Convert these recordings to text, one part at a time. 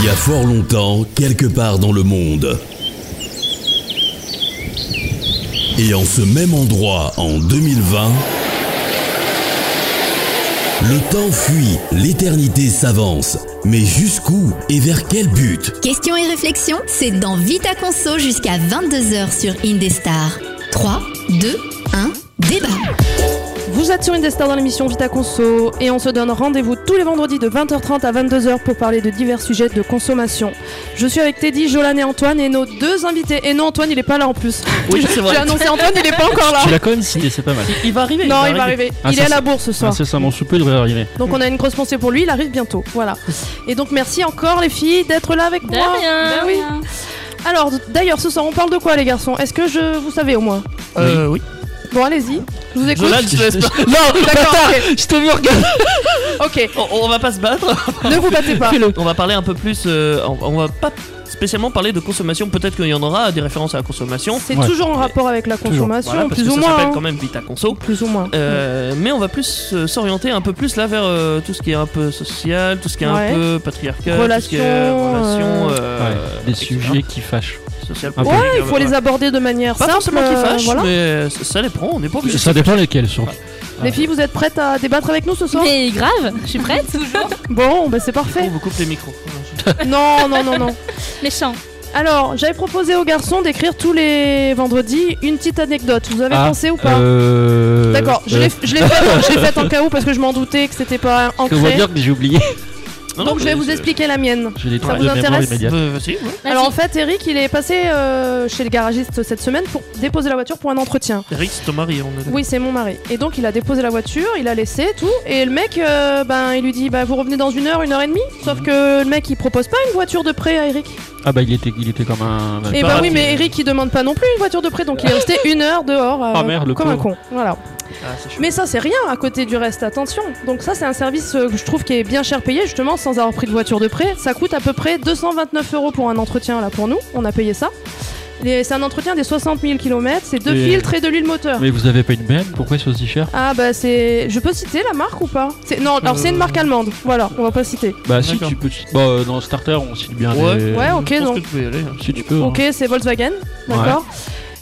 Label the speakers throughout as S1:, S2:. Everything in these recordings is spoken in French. S1: Il y a fort longtemps, quelque part dans le monde. Et en ce même endroit, en 2020, le temps fuit, l'éternité s'avance. Mais jusqu'où et vers quel but
S2: Questions et réflexions, c'est dans Vita Conso jusqu'à 22h sur Indestar. 3, 2, 1, débat.
S3: Vous êtes sur Indestar dans l'émission Vita Conso et on se donne rendez-vous tous les vendredis de 20h30 à 22h pour parler de divers sujets de consommation. Je suis avec Teddy, Jolan et Antoine et nos deux invités. Et non, Antoine, il est pas là en plus.
S4: Oui, c'est vrai.
S3: J'ai annoncé Antoine, il est pas encore là.
S4: Tu l'as quand même cité, c'est pas mal.
S5: Il va arriver.
S3: Non, il va arriver.
S4: Ah,
S3: Il est
S4: ça,
S3: à la
S4: c'est-
S3: bourse ce
S4: Ah,
S3: soir.
S4: c'est ça, mon choupeau, il devrait arriver.
S3: Donc on a une grosse pensée pour lui, il arrive bientôt. Voilà. Et donc merci encore les filles d'être là avec
S5: De
S3: moi.
S5: rien.
S3: Ben oui. Alors d'ailleurs ce soir on parle de quoi les garçons Est-ce que je vous savez au moins
S4: Euh, oui.
S3: Bon allez-y. Je vous écoute.
S5: Jolan, je te laisse pas.
S4: Non,
S3: D'accord. ok.
S4: je te vu regarder.
S3: Ok.
S5: On, on va pas se battre.
S3: Ne vous battez pas.
S4: Fais-le.
S5: On va parler un peu plus. euh, on, on va pas spécialement parler de consommation. Peut-être qu'il y en aura des références à la consommation.
S3: C'est
S4: Ouais.
S3: toujours en rapport avec la consommation,
S5: Voilà, parce
S3: plus
S5: que
S3: ou
S5: ça
S3: moins.
S5: s'appelle
S3: hein.
S5: quand même Vita Conso.
S3: Plus ou moins.
S5: Euh, mais on va plus euh, s'orienter un peu plus là vers euh, tout ce qui est un peu social, tout ce qui est
S3: Ouais.
S5: un peu patriarcal, tout ce qui est
S3: Relations,
S5: relations,
S3: euh,
S5: euh,
S4: Des
S5: etc.
S4: sujets qui fâchent.
S5: sociales.
S4: Un peu.
S5: politiques,
S3: Il faut
S5: euh,
S3: les aborder de manière
S5: pas
S3: simple.
S5: forcément qui
S3: euh,
S5: fâchent,
S3: voilà.
S5: mais euh, ça, ça les prend. On n'est pas obligé.
S4: Ça dépend lesquels, surtout.
S3: Les filles, vous êtes prêtes à débattre avec nous ce soir
S6: Mais grave, je suis prête toujours.
S3: Bon, bah c'est
S5: On
S3: parfait.
S5: vous coupe les micros.
S3: non, non, non, non.
S6: Méchant.
S3: Alors, j'avais proposé aux garçons d'écrire tous les vendredis une petite anecdote. Vous avez
S4: Ah,
S3: pensé ou pas
S4: euh,
S3: D'accord, je l'ai
S4: euh,
S3: je l'ai faite je l'ai faite en cas où parce que je m'en doutais que c'était pas
S4: Que on va
S3: ancré.
S4: dire que j'ai oublié.
S5: Non,
S3: Donc
S5: non,
S3: je vais
S5: mais
S3: vous
S5: c'est-
S3: expliquer la mienne.
S4: J'ai des
S3: Ça
S4: traces
S3: vous
S4: de mémoire
S3: intéresse
S4: immédiate.
S5: Euh, si, ouais.
S6: Vas-y.
S3: Alors en fait, Eric, il est passé euh, chez le garagiste cette semaine pour déposer la voiture pour un entretien.
S5: Eric, c'est ton mari. On est...
S3: Oui, c'est mon mari. Et donc, il a déposé la voiture, il a laissé tout. Et le mec, euh, ben, il lui dit bah, Vous revenez dans une heure, une heure et demie. Sauf
S4: Mhm.
S3: que le mec, il propose pas une voiture de prêt à Eric.
S4: Ah bah il était, il était comme un.
S3: Et
S5: pas
S3: bah
S5: raté.
S3: oui, mais Eric, il demande pas non plus une voiture de prêt. Donc, il est resté une heure dehors. euh,
S4: Ah, merde, le
S3: comme un con. Voilà.
S5: Ah, c'est chaud.
S3: Mais ça, c'est rien à côté du reste, attention. Donc, ça, c'est un service euh, que je trouve qui est bien cher payé, justement, sans avoir pris de voiture de prêt. Ça coûte à peu près 229 euros pour un entretien, là, pour nous. On a payé ça. Et C'est un entretien des 60 000 km, c'est deux
S4: Et-
S3: filtres et de l'huile moteur.
S4: Mais vous avez pas une BM Pourquoi c'est aussi cher
S3: Ah bah c'est... Je peux citer la marque ou pas C'est- Non, alors c'est une marque allemande. Voilà, on va pas citer.
S4: Bah si
S5: D'accord.
S4: tu peux. Bah euh, dans Starter on cite bien.
S5: Ouais.
S4: les-
S3: Ouais, ok,
S5: Je pense
S3: donc.
S5: que tu peux y aller. hein.
S4: Si tu peux.
S3: Ok, c'est Volkswagen, d'accord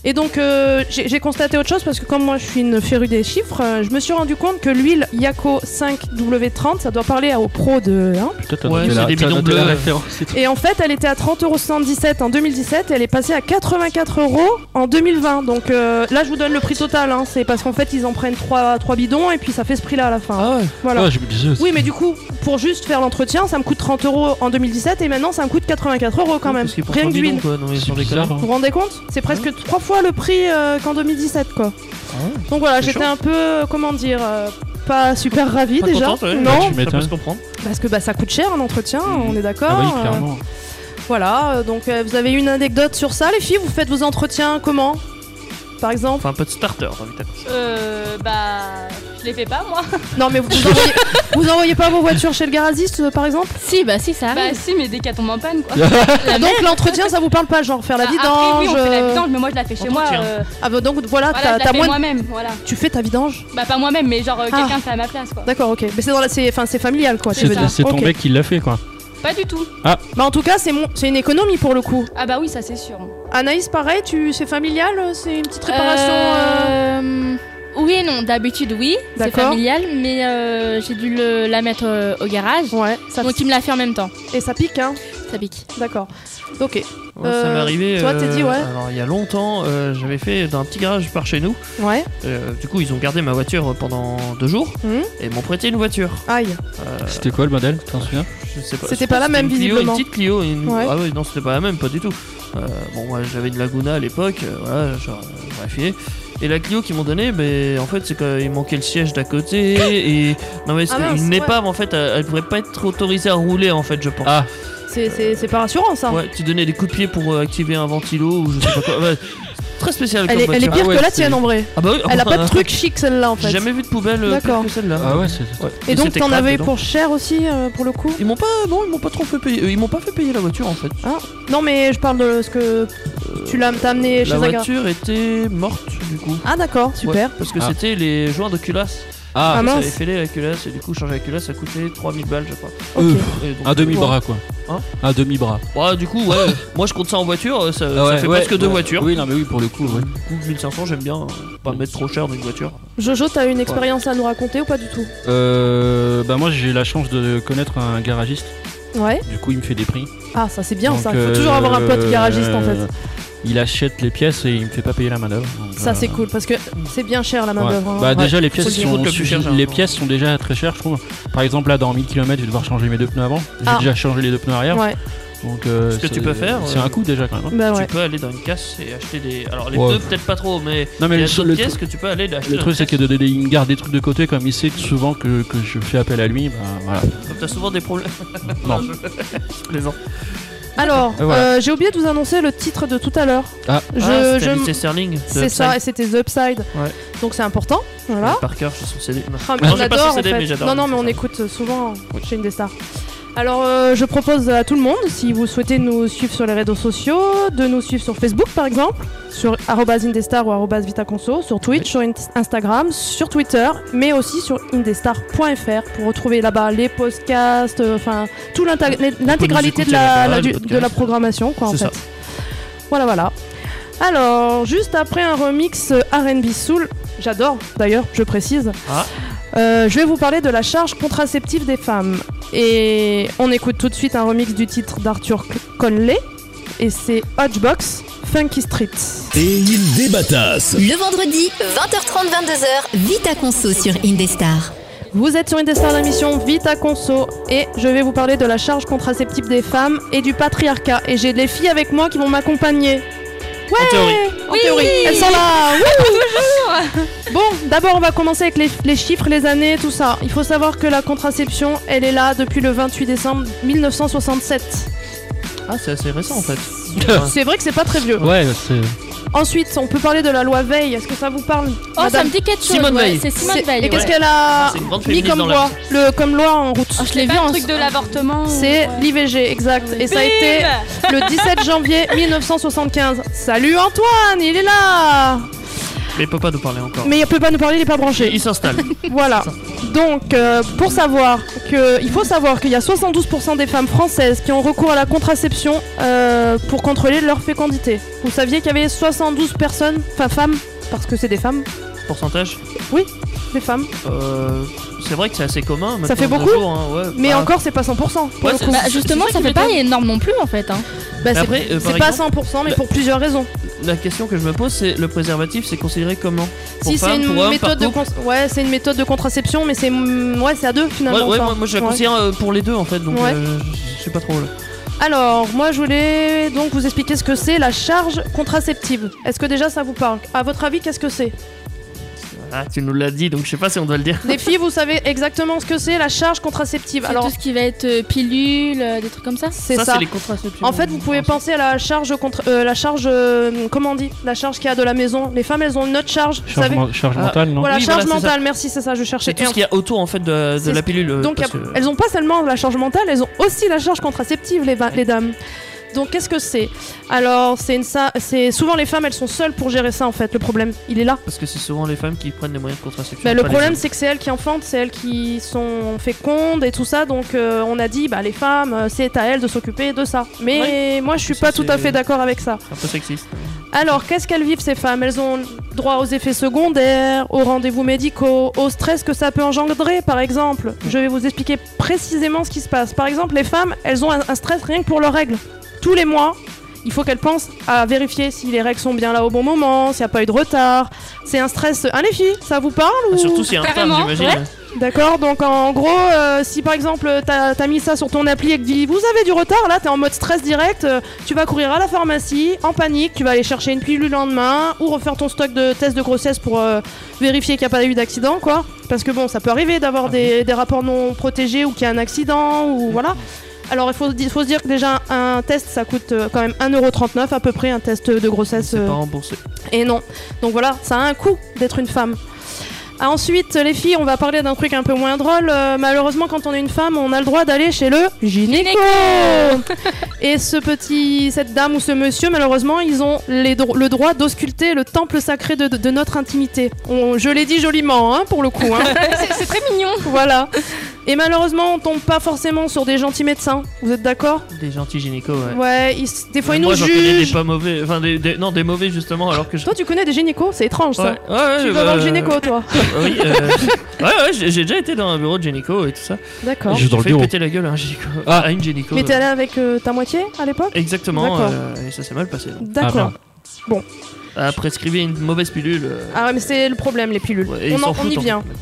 S3: Et donc euh, j'ai j'ai constaté autre chose parce que comme moi je suis une férue des chiffres, euh, je me suis rendu compte que l'huile Yako 5W30, ça doit parler aux pros de... hein.
S4: Peut-être t'as
S5: Ouais,
S4: noté
S5: c'est
S4: la-
S5: des
S4: t'as
S5: bidons
S4: noté la
S5: bleus.
S4: référence, c'est tout.
S3: Et en fait elle était à 30,77€ en 2017 et elle est passée à 84 euros en 2020. Donc euh, là je vous donne le prix total, hein. c'est parce qu'en fait ils en prennent 3, bidons et puis ça fait ce prix là à la fin.
S5: Ah ouais.
S3: Voilà.
S4: Ouais, je me disais.
S3: Oui, mais du coup, pour juste faire l'entretien, ça me coûte 30 euros en 2017 et maintenant ça me coûte 84 euros quand même.
S5: Parce qu'il prend
S3: Rien
S5: un
S3: que
S5: bidon,
S3: d'huile.
S5: quoi. Non, mais
S4: c'est
S5: sans déconner.
S4: bizarre. hein.
S3: Vous vous rendez compte C'est
S5: Hein
S3: presque trois fois le prix euh, qu'en 2017, quoi. Donc voilà,
S5: Ah, C'est
S3: j'étais
S5: chaud.
S3: un peu, euh, comment dire, euh, pas super ravie
S5: Pas
S3: déjà.
S5: contente, ouais.
S3: Non,
S4: tu
S5: Ça peut
S4: m'étonnes.
S5: se comprendre.
S3: parce que bah, ça coûte cher un entretien,
S5: Mhm.
S3: on est d'accord.
S4: Ah oui,
S3: euh,
S4: clairement.
S3: voilà, euh, donc euh, vous avez une anecdote sur ça, les filles Vous faites vos entretiens comment Par exemple
S5: Enfin, un peu de starter. hein, dans Vita Conso.
S6: Euh, bah, je les fais pas moi.
S3: Non, mais vous, vous envoyez, vous envoyez pas vos voitures chez le garagiste, euh, par exemple
S7: Si, bah si, ça
S3: Ah
S6: Bah
S7: arrive.
S6: si, mais dès qu'elles tombent en panne quoi.
S3: Donc l'entretien, ça vous parle pas, genre faire Ah la
S6: Bah, après, oui,
S3: vidange
S6: on fait la
S3: euh,
S6: vidange, mais moi je la fais chez moi.
S5: Entretien.
S6: euh,
S3: Ah bah donc voilà,
S6: voilà,
S3: t'as-
S6: je la
S3: t'as
S6: fais
S3: moins.
S6: moi-même, voilà.
S3: Tu fais ta vidange
S6: Bah pas moi-même, mais genre euh,
S3: Ah.
S6: quelqu'un le fait à ma place quoi.
S3: D'accord, ok. Mais c'est dans la, c'est, enfin, c'est familial, quoi. Tu
S4: C'est
S3: veux dire.
S4: c'est ton
S3: Ok.
S4: mec qui l'a fait quoi.
S6: Pas du tout.
S3: Bah en tout cas, c'est mon, c'est une économie pour le coup.
S6: Ah bah oui, ça c'est sûr.
S3: Anaïs, pareil, tu, c'est familial, euh, c'est une petite réparation. euh,
S7: Euh, Oui et non, d'habitude oui, c'est
S3: D'accord.
S7: familial, mais euh, j'ai dû le- la mettre euh, au garage.
S3: Ouais. Ça
S7: Donc il me l'a fait en même temps.
S3: Et ça pique, hein.
S7: Ça pique.
S3: D'accord. Ok.
S5: Ouais,
S3: Euh,
S5: ça m'est arrivé. euh,
S3: toi, t'es dit, ouais.
S5: Alors, il y a longtemps, euh, j'avais fait dans un petit garage par chez nous.
S3: Ouais.
S5: Euh, du coup, ils ont gardé ma voiture pendant deux jours
S3: Mhm.
S5: et m'ont prêté une voiture.
S3: Aïe.
S5: Euh,
S4: C'était quoi le modèle T'en souviens
S5: je sais pas.
S3: C'était
S5: je
S3: pas
S5: pense
S3: la
S5: que
S3: même,
S5: c'était une Clio,
S3: visiblement.
S5: Une petite Clio. et Une...
S3: Ouais.
S5: Ah oui, non, c'était pas la même, pas du tout. Euh, bon, moi, j'avais une Laguna à l'époque. euh, voilà, genre, euh, j'aurais filé. Et la Clio qu'ils m'ont donnée, ben, en fait, c'est qu'il manquait le siège d'à côté. et non mais
S3: Ah mince,
S5: une
S3: ouais.
S5: épave, en fait, elle, elle pourrait pas être autorisée à rouler, en fait, je pense.
S4: Ah.
S3: C'est, c'est, c'est pas rassurant, ça.
S5: Ouais, tu donnais des coups de pied pour euh, activer un ventilo ou je sais pas quoi. Ouais, c'est très spécial
S3: Elle
S5: comme
S3: est, elle est
S5: voiture.
S3: pire
S4: Ah ouais,
S3: que la
S4: c'est-
S3: tienne en vrai.
S5: Ah bah oui,
S3: Elle a pas de
S5: euh,
S3: truc chic celle-là en fait.
S5: J'ai jamais vu de poubelle euh,
S3: D'accord.
S5: pire que celle-là.
S4: Ah ouais, c'est.
S5: Ouais.
S3: Et
S5: Mais
S3: donc
S5: c'était
S3: t'en
S5: crade
S3: avais
S5: dedans.
S3: pour cher aussi euh, pour le coup.
S5: Ils m'ont pas non, ils m'ont pas trop fait payer. euh, Ils m'ont pas fait payer la voiture en fait.
S3: Non mais je parle de ce que tu l'as t'as amené chez
S5: La
S3: Zaga.
S5: voiture était morte du coup.
S3: Ah d'accord, super.
S5: Ouais, parce que
S4: Ah.
S5: c'était les joints de culasse.
S4: Ah,
S3: Ah,
S5: ça
S3: mince.
S5: avait fait la culasse et du coup changer la culasse ça coûtait 3000 balles je crois.
S4: euh,
S5: Et donc,
S4: un demi-bras quoi.
S5: Hein
S4: un demi-bras.
S5: Bah du coup ouais, moi je compte ça en voiture, euh, ça,
S4: Ah
S5: ça fait presque deux voitures.
S4: Oui, non, mais oui, pour le coup, ouais.
S5: Du coup 1500 j'aime bien euh, pas mettre trop cher dans une voiture.
S3: Jojo, t'as une expérience à nous raconter ou pas du tout
S4: Euh, bah, moi, j'ai la chance de connaître un garagiste.
S3: Ouais.
S4: Du coup, il me fait des prix.
S3: Ah, ça c'est bien
S4: Donc,
S3: ça. Il faut
S4: euh,
S3: toujours avoir un pote garagiste en fait.
S4: euh, Il achète les pièces et il me fait pas payer la main-d'œuvre. donc,
S3: Ça
S4: euh,
S3: c'est cool parce que c'est bien cher la main
S4: Ouais.
S3: d'œuvre. hein.
S4: Bah
S3: Ouais.
S4: déjà les
S5: Faut
S4: pièces
S5: le dire. Coûte
S4: sont
S5: le plus
S4: suffi-
S5: cher, j'ai
S4: les
S5: l'impression.
S4: pièces sont déjà très chères je trouve. Par exemple là dans 1000 km je vais devoir changer mes deux pneus avant. J'ai
S3: Ah.
S4: déjà changé les deux pneus arrière.
S3: Ouais.
S4: Donc euh,
S5: Ce que
S4: c'est-
S5: tu peux faire,
S4: c'est
S5: euh,
S4: un coup déjà quand même. hein.
S3: Bah ouais.
S5: Tu peux aller dans une casse et acheter des alors les
S4: Ouais.
S5: deux peut-être pas trop mais
S4: Non mais
S5: il y
S4: le,
S5: a
S4: seul-
S5: d'autres
S4: le
S5: pièces
S4: truc-
S5: que tu peux aller
S4: le
S5: l'acheter.
S4: truc c'est que de, de- de- il me garde des trucs de côté comme il sait que souvent que, que je fais appel à lui. Bah voilà.
S5: Comme t'as souvent des problèmes.
S4: Non.
S5: je plaisante.
S3: Alors,
S4: Et voilà.
S3: euh, j'ai oublié de vous annoncer le titre de tout à l'heure.
S4: Ah.
S3: je, je-
S5: Ah, c'était Alice Sterling. de
S3: c'est ça, et
S5: Upside.
S3: c'était The Upside.
S5: Ouais.
S3: Donc c'est important. Voilà.
S5: Par cœur, je suis CD. Non.
S3: Ah, mais
S5: Non,
S3: on
S5: j'ai pas
S3: adore,
S5: sur CD,
S3: en fait.
S5: mais j'adore.
S3: non, non, mais on
S5: C'est
S3: écoute souvent chez une des stars. Alors, euh, je propose à tout le monde, si vous souhaitez nous suivre sur les réseaux sociaux, de nous suivre sur Facebook par exemple, sur arrobase indestar ou arrobase vitaconso, sur Twitch, sur In- Instagram, sur Twitter, mais aussi sur indestar.fr pour retrouver là-bas les podcasts, euh, enfin, tout l'intég-
S5: Ah,
S3: l'intégralité de
S5: écouter
S3: la,
S5: là-bas,
S3: la-
S5: les
S3: du-
S5: podcasts.
S3: de la programmation, quoi, en fait.
S5: C'est ça.
S3: Voilà, voilà. Alors, juste après un remix euh, RB Soul, j'adore d'ailleurs, je précise,
S5: Ah.
S3: Euh, je vais vous parler de la charge contraceptive des femmes. Et on écoute tout de suite un remix du titre d'Arthur Conley, et c'est Hodgebox Funky Street.
S1: Et ils débattassent.
S2: Le vendredi, 20h30, 22h, Vita Conso sur Indestar.
S3: Vous êtes sur une Indestar d'émission Vita Conso et je vais vous parler de la charge contraceptive des femmes et du patriarcat. Et j'ai les filles avec moi qui vont m'accompagner. Ouais
S5: En théorie.
S3: En théorie. Elles sont là Wouhou Bon, d'abord on va commencer avec les, les chiffres, les années, tout ça. Il faut savoir que la contraception, elle est là depuis le 28 décembre 1967.
S5: Ah, c'est assez récent en fait. Ah.
S3: C'est vrai que c'est pas très vieux.
S4: Ouais c'est.
S3: Ensuite, on peut parler de la loi Veil. Est-ce que ça vous parle
S7: Oh, ça
S3: madame
S7: me dit quelque chose.
S5: Simone
S7: ouais,
S5: Veil.
S7: C'est Simone
S3: C'est-
S7: Veil.
S3: Et qu'est-ce
S7: ouais.
S3: qu'elle a
S5: Ah, C'est une grande
S3: mis
S5: féministe
S3: comme
S5: dans la-
S3: loi, le, comme loi en route
S7: Oh, je l'ai
S6: C'est
S7: vu
S6: pas
S7: en
S6: le truc de l'avortement. ou-
S3: C'est
S7: Ouais.
S3: l'IVG, exact.
S7: Oui.
S3: Et ça a
S6: Bim
S3: été le 17 janvier 1975. Salut Antoine, il est là
S5: Mais il peut pas nous parler encore.
S3: Mais il peut pas nous parler, il est pas branché.
S5: Il s'installe.
S3: Voilà. Donc, euh, pour savoir que, il faut savoir qu'il y a 72% des femmes françaises qui ont recours à la contraception euh, pour contrôler leur fécondité. Vous saviez qu'il y avait 72 personnes, enfin femmes, parce que c'est des femmes,
S5: Pourcentage
S3: des femmes.
S5: euh, C'est vrai que c'est assez commun.
S3: Ça
S5: maintenant,
S3: fait
S5: de nos
S3: beaucoup
S5: jours, hein, ouais.
S3: Mais
S5: Ah,
S3: encore, c'est pas 100%. pour
S5: Ouais,
S3: le
S5: c'est-
S3: coup.
S7: Bah, justement,
S5: C'est ça
S7: ça
S5: qui
S7: fait pas
S5: m'étonne.
S7: énorme non plus en fait. hein.
S3: Bah, c'est
S5: après, euh,
S3: c'est
S5: par
S3: pas
S5: exemple,
S3: 100%, mais
S5: la-
S3: pour plusieurs raisons.
S5: La question que je me pose, c'est le préservatif, c'est considéré comment Pour
S3: Si c'est
S5: femmes,
S3: une
S5: pour hommes,
S3: méthode de
S5: par couple
S3: con- ouais, c'est une méthode de contraception, mais c'est mm, ouais, c'est à deux
S5: Ouais,
S3: finalement.
S5: ouais,
S3: enfin.
S5: moi, moi, je la
S3: Ouais.
S5: considère euh, pour les deux en fait, donc
S3: Ouais.
S5: euh, je je sais pas trop. Là.
S3: Alors, moi, je voulais donc vous expliquer ce que c'est la charge contraceptive. Est-ce que déjà ça vous parle À votre avis, qu'est-ce que c'est
S5: Ah, tu nous l'as dit, donc je sais pas si on doit le dire.
S3: Les filles, vous savez exactement ce que c'est la charge contraceptive.
S7: C'est
S3: Alors,
S7: tout ce qui va être euh, pilule, euh, des trucs comme ça.
S3: c'est ça.
S5: c'est les contraceptions.
S3: En fait, vous pouvez penser à la charge contre, euh, la charge, euh, comment on dit, la charge qu'il y a de la maison. Les femmes, elles ont une autre charge, vous
S4: Charge,
S3: savez.
S4: men- charge
S5: Ah,
S4: mentale non
S3: Voilà,
S5: Oui,
S3: charge
S5: voilà, c'est ça.
S3: mentale. Merci, c'est ça. Je cherchais.
S5: C'est tout
S3: Et
S5: ce qu'il y a autour en fait de, de
S3: C'est-
S5: la pilule. euh,
S3: Donc
S5: parce
S3: y a-
S5: que-
S3: elles ont pas seulement la charge mentale, elles ont aussi la charge contraceptive, les, va- les dames. Donc qu'est-ce que c'est Alors c'est une ça, c'est souvent les femmes, elles sont seules pour gérer ça en fait. Le problème, il est là.
S5: Parce que c'est souvent les femmes qui prennent les moyens de contraception.
S3: Bah, le
S5: pas les
S3: problème,
S5: hommes.
S3: c'est que c'est elles qui enfantent, c'est elles qui sont fécondes et tout ça. Donc euh, on a dit, bah les femmes, euh, c'est à elles de s'occuper de ça. Mais moi, je suis
S5: Ça,
S3: pas tout à
S5: c'est-
S3: fait d'accord avec ça.
S5: c'est un peu sexiste.
S3: Alors, qu'est-ce qu'elles vivent ces femmes Elles ont droit aux effets secondaires, aux rendez-vous médicaux, au stress que ça peut engendrer, par exemple. Je vais vous expliquer précisément ce qui se passe. Par exemple, les femmes, elles ont un, un stress rien que pour leurs règles. Tous les mois, il faut qu'elles pensent à vérifier si les règles sont bien là au bon moment, s'il n'y a pas eu de retard. C'est un stress. Hein, les filles, ça vous parle ou...
S5: Bah, Surtout s'il y a un terme,
S6: Carrément,
S5: j'imagine.
S6: ouais.
S3: D'accord, donc en gros, euh, si par exemple t'as as mis ça sur ton appli et que dit vous avez du retard, là t'es en mode stress direct, euh, tu vas courir à la pharmacie en panique, tu vas aller chercher une pilule le lendemain ou refaire ton stock de tests de grossesse pour euh, vérifier qu'il n'y a pas eu d'accident quoi. Parce que bon, ça peut arriver d'avoir des, des rapports non protégés ou qu'il y a un accident ou voilà. Alors il faut, se di- faut se dire que déjà un test ça coûte euh, quand même 1,39€ à peu près un test de grossesse.
S5: C'est
S3: euh,
S5: pas remboursé.
S3: et non. Donc voilà, ça a un coût d'être une femme. Ah, ensuite, les filles, on va parler d'un truc un peu moins drôle. Euh, malheureusement, quand on est une femme, on a le droit d'aller chez le gynéco. Et ce petit, cette dame ou ce monsieur, malheureusement, ils ont les dro- le droit d'ausculter le temple sacré de, de- de notre intimité. On- je l'ai dit joliment, hein, pour le coup. hein.
S6: C'est c'est très mignon.
S3: voilà. Et malheureusement, on tombe pas forcément sur des gentils médecins. Vous êtes d'accord
S5: Des gentils gynécos, ouais.
S3: Ouais. ils s- des fois, ils
S5: Moi,
S3: nous
S5: j'en connais des
S3: jugent.
S5: pas mauvais. Enfin, des, des- non, des mauvais justement, alors que je.
S3: Toi, tu connais des gynécos C'est étrange, ça.
S5: Ouais, ouais,
S3: Tu vas
S5: bah,
S3: dans le gynéco, toi
S5: Oui, euh, ouais, ouais, j'ai j'ai déjà été dans un bureau de gynéco et tout ça.
S3: D'accord.
S4: Juste dans le
S5: fait
S4: bureau.
S5: péter la gueule à un gynéco.
S4: Ah.
S5: à une gynéco.
S3: Mais t'es
S5: euh,
S3: allé avec euh, ta moitié à l'époque
S5: Exactement,
S3: D'accord.
S5: euh, et ça s'est mal passé. donc.
S3: D'accord.
S5: bah.
S4: merde.
S5: Ah, prescrivez une mauvaise pilule. euh,
S3: Ah ouais, mais c'est le problème, les pilules.
S5: ouais, et ils
S3: on, en-
S5: s'en
S3: on
S5: foutent, hein.
S3: y
S5: en
S3: vient.
S5: fait.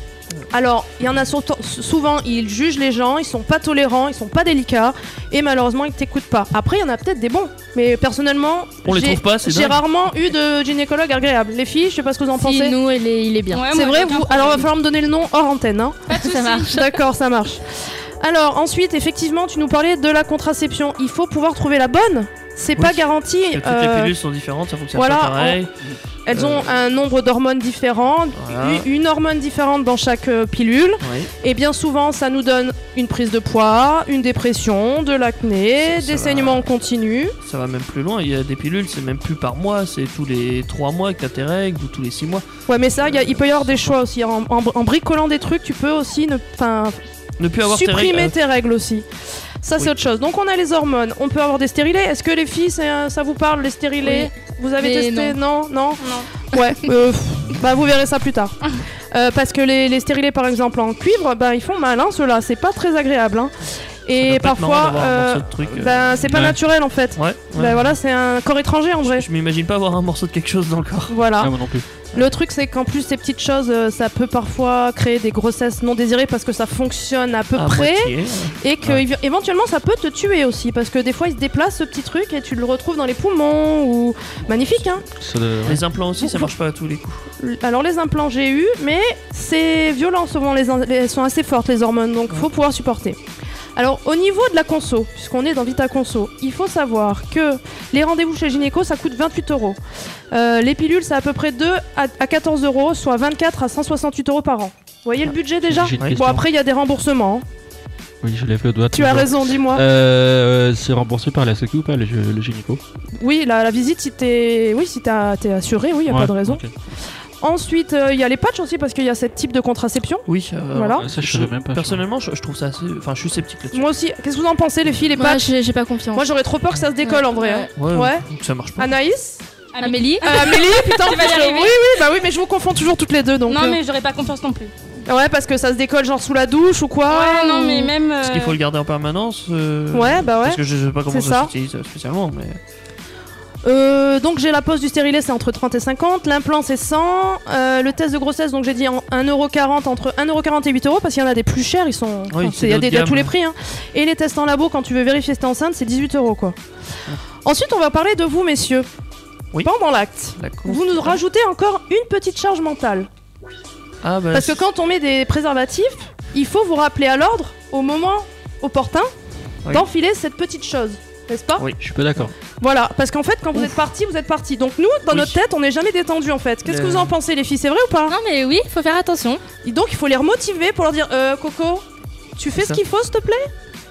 S3: Alors, il y en a surtout- souvent, ils jugent les gens, ils sont pas tolérants, ils sont pas délicats, et malheureusement, ils t'écoutent pas. Après, il y en a peut-être des bons, mais personnellement,
S5: On les
S3: j'ai-
S5: trouve pas, c'est
S3: j'ai
S5: dingue.
S3: rarement eu de gynécologue agréable. Les filles, je sais pas ce que vous en pensez.
S7: Si, nous, il est, il est bien.
S6: Ouais,
S3: C'est
S6: Ah, moi,
S3: vrai,
S6: aucun
S3: vous.
S6: problème.
S3: Alors, va falloir me donner le nom hors antenne. Hein.
S7: ça marche.
S3: D'accord, ça marche. Alors, ensuite, effectivement, tu nous parlais de la contraception. Il faut pouvoir trouver la bonne. C'est
S5: Oui,
S3: pas garanti.
S5: Parce que toutes
S3: euh,
S5: les pilules sont différentes, ça fonctionne
S3: voilà,
S5: pas pareil.
S3: elles ont
S5: euh,
S3: un nombre d'hormones différentes,
S5: Voilà.
S3: une- une hormone différente dans chaque euh, pilule.
S5: Ouais.
S3: Et bien souvent, ça nous donne une prise de poids, une dépression, de l'acné,
S5: Ça, ça
S3: des
S5: va.
S3: saignements en continu.
S5: Ça va même plus loin, il y a des pilules, c'est même plus par mois, c'est tous les 3 mois que t'as tes règles ou tous les 6 mois.
S3: Ouais, mais ça, il y a- il peut y avoir des choix aussi. En, en- en bricolant des trucs, tu peux aussi ne, enfin,
S5: Ne plus avoir tes
S3: supprimer
S5: règles. euh,
S3: tes règles aussi. Ça, c'est
S5: Oui.
S3: autre chose. Donc, on a les hormones. On peut avoir des stérilés. Est-ce que les filles, c'est un- ça vous parle, les stérilés Vous avez
S7: Mais
S3: testé Non, non,
S6: Non.
S3: Ouais, euh, pff, bah vous verrez ça plus tard. Euh, parce que les, les stérilés, par exemple, en cuivre, bah, ils font mal, hein, ceux-là. C'est pas très agréable. hein.
S5: Ça doit
S3: Et
S5: pas être marrant
S3: parfois,
S5: d'avoir un
S3: euh,
S5: morceau de truc, euh,
S3: bah, c'est pas
S4: Ouais.
S3: naturel en fait.
S5: Ouais, ouais.
S3: Bah voilà, c'est un corps étranger en vrai.
S5: Je m'imagine pas avoir un morceau de quelque chose dans le corps.
S3: Voilà.
S4: Ah, moi non plus.
S3: Le truc, c'est qu'en plus, ces petites choses, euh, ça peut parfois créer des grossesses non désirées parce que ça fonctionne à peu
S5: À
S3: près
S5: moitié.
S3: et que
S5: Ouais.
S3: évi- éventuellement ça peut te tuer aussi parce que des fois il se déplace ce petit truc et tu le retrouves dans les poumons ou magnifique hein.
S4: Ça doit-
S5: Les implants aussi, ça marche pas à tous les coups.
S3: L- Alors les implants j'ai eu mais c'est violent souvent les, in- les- elles sont assez fortes les hormones donc faut pouvoir supporter. Alors au niveau de la conso puisqu'on est dans Vita Conso, il faut savoir que les rendez-vous chez gynéco ça coûte 28 euros. Euh, les pilules c'est à peu près 2 à, à 14 euros soit 24 à 168 euros par an. Vous voyez le budget déjà
S4: Ah, J'ai une
S5: Bon,
S3: Bon
S4: question.
S3: après il y a des remboursements. hein.
S4: Oui, je lève le doigt.
S3: Tu as
S4: toujours.
S3: raison dis-moi.
S4: Euh, c'est remboursé par la sécu ou pas le, le gynéco
S3: Oui, la, la visite, si t'es oui, si t'as- t'es assuré, oui, y a
S4: Ouais,
S3: pas de raison.
S4: ok.
S3: Ensuite, il y a les patchs aussi parce qu'il y a ce type de contraception.
S5: Oui, euh,
S3: Voilà.
S4: Ah, ça, je savais même pas.
S5: Personnellement, je, je trouve ça assez. Enfin, je suis sceptique là-dessus.
S3: Moi aussi, qu'est-ce que vous en pensez, les filles, les
S7: Moi,
S3: patchs
S7: j'ai j'ai pas confiance.
S3: Moi, j'aurais trop peur que ça se décolle en vrai. hein. Ouais. Ah,
S5: donc Ça marche pas.
S3: Anaïs
S7: Amélie
S6: Ah,
S3: Euh, Amélie Putain,
S6: Tu vas y
S3: parce que-
S6: arriver.
S3: oui, oui, bah oui, mais je vous confonds toujours toutes les deux donc.
S6: Non,
S3: euh,
S6: mais j'aurais pas confiance non plus.
S3: Ouais, parce que ça se décolle genre sous la douche ou
S7: Oh.
S3: quoi
S6: ouais, non,
S3: ou-
S6: mais même.
S5: Est-ce qu'il faut le garder en permanence euh,
S3: Ouais, bah ouais.
S5: Parce que je sais pas comment
S3: C'est
S5: ça
S3: ça.
S5: s'utilise euh, spécialement, mais.
S3: Euh, donc j'ai la pose du stérilet, c'est entre 30 et 50. L'implant, c'est 100. Euh, le test de grossesse, donc j'ai dit en 1,40€ entre 1,40€ et 8€parce qu'il y en a des plus chers, ils sont.
S5: Oui,
S3: enfin,
S5: c'est
S3: c'est- il y a
S5: de haut
S3: des il
S5: de
S3: y a
S5: gamme.
S3: tous les prix. hein. Et les tests en labo, quand tu veux vérifier si t'es enceinte, c'est 18€ quoi. Ensuite, on va parler de vous, messieurs.
S5: Ah. Oui.
S3: Pendant l'acte,
S5: La con-
S3: vous nous rajoutez encore une petite charge mentale.
S5: Ah, bah,
S3: Parce que quand on met des préservatifs, il faut vous rappeler à l'ordre, au moment opportun,
S5: Oui.
S3: d'enfiler cette petite chose. N'est-ce pas
S4: Je suis pas d'accord.
S3: voilà, parce qu'en fait, quand vous êtes parti, vous êtes parti. Donc nous, dans
S5: Oui.
S3: notre tête, on n'est jamais détendu en fait. Qu'est-ce que
S5: Euh.
S3: vous en pensez, les filles C'est vrai ou pas
S6: euh,
S7: Non, mais oui, faut faire attention.
S3: Et Donc il faut les remotiver pour leur dire, euh, Coco, tu fais
S5: C'est
S3: ce
S5: ça.
S3: qu'il faut, s'il te plaît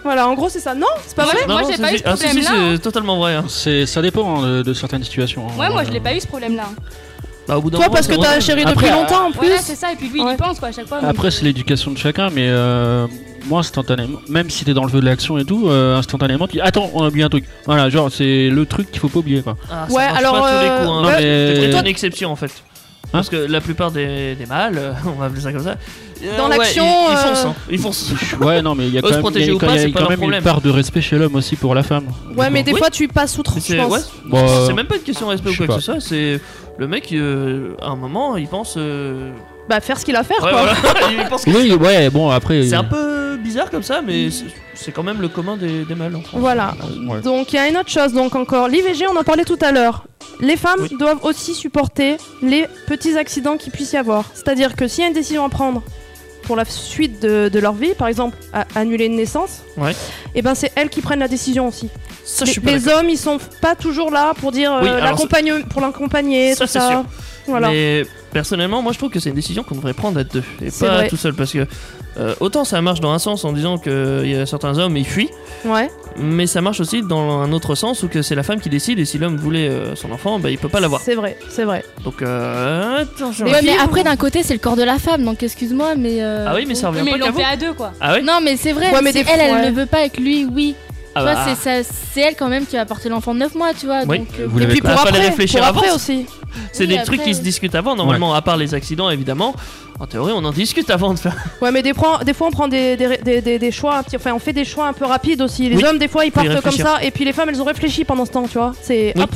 S3: Voilà, en gros c'est ça. Non, c'est pas
S6: Ouais.
S3: vrai
S6: Moi,
S5: non,
S6: j'ai
S5: ça,
S6: pas eu
S5: c'est-
S6: ce
S5: Ah, si, si,
S6: problème-là.
S5: c'est totalement vrai. hein.
S4: C'est, ça dépend hein, de, de certaines situations. hein.
S6: Ouais, moi je l'ai pas eu ce problème là.
S5: Bah, au bout d'un
S3: Toi
S5: moment,
S3: parce que
S5: c'est
S3: t'as
S5: vrai. euh,
S3: chéri
S4: Après,
S3: depuis longtemps en plus.
S6: Voilà, c'est ça, et puis lui il
S3: Ouais.
S6: y pense quoi à chaque fois. mais-
S4: Après, c'est l'éducation de chacun, mais euh, moi, instantanément, même si t'es dans le feu de l'action et tout, euh, instantanément, tu dis Attends, on a oublié un truc. Voilà, genre, c'est le truc qu'il faut pas oublier, quoi.
S5: Ah, ça
S3: Ouais,
S5: marche
S3: alors,
S5: Pas à tous les
S3: euh,
S5: coups, hein.
S4: Non,
S3: ouais,
S5: C'est
S4: mais.
S5: une exception en fait.
S4: Hein
S5: Parce que la plupart des, des mâles, euh, on va appeler ça comme ça, euh,
S3: Dans
S5: ouais,
S3: l'action,
S5: ils,
S3: euh,
S5: ils foncent. hein. Ils foncent.
S4: Ouais, non, mais il y a
S5: Eux
S4: quand
S5: se
S4: même, il y a-
S5: protéger ou
S4: quand
S5: pas,
S4: il y a
S5: c'est pas
S4: quand
S5: leur
S4: même une
S5: problème.
S4: part de respect chez l'homme aussi pour la femme.
S3: Ouais, mais des
S5: Oui.
S3: fois tu passes outre,
S5: Mais
S3: je
S5: c'est-
S3: pense.
S5: ouais,
S4: Bon, euh,
S5: c'est même pas une question de respect ou
S4: je sais
S5: quoi que
S4: pas.
S5: ce soit, c'est le mec, euh, à un moment, il pense. euh,
S3: Bah faire ce qu'il a à faire
S5: ouais,
S3: quoi.
S5: voilà, il pense que
S4: Oui, ouais, bon, après.
S5: C'est
S4: euh,
S5: un peu bizarre comme ça, mais c'est- c'est quand même le commun des, des mâles. en France.
S3: Voilà.
S4: ouais.
S3: Donc il y a une autre chose donc encore. L'IVG, on en parlait tout à l'heure. Les femmes
S5: Oui.
S3: doivent aussi supporter les petits accidents qui puissent y avoir. C'est-à-dire que s'il y a une décision à prendre pour la suite de, de leur vie, par exemple à- annuler une naissance,
S5: Ouais.
S3: et ben c'est elles qui prennent la décision aussi.
S5: Ça,
S3: les
S5: je suis pas
S3: les
S5: d'accord.
S3: hommes, ils sont pas toujours là pour dire euh,
S5: Oui, alors
S3: l'accompagne- pour l'accompagner,
S5: ça,
S3: tout
S5: c'est
S3: ça.
S5: sûr.
S3: Voilà.
S5: Mais personnellement, moi je trouve que c'est une décision qu'on devrait prendre à deux et
S3: C'est
S5: pas
S3: vrai.
S5: tout seul parce que euh, autant ça marche dans un sens en disant qu'il y a certains hommes ils fuient,
S3: Ouais.
S5: mais ça marche aussi dans un autre sens où que c'est la femme qui décide et si l'homme voulait euh, son enfant, bah il peut pas l'avoir.
S3: C'est vrai, c'est vrai.
S5: Donc euh, attention.
S7: Ouais, mais après, d'un côté, c'est le corps de la femme, donc excuse-moi, mais. euh,
S5: Ah oui, mais ça
S6: Oui,
S5: revient
S6: mais
S5: pas
S6: ils
S5: qu'à
S6: l'ont
S5: vous.
S6: fait à deux, quoi.
S5: Ah ouais.
S7: Non, mais c'est vrai,
S3: Ouais, mais
S7: c'est
S3: des
S7: elle,
S3: fois,
S7: elle
S3: ouais.
S7: ne veut pas avec lui, oui.
S5: Ah
S7: Tu
S5: bah,
S7: vois, c'est ça- c'est elle quand même qui va porter l'enfant de 9 mois, tu vois.
S5: Oui.
S7: donc, euh,
S4: Vous
S3: Et
S4: l'avez
S3: puis
S4: pas.
S3: pour
S5: Ah, fallait
S3: après,
S5: réfléchir
S3: pour
S5: avant,
S3: après
S5: c'est-
S3: aussi.
S5: c'est
S7: oui,
S5: des
S7: après,
S5: trucs qui
S7: oui.
S5: se discutent avant. Normalement, à part les accidents évidemment, en théorie on en discute avant de faire.
S3: Ouais, mais des fois, des fois on prend des, des, des, des- des choix, un petit- enfin on fait des choix un peu rapides aussi. Les
S5: Oui.
S3: hommes, des fois, ils
S5: Faut y
S3: partent comme
S5: réfléchir.
S3: ça, et puis les femmes, elles ont réfléchi pendant ce temps, tu vois. C'est
S5: Oui.
S3: hop.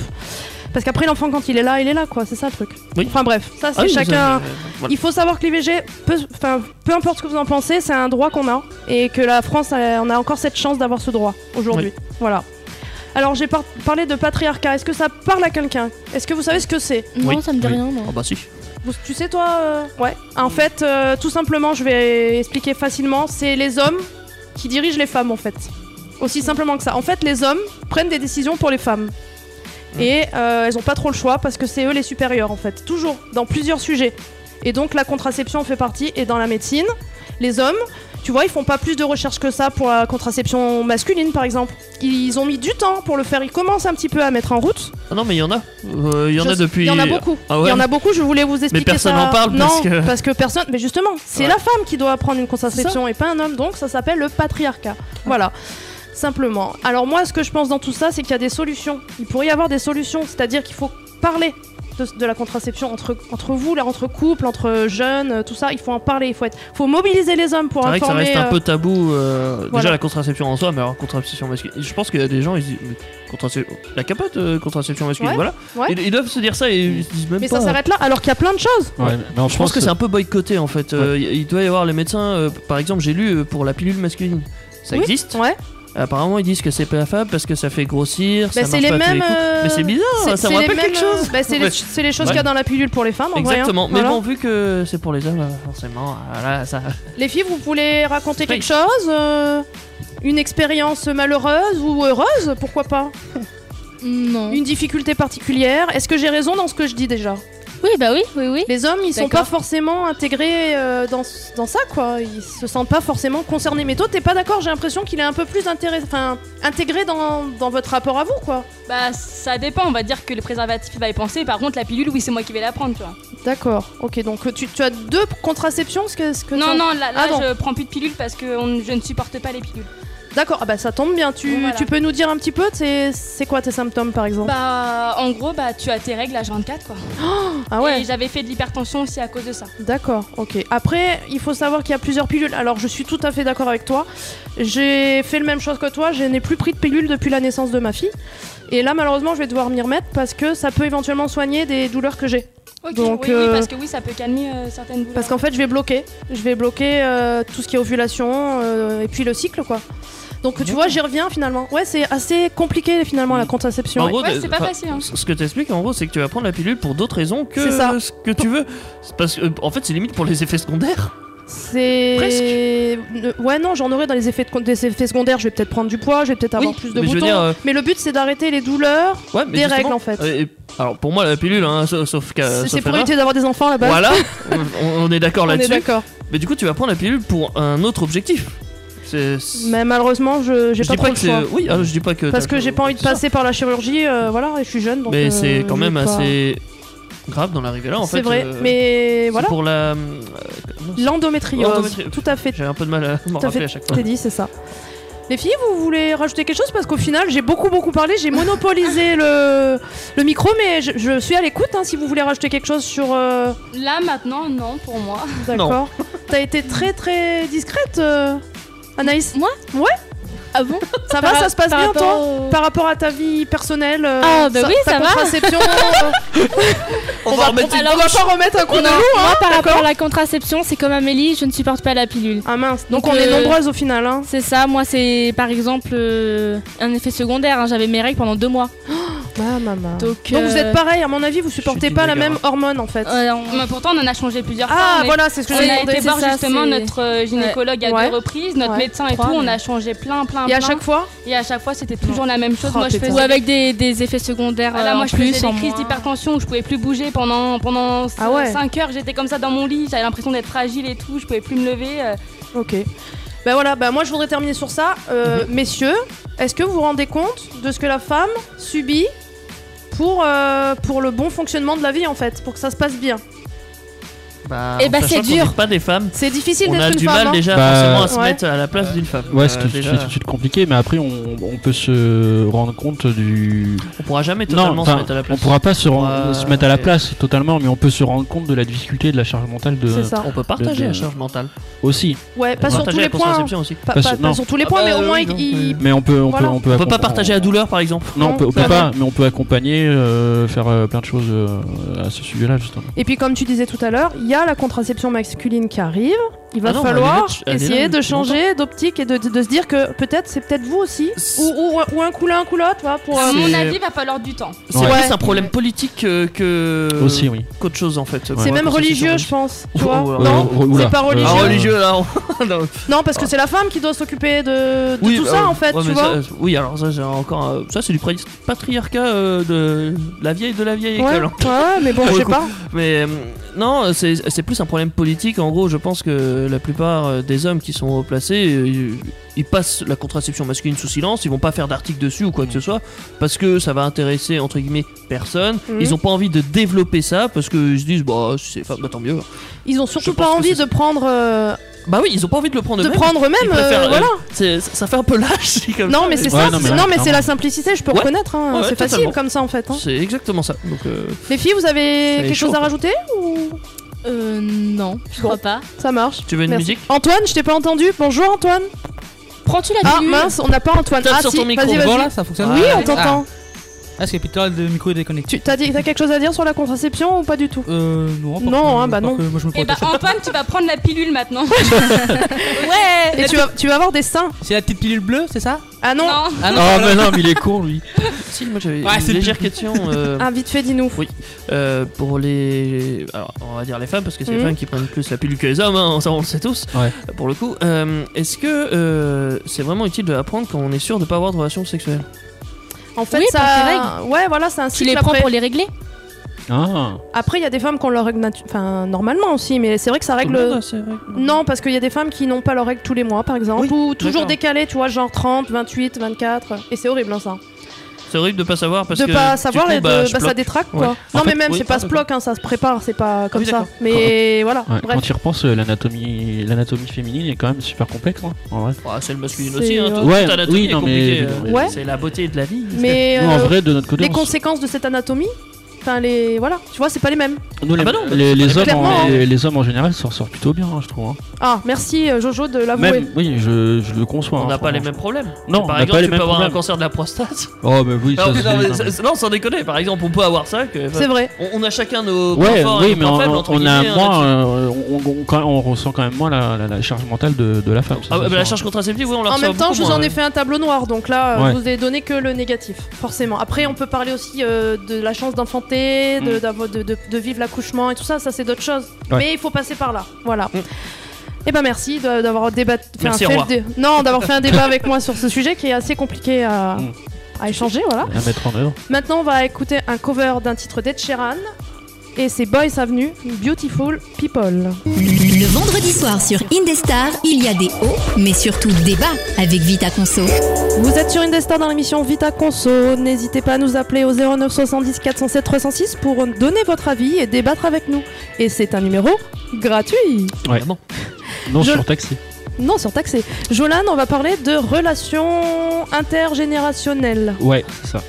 S3: Parce qu'après, l'enfant, quand il est là, il est là, quoi. C'est ça le truc.
S5: Oui.
S3: Enfin bref, ça, c'est
S5: Ah oui,
S3: chacun.
S5: ça, euh, voilà.
S3: Il faut savoir que l'IVG, peu, enfin, peu importe ce que vous en pensez, c'est un droit qu'on a et que la France, euh, on a encore cette chance d'avoir ce droit aujourd'hui. Voilà. Alors j'ai par- parlé de patriarcat. Est-ce que ça parle à quelqu'un Est-ce que vous savez ce que c'est
S7: Non,
S5: Oui,
S7: ça me dit
S5: oui.
S7: rien,
S5: Ah
S7: non.
S5: bah si.
S3: Vous- Tu sais toi euh, Ouais. En fait, euh, tout simplement, je vais expliquer facilement. C'est les hommes qui dirigent les femmes en fait. Aussi simplement que ça. En fait, les hommes prennent des décisions pour les femmes. Et euh, elles ont pas trop le choix parce que c'est eux les supérieurs en fait. Toujours, dans plusieurs sujets. Et donc la contraception en fait partie. Et dans la médecine, les hommes, tu vois, ils font pas plus de recherches que ça pour la contraception masculine par exemple. Ils ont mis du temps pour le faire. Ils commencent un petit peu à mettre en route.
S5: Ah non mais il y en a. Euh, Il y en
S3: Je
S5: a
S3: sais-
S5: depuis.
S3: Il y en a beaucoup.
S5: Ah ouais.
S3: Il y en a beaucoup, je voulais vous expliquer
S5: personne
S3: ça.
S5: n'en parle
S3: non,
S5: parce que-
S3: personne... Mais justement, c'est
S5: Ouais.
S3: la femme qui doit prendre une contraception et pas un homme, donc ça s'appelle le patriarcat. Voilà. Simplement. Alors moi, ce que je pense dans tout ça, c'est qu'il y a des solutions. Il pourrait y avoir des solutions, c'est-à-dire qu'il faut parler de, de la contraception entre, entre vous, là, entre couples, entre jeunes, euh, tout ça. Il faut en parler, il faut être... faut mobiliser les hommes pour
S5: C'est vrai que ça
S3: informer...
S5: reste un
S3: euh,
S5: peu tabou. euh,
S3: voilà.
S5: Déjà la contraception en soi, mais alors contraception masculine. Je pense qu'il y a des gens, ils se disent. mais contracep- La capote, euh, contraception masculine,
S3: Ouais,
S5: voilà.
S3: ouais.
S5: Ils, ils doivent se dire ça et ils se disent même
S3: Mais
S5: pas. hein.
S3: ça s'arrête là, alors qu'il y a plein de choses.
S4: Ouais, mais en
S5: je pense
S4: France,
S5: que c'est un peu boycotté en fait. Euh, il- il doit y avoir les médecins, euh, par exemple, j'ai lu euh, pour la pilule masculine. Ça
S3: Oui.
S5: existe
S3: Ouais.
S5: Apparemment, ils disent que c'est pas affable parce que ça fait grossir.
S3: Bah,
S5: ça
S3: c'est
S5: marche
S3: les
S5: pas à tous
S3: mêmes.
S5: coups.
S3: euh,
S5: Mais c'est bizarre,
S3: c'est-
S5: ça me
S3: c'est
S5: rappelle
S3: les
S5: quelque
S3: mêmes,
S5: chose.
S3: bah, c'est les,
S5: Ouais.
S3: c'est les choses
S5: Ouais.
S3: qu'il y a dans la pilule pour les femmes, en vrai, hein.
S5: Exactement. Mais
S3: Voilà.
S5: bon, vu que c'est pour les hommes, euh, forcément, voilà, ça.
S3: Les filles, vous voulez raconter
S5: Oui.
S3: quelque chose euh, Une expérience malheureuse ou heureuse Pourquoi pas
S7: Non.
S3: Une difficulté particulière Est-ce que j'ai raison dans ce que je dis déjà
S7: Oui, bah oui, oui, oui.
S3: Les hommes, ils sont
S7: D'accord.
S3: pas forcément intégrés euh, dans, dans ça, quoi. Ils se sentent pas forcément concernés. Mais toi, t'es pas d'accord J'ai l'impression qu'il est un peu plus intéré- enfin, intégré dans, dans votre rapport à vous, quoi.
S6: Bah, ça dépend, on va dire que le préservatif va y penser. Par contre, la pilule, oui, c'est moi qui vais la prendre, tu vois.
S3: D'accord. Ok, donc tu, tu as deux contraceptions ce que, ce que
S6: Non,
S3: t'en-
S6: non, là, là,
S3: Ah, non.
S6: je prends plus de pilule parce que on- je ne supporte pas les pilules.
S3: D'accord, ah bah ça tombe bien. Tu,
S6: Bon, voilà.
S3: tu peux nous dire un petit peu, t'es- c'est quoi tes symptômes, par exemple
S6: Bah, en gros, bah, tu as tes règles à 24, quoi.
S3: Ah ouais
S6: Bah, Et j'avais fait de l'hypertension aussi à cause de ça.
S3: D'accord, ok. Après, il faut savoir qu'il y a plusieurs pilules. Alors, je suis tout à fait d'accord avec toi. J'ai fait le même chose que toi. Je n'ai plus pris de pilule depuis la naissance de ma fille. Et là, malheureusement, je vais devoir m'y remettre parce que ça peut éventuellement soigner des douleurs que j'ai.
S6: Ok,
S3: Donc,
S6: oui,
S3: euh,
S6: oui, parce que oui, ça peut calmer euh, certaines douleurs.
S3: Parce qu'en fait, je vais bloquer. Je vais bloquer euh, tout ce qui est ovulation euh, et puis le cycle, quoi. Donc, tu vois, j'y reviens finalement. Ouais, c'est assez compliqué finalement la contraception.
S5: En
S3: ouais.
S5: gros,
S6: Ouais,
S5: de-
S6: c'est pas
S5: enfin,
S6: facile, hein.
S5: Ce ce que t'expliques, en gros, c'est que tu vas prendre la pilule pour d'autres raisons que
S3: C'est ça.
S5: ce que tu veux. C'est Parce que, euh, en fait, c'est limite pour les effets secondaires.
S3: C'est.
S5: Presque.
S3: Euh, Ouais, non, j'en aurais dans les effets, de- des effets secondaires. Je vais peut-être prendre du poids, je vais peut-être avoir
S5: Oui,
S3: plus de
S5: mais je veux
S3: boutons.
S5: dire, euh,
S3: Mais le but, c'est d'arrêter les douleurs
S5: ouais, mais
S3: Des
S5: justement,
S3: règles, en fait.
S5: euh, et- alors, pour moi, la pilule, hein, sa- sauf qu'à.
S3: C'est-
S5: sauf
S3: C'est pour
S5: erreur.
S3: éviter d'avoir des enfants là-bas.
S5: Voilà, on, on est d'accord
S3: on est
S5: là-dessus.
S3: d'accord.
S5: Mais du coup, tu vas prendre la pilule pour un autre objectif. C'est. c'est-
S3: Mais malheureusement, je j'ai
S5: je
S3: pas
S5: dis
S3: trop
S5: pas
S3: le
S5: que c'est.
S3: choix.
S5: Oui, ah, je dis pas que.
S3: Parce
S5: t'as-
S3: que j'ai pas envie de
S5: c'est ça.
S3: passer par la chirurgie, euh, voilà, et je suis jeune. Donc,
S5: Mais
S3: euh,
S5: c'est quand
S3: je
S5: même
S3: veux pas.
S5: assez grave d'en arriver là, en fait.
S3: C'est vrai,
S5: euh,
S3: mais
S5: c'est
S3: voilà.
S5: Pour la. euh, non,
S3: L'endométriose.
S5: L'endométriose.
S3: Tout à fait.
S5: J'ai un peu de mal à m'en
S3: Tout à
S5: rappeler
S3: fait.
S5: à chaque fois.
S3: T'es dit, c'est ça. Les filles, vous voulez rajouter quelque chose Parce qu'au final, j'ai beaucoup, beaucoup parlé, j'ai monopolisé le, le micro, mais je, je suis à l'écoute hein, si vous voulez rajouter quelque chose sur. euh,
S6: Là, maintenant, non, pour moi.
S3: D'accord. T'as été très, très discrète, euh, Anaïs.
S7: Moi
S3: Ouais.
S7: Ah bon
S3: Ça va, ça se passe bien, toi
S7: toi
S3: Par rapport à ta vie personnelle, euh,
S7: Ah, bah oui,
S3: ta
S7: ça va.
S3: contraception, euh,
S5: On va remettre
S3: on va pas remettre un coup de
S7: Non,
S3: loup, hein,
S7: moi par rapport
S3: d'accord
S7: à la contraception, c'est comme Amélie, je ne supporte pas la pilule.
S3: Ah mince, donc,
S7: Donc,
S3: on est
S7: euh,
S3: nombreuses au final. Hein.
S7: C'est ça, moi c'est par exemple euh, un effet secondaire, hein, j'avais mes règles pendant deux mois.
S3: Bah, maman. Donc,
S7: Donc, euh,
S3: vous êtes pareil, à mon avis, vous supportez
S5: une
S3: pas la
S5: bagarre.
S3: même hormone en fait.
S7: ouais, on-
S6: Mais pourtant, Euh, on en a changé plusieurs
S3: ah,
S6: fois. on est-
S3: voilà, c'est ce que
S6: On
S3: j'ai
S6: a
S3: demandé.
S6: été voir
S7: c'est ça,
S6: justement
S7: c'est-
S6: notre euh, gynécologue à
S3: Ouais.
S6: deux reprises, notre
S3: Ouais.
S6: médecin et
S7: Trois,
S6: tout, on
S7: mais-
S6: a changé plein, plein,
S3: Et
S6: plein.
S3: à chaque fois
S6: Et à chaque fois, c'était toujours la même chose.
S3: Oh,
S6: moi, je
S3: putain.
S6: faisais...
S7: Ou avec des, des effets secondaires.
S6: Ah là,
S7: euh,
S6: moi,
S7: en
S6: je
S7: plus,
S6: faisais
S7: en
S6: des crises
S7: moins.
S6: d'hypertension, je pouvais plus bouger pendant, pendant
S3: Ah ouais.
S6: 5 heures, j'étais comme ça dans mon lit, j'avais l'impression d'être fragile et tout, je pouvais plus me lever. euh.
S3: Ok. Bah voilà, bah moi je voudrais terminer sur ça. Euh,
S5: Mhm.
S3: Messieurs, est-ce que vous vous rendez compte de ce que la femme subit pour, euh, pour le bon fonctionnement de la vie en fait, pour que ça se passe bien
S5: Bah,
S7: Eh
S5: en
S7: bah, c'est
S5: sachant qu'on
S7: dur.
S5: n'est Pas des femmes.
S3: C'est difficile
S5: On
S3: d'être
S5: a
S3: une
S5: du
S3: femme.
S5: mal
S3: hein.
S5: déjà
S4: Bah,
S5: forcément à se
S3: ouais.
S5: mettre à la place d'une femme.
S4: Ouais, c'est
S5: Euh,
S4: tout,
S5: déjà,
S4: c'est tout de suite compliqué, mais après, on, on peut se rendre compte du.
S5: on pourra jamais
S4: Non,
S5: totalement se
S4: enfin,
S5: mettre à la
S4: on
S5: place.
S4: pourra pas se, ren-
S5: Ouais.
S4: se mettre à la place totalement, mais on peut se rendre compte de la difficulté et de la charge mentale de.
S3: C'est ça.
S5: On peut partager
S4: de-
S5: la charge mentale.
S4: Aussi.
S3: Ouais, pas
S5: On peut
S3: sur tous
S5: partager
S3: les
S5: la
S3: points. hein.
S5: contraception aussi.
S3: Pas,
S4: Pas
S3: pas-
S4: sur-
S3: pas
S4: non.
S3: sur tous les
S5: Ah
S3: points,
S5: bah,
S3: mais au
S5: euh,
S3: moins
S5: oui,
S3: il-
S5: non,
S3: il-
S5: oui.
S4: Mais on peut, on
S3: Voilà.
S4: peut, on peut.
S5: On peut pas
S4: accom-
S5: partager hein. la douleur par exemple.
S4: Non, on peut, on peut
S3: Non.
S4: pas, mais on peut accompagner, euh, faire euh, plein de choses euh, à ce sujet-là justement.
S3: Et puis comme tu disais tout à l'heure, il y a la contraception masculine qui arrive. Il va
S5: Ah non, mais elle est
S3: falloir
S5: là, elle est là
S3: essayer de
S5: depuis
S3: changer d'optique et de, de- de se dire que peut-être c'est peut-être vous aussi, ou, ou- ou un coup l'un, un coup l'autre, voilà, pour. euh,
S6: À
S5: C'est-
S6: mon avis, il va falloir du temps.
S5: C'est
S4: Ouais.
S5: plus un problème politique euh, que
S4: Aussi, oui.
S5: qu'autre chose en fait.
S3: C'est même religieux, je pense. Tu
S5: Oh,
S3: vois
S5: ouais.
S3: Non,
S4: Euh, oula.
S3: c'est pas religieux.
S5: Ah
S3: pense.
S5: religieux là. on- non.
S3: Non, parce que c'est la femme qui doit s'occuper de, de
S5: Oui,
S3: tout
S5: bah,
S3: ça
S5: ouais.
S3: en fait,
S5: Ouais,
S3: tu
S5: mais
S3: vois.
S5: ça, euh, oui, alors ça, j'ai encore. euh, ça, c'est du pri- patriarcat euh, de la vieille de la vieille
S3: Ouais,
S5: école. hein.
S3: ouais, mais bon,
S5: Pour
S3: je
S5: le
S3: sais
S5: coup.
S3: pas.
S5: Mais euh, non, c'est c'est plus un problème politique. En gros, je pense que la plupart euh, des hommes qui sont haut placés, euh, ils- ils passent la contraception masculine sous silence. Ils vont pas faire d'article dessus ou quoi que
S3: Mm.
S5: ce soit parce que ça va intéresser entre guillemets personne.
S3: Mhm.
S5: Ils ont pas envie de développer ça parce qu'ils se disent bah si c'est femme, bah, tant mieux.
S3: Ils ont
S5: Je
S3: surtout
S5: pense
S3: pas
S5: que
S3: envie de
S5: c'est-
S3: prendre, euh,
S5: Bah oui, ils ont pas envie de le prendre
S3: de
S5: eux-mêmes.
S3: prendre même.
S5: Ils préfèrent, euh,
S3: voilà.
S5: C'est- ça fait un peu lâche. comme
S3: Non,
S5: ça,
S3: mais c'est
S4: Ouais,
S3: ça.
S4: non, mais
S3: c'est-
S4: ouais,
S3: Non, mais c'est
S4: clairement.
S3: la simplicité. Je peux
S5: Ouais.
S3: reconnaître. hein,
S5: Ouais,
S3: c'est facile
S5: totalement.
S3: comme ça en fait. hein.
S5: C'est exactement ça. Donc, euh,
S3: Les filles, vous avez
S5: Ça est
S3: quelque chose
S5: chaud,
S3: à
S5: quoi.
S3: rajouter ou
S7: Euh, non, je crois pas.
S3: ça marche
S5: tu veux une
S3: Merci.
S5: musique
S3: Antoine, je t'ai pas entendu. Bonjour Antoine.
S7: Prends-tu la
S3: Ah
S7: pilule
S3: mince, on n'a pas Antoine.
S5: Tape
S3: ah
S5: sur
S3: si,
S5: ton micro.
S3: vas-y, vas-y.
S8: Bon, là, ça fonctionne
S3: Oui, on t'entend.
S8: Ah, est-ce que Peter, le micro est déconnecté
S3: Tu t'as dit- t'as quelque chose à dire sur la contraception ou pas du tout
S8: Euh, non. parce
S3: Non,
S8: que-
S3: hein, bah
S8: parce
S3: non.
S8: que Moi, je me
S6: Et bah,
S8: protège.
S6: Antoine, tu vas prendre la pilule maintenant.
S3: Et
S6: ouais
S3: tu vas, tu vas avoir des seins.
S8: C'est la petite pilule bleue, c'est ça
S3: Ah non.
S6: Non,
S8: Ah
S4: Oh, mais non, mais il est con lui.
S5: Si, moi j'avais
S8: Ouais,
S5: une
S8: c'est
S5: légère question euh,
S3: Ah vite fait, dis-nous.
S5: Oui. euh, pour les. Alors, on va dire les femmes parce que c'est les
S3: Mhm.
S5: femmes qui prennent plus la pilule que les hommes, hein, ça on le sait tous.
S4: Ouais.
S5: Euh, Pour le coup, euh, est-ce que euh, c'est vraiment utile de apprendre quand on est sûr de pas avoir de relation sexuelle
S3: En fait,
S7: Oui,
S3: ça.
S7: pour tes
S3: Ouais, voilà, c'est un
S7: Tu
S3: cycle
S7: les prends
S3: après.
S7: pour les régler
S4: Ah.
S3: Après, il y a des femmes qui ont leurs règles natu- enfin, normalement aussi, mais c'est vrai que ça
S5: Tout
S3: règle.
S5: le monde a ses règles
S3: Non, parce qu'il y a des femmes qui n'ont pas leurs règles tous les mois, par exemple,
S5: Oui,
S3: ou toujours
S5: d'accord.
S3: décalées, tu vois, genre 30, 28, 24. Et c'est horrible, hein, ça.
S5: C'est horrible de pas savoir parce
S3: de
S5: que.
S3: pas
S5: du
S3: savoir
S5: coup,
S3: et de,
S5: bah,
S3: bah,
S5: je
S3: ça
S5: bloque.
S3: détraque,
S5: Ouais.
S3: quoi.
S5: En
S3: non,
S5: fait,
S3: mais même,
S5: oui,
S3: c'est pas
S5: ah,
S3: se
S5: d'accord. Ah
S3: bloque, hein, ça se prépare, c'est pas comme
S5: oui,
S3: ça.
S5: d'accord.
S3: Mais voilà,
S4: Ouais,
S3: bref.
S4: quand tu y repenses, euh, l'anatomie, l'anatomie féminine est quand même super complexe, hein, en vrai.
S5: Ah, c'est le masculin
S3: C'est-
S5: aussi, hein, tout-
S4: Ouais,
S5: toute anatomie
S4: oui,
S5: est
S4: non, mais-
S5: compliquée, euh,
S4: mais-
S3: Ouais.
S5: C'est la beauté de la vie.
S3: Mais
S4: Nous, en
S3: euh,
S4: vrai, de notre côté,
S3: les
S4: on s-
S3: conséquences de cette anatomie, enfin, les. Voilà, tu vois, c'est pas les mêmes.
S4: nous, les,
S5: bah non, bah,
S4: les- les
S5: c'est hein.
S4: hommes, en,
S3: clairement,
S4: les, les hommes en général s'en sortent plutôt bien, hein, je trouve. hein.
S3: Ah, merci euh, Jojo de
S5: Ah,
S3: l'avouer.
S4: Même, oui, je, je le conçois.
S5: On
S4: hein,
S5: n'a pas les
S4: franchement.
S5: mêmes problèmes.
S4: Non, on
S5: par
S4: n'a
S5: exemple,
S4: pas les
S5: tu peux
S4: mêmes
S5: avoir un
S4: problèmes.
S5: cancer de la prostate.
S4: Oh, mais oui, ça
S5: Non, mais
S4: c'est-
S5: non, mais
S4: non, mais-
S5: c'est- non, sans déconner, par exemple, on peut avoir ça. que-
S3: C'est vrai.
S5: on, on a chacun nos points
S4: Ouais,
S5: forts et
S4: oui,
S5: nos
S4: mais
S5: points
S4: on,
S5: faibles, entre
S4: on
S5: guillemets,
S4: a
S5: hein,
S4: moins,
S5: là-dessus.
S4: euh, on, on- on- quand même, on ressent quand même moins la, la- la charge mentale de, de la femme. ça,
S5: Ah,
S4: c'est
S5: bah, la
S4: sûr.
S5: charge contraceptive, oui, on la
S3: En
S5: reçoit
S3: même temps,
S5: beaucoup
S3: je vous
S5: moins, hein.
S3: en ai
S5: ouais.
S3: fait un tableau noir, donc là, euh,
S4: Ouais.
S3: je vous ai donné que le négatif, forcément. Après, on peut parler aussi euh, de la chance d'enfanter, de,
S4: Mm.
S3: d'avoir- de, de- de vivre l'accouchement et tout ça, ça c'est d'autres choses.
S4: Ouais.
S3: Mais il faut passer par là, voilà.
S5: Mm.
S3: Et ben merci de- d'avoir débat... fait
S5: Merci,
S3: un
S5: au
S3: fait
S5: revoir.
S3: le dé- non d'avoir fait un débat avec moi sur ce sujet qui est assez compliqué à,
S4: Mm.
S3: à échanger, voilà.
S4: à mettre en œuvre.
S3: Maintenant, on va écouter un cover d'un titre d'Ed Sheeran et c'est Boys Avenue, Beautiful People.
S2: Le vendredi soir sur Indestar, il y a des hauts, mais surtout des bas avec Vita Conso.
S3: Vous êtes sur Indestar dans l'émission Vita Conso. N'hésitez pas à nous appeler au 09 70 407 306 pour donner votre avis et débattre avec nous. Et c'est un numéro gratuit,
S4: Ouais.
S5: Ah, Évidemment.
S4: Non,
S3: Je-
S4: surtaxé.
S3: non surtaxé. Jolan, on va parler de relations intergénérationnelles.
S4: Ouais, c'est ça.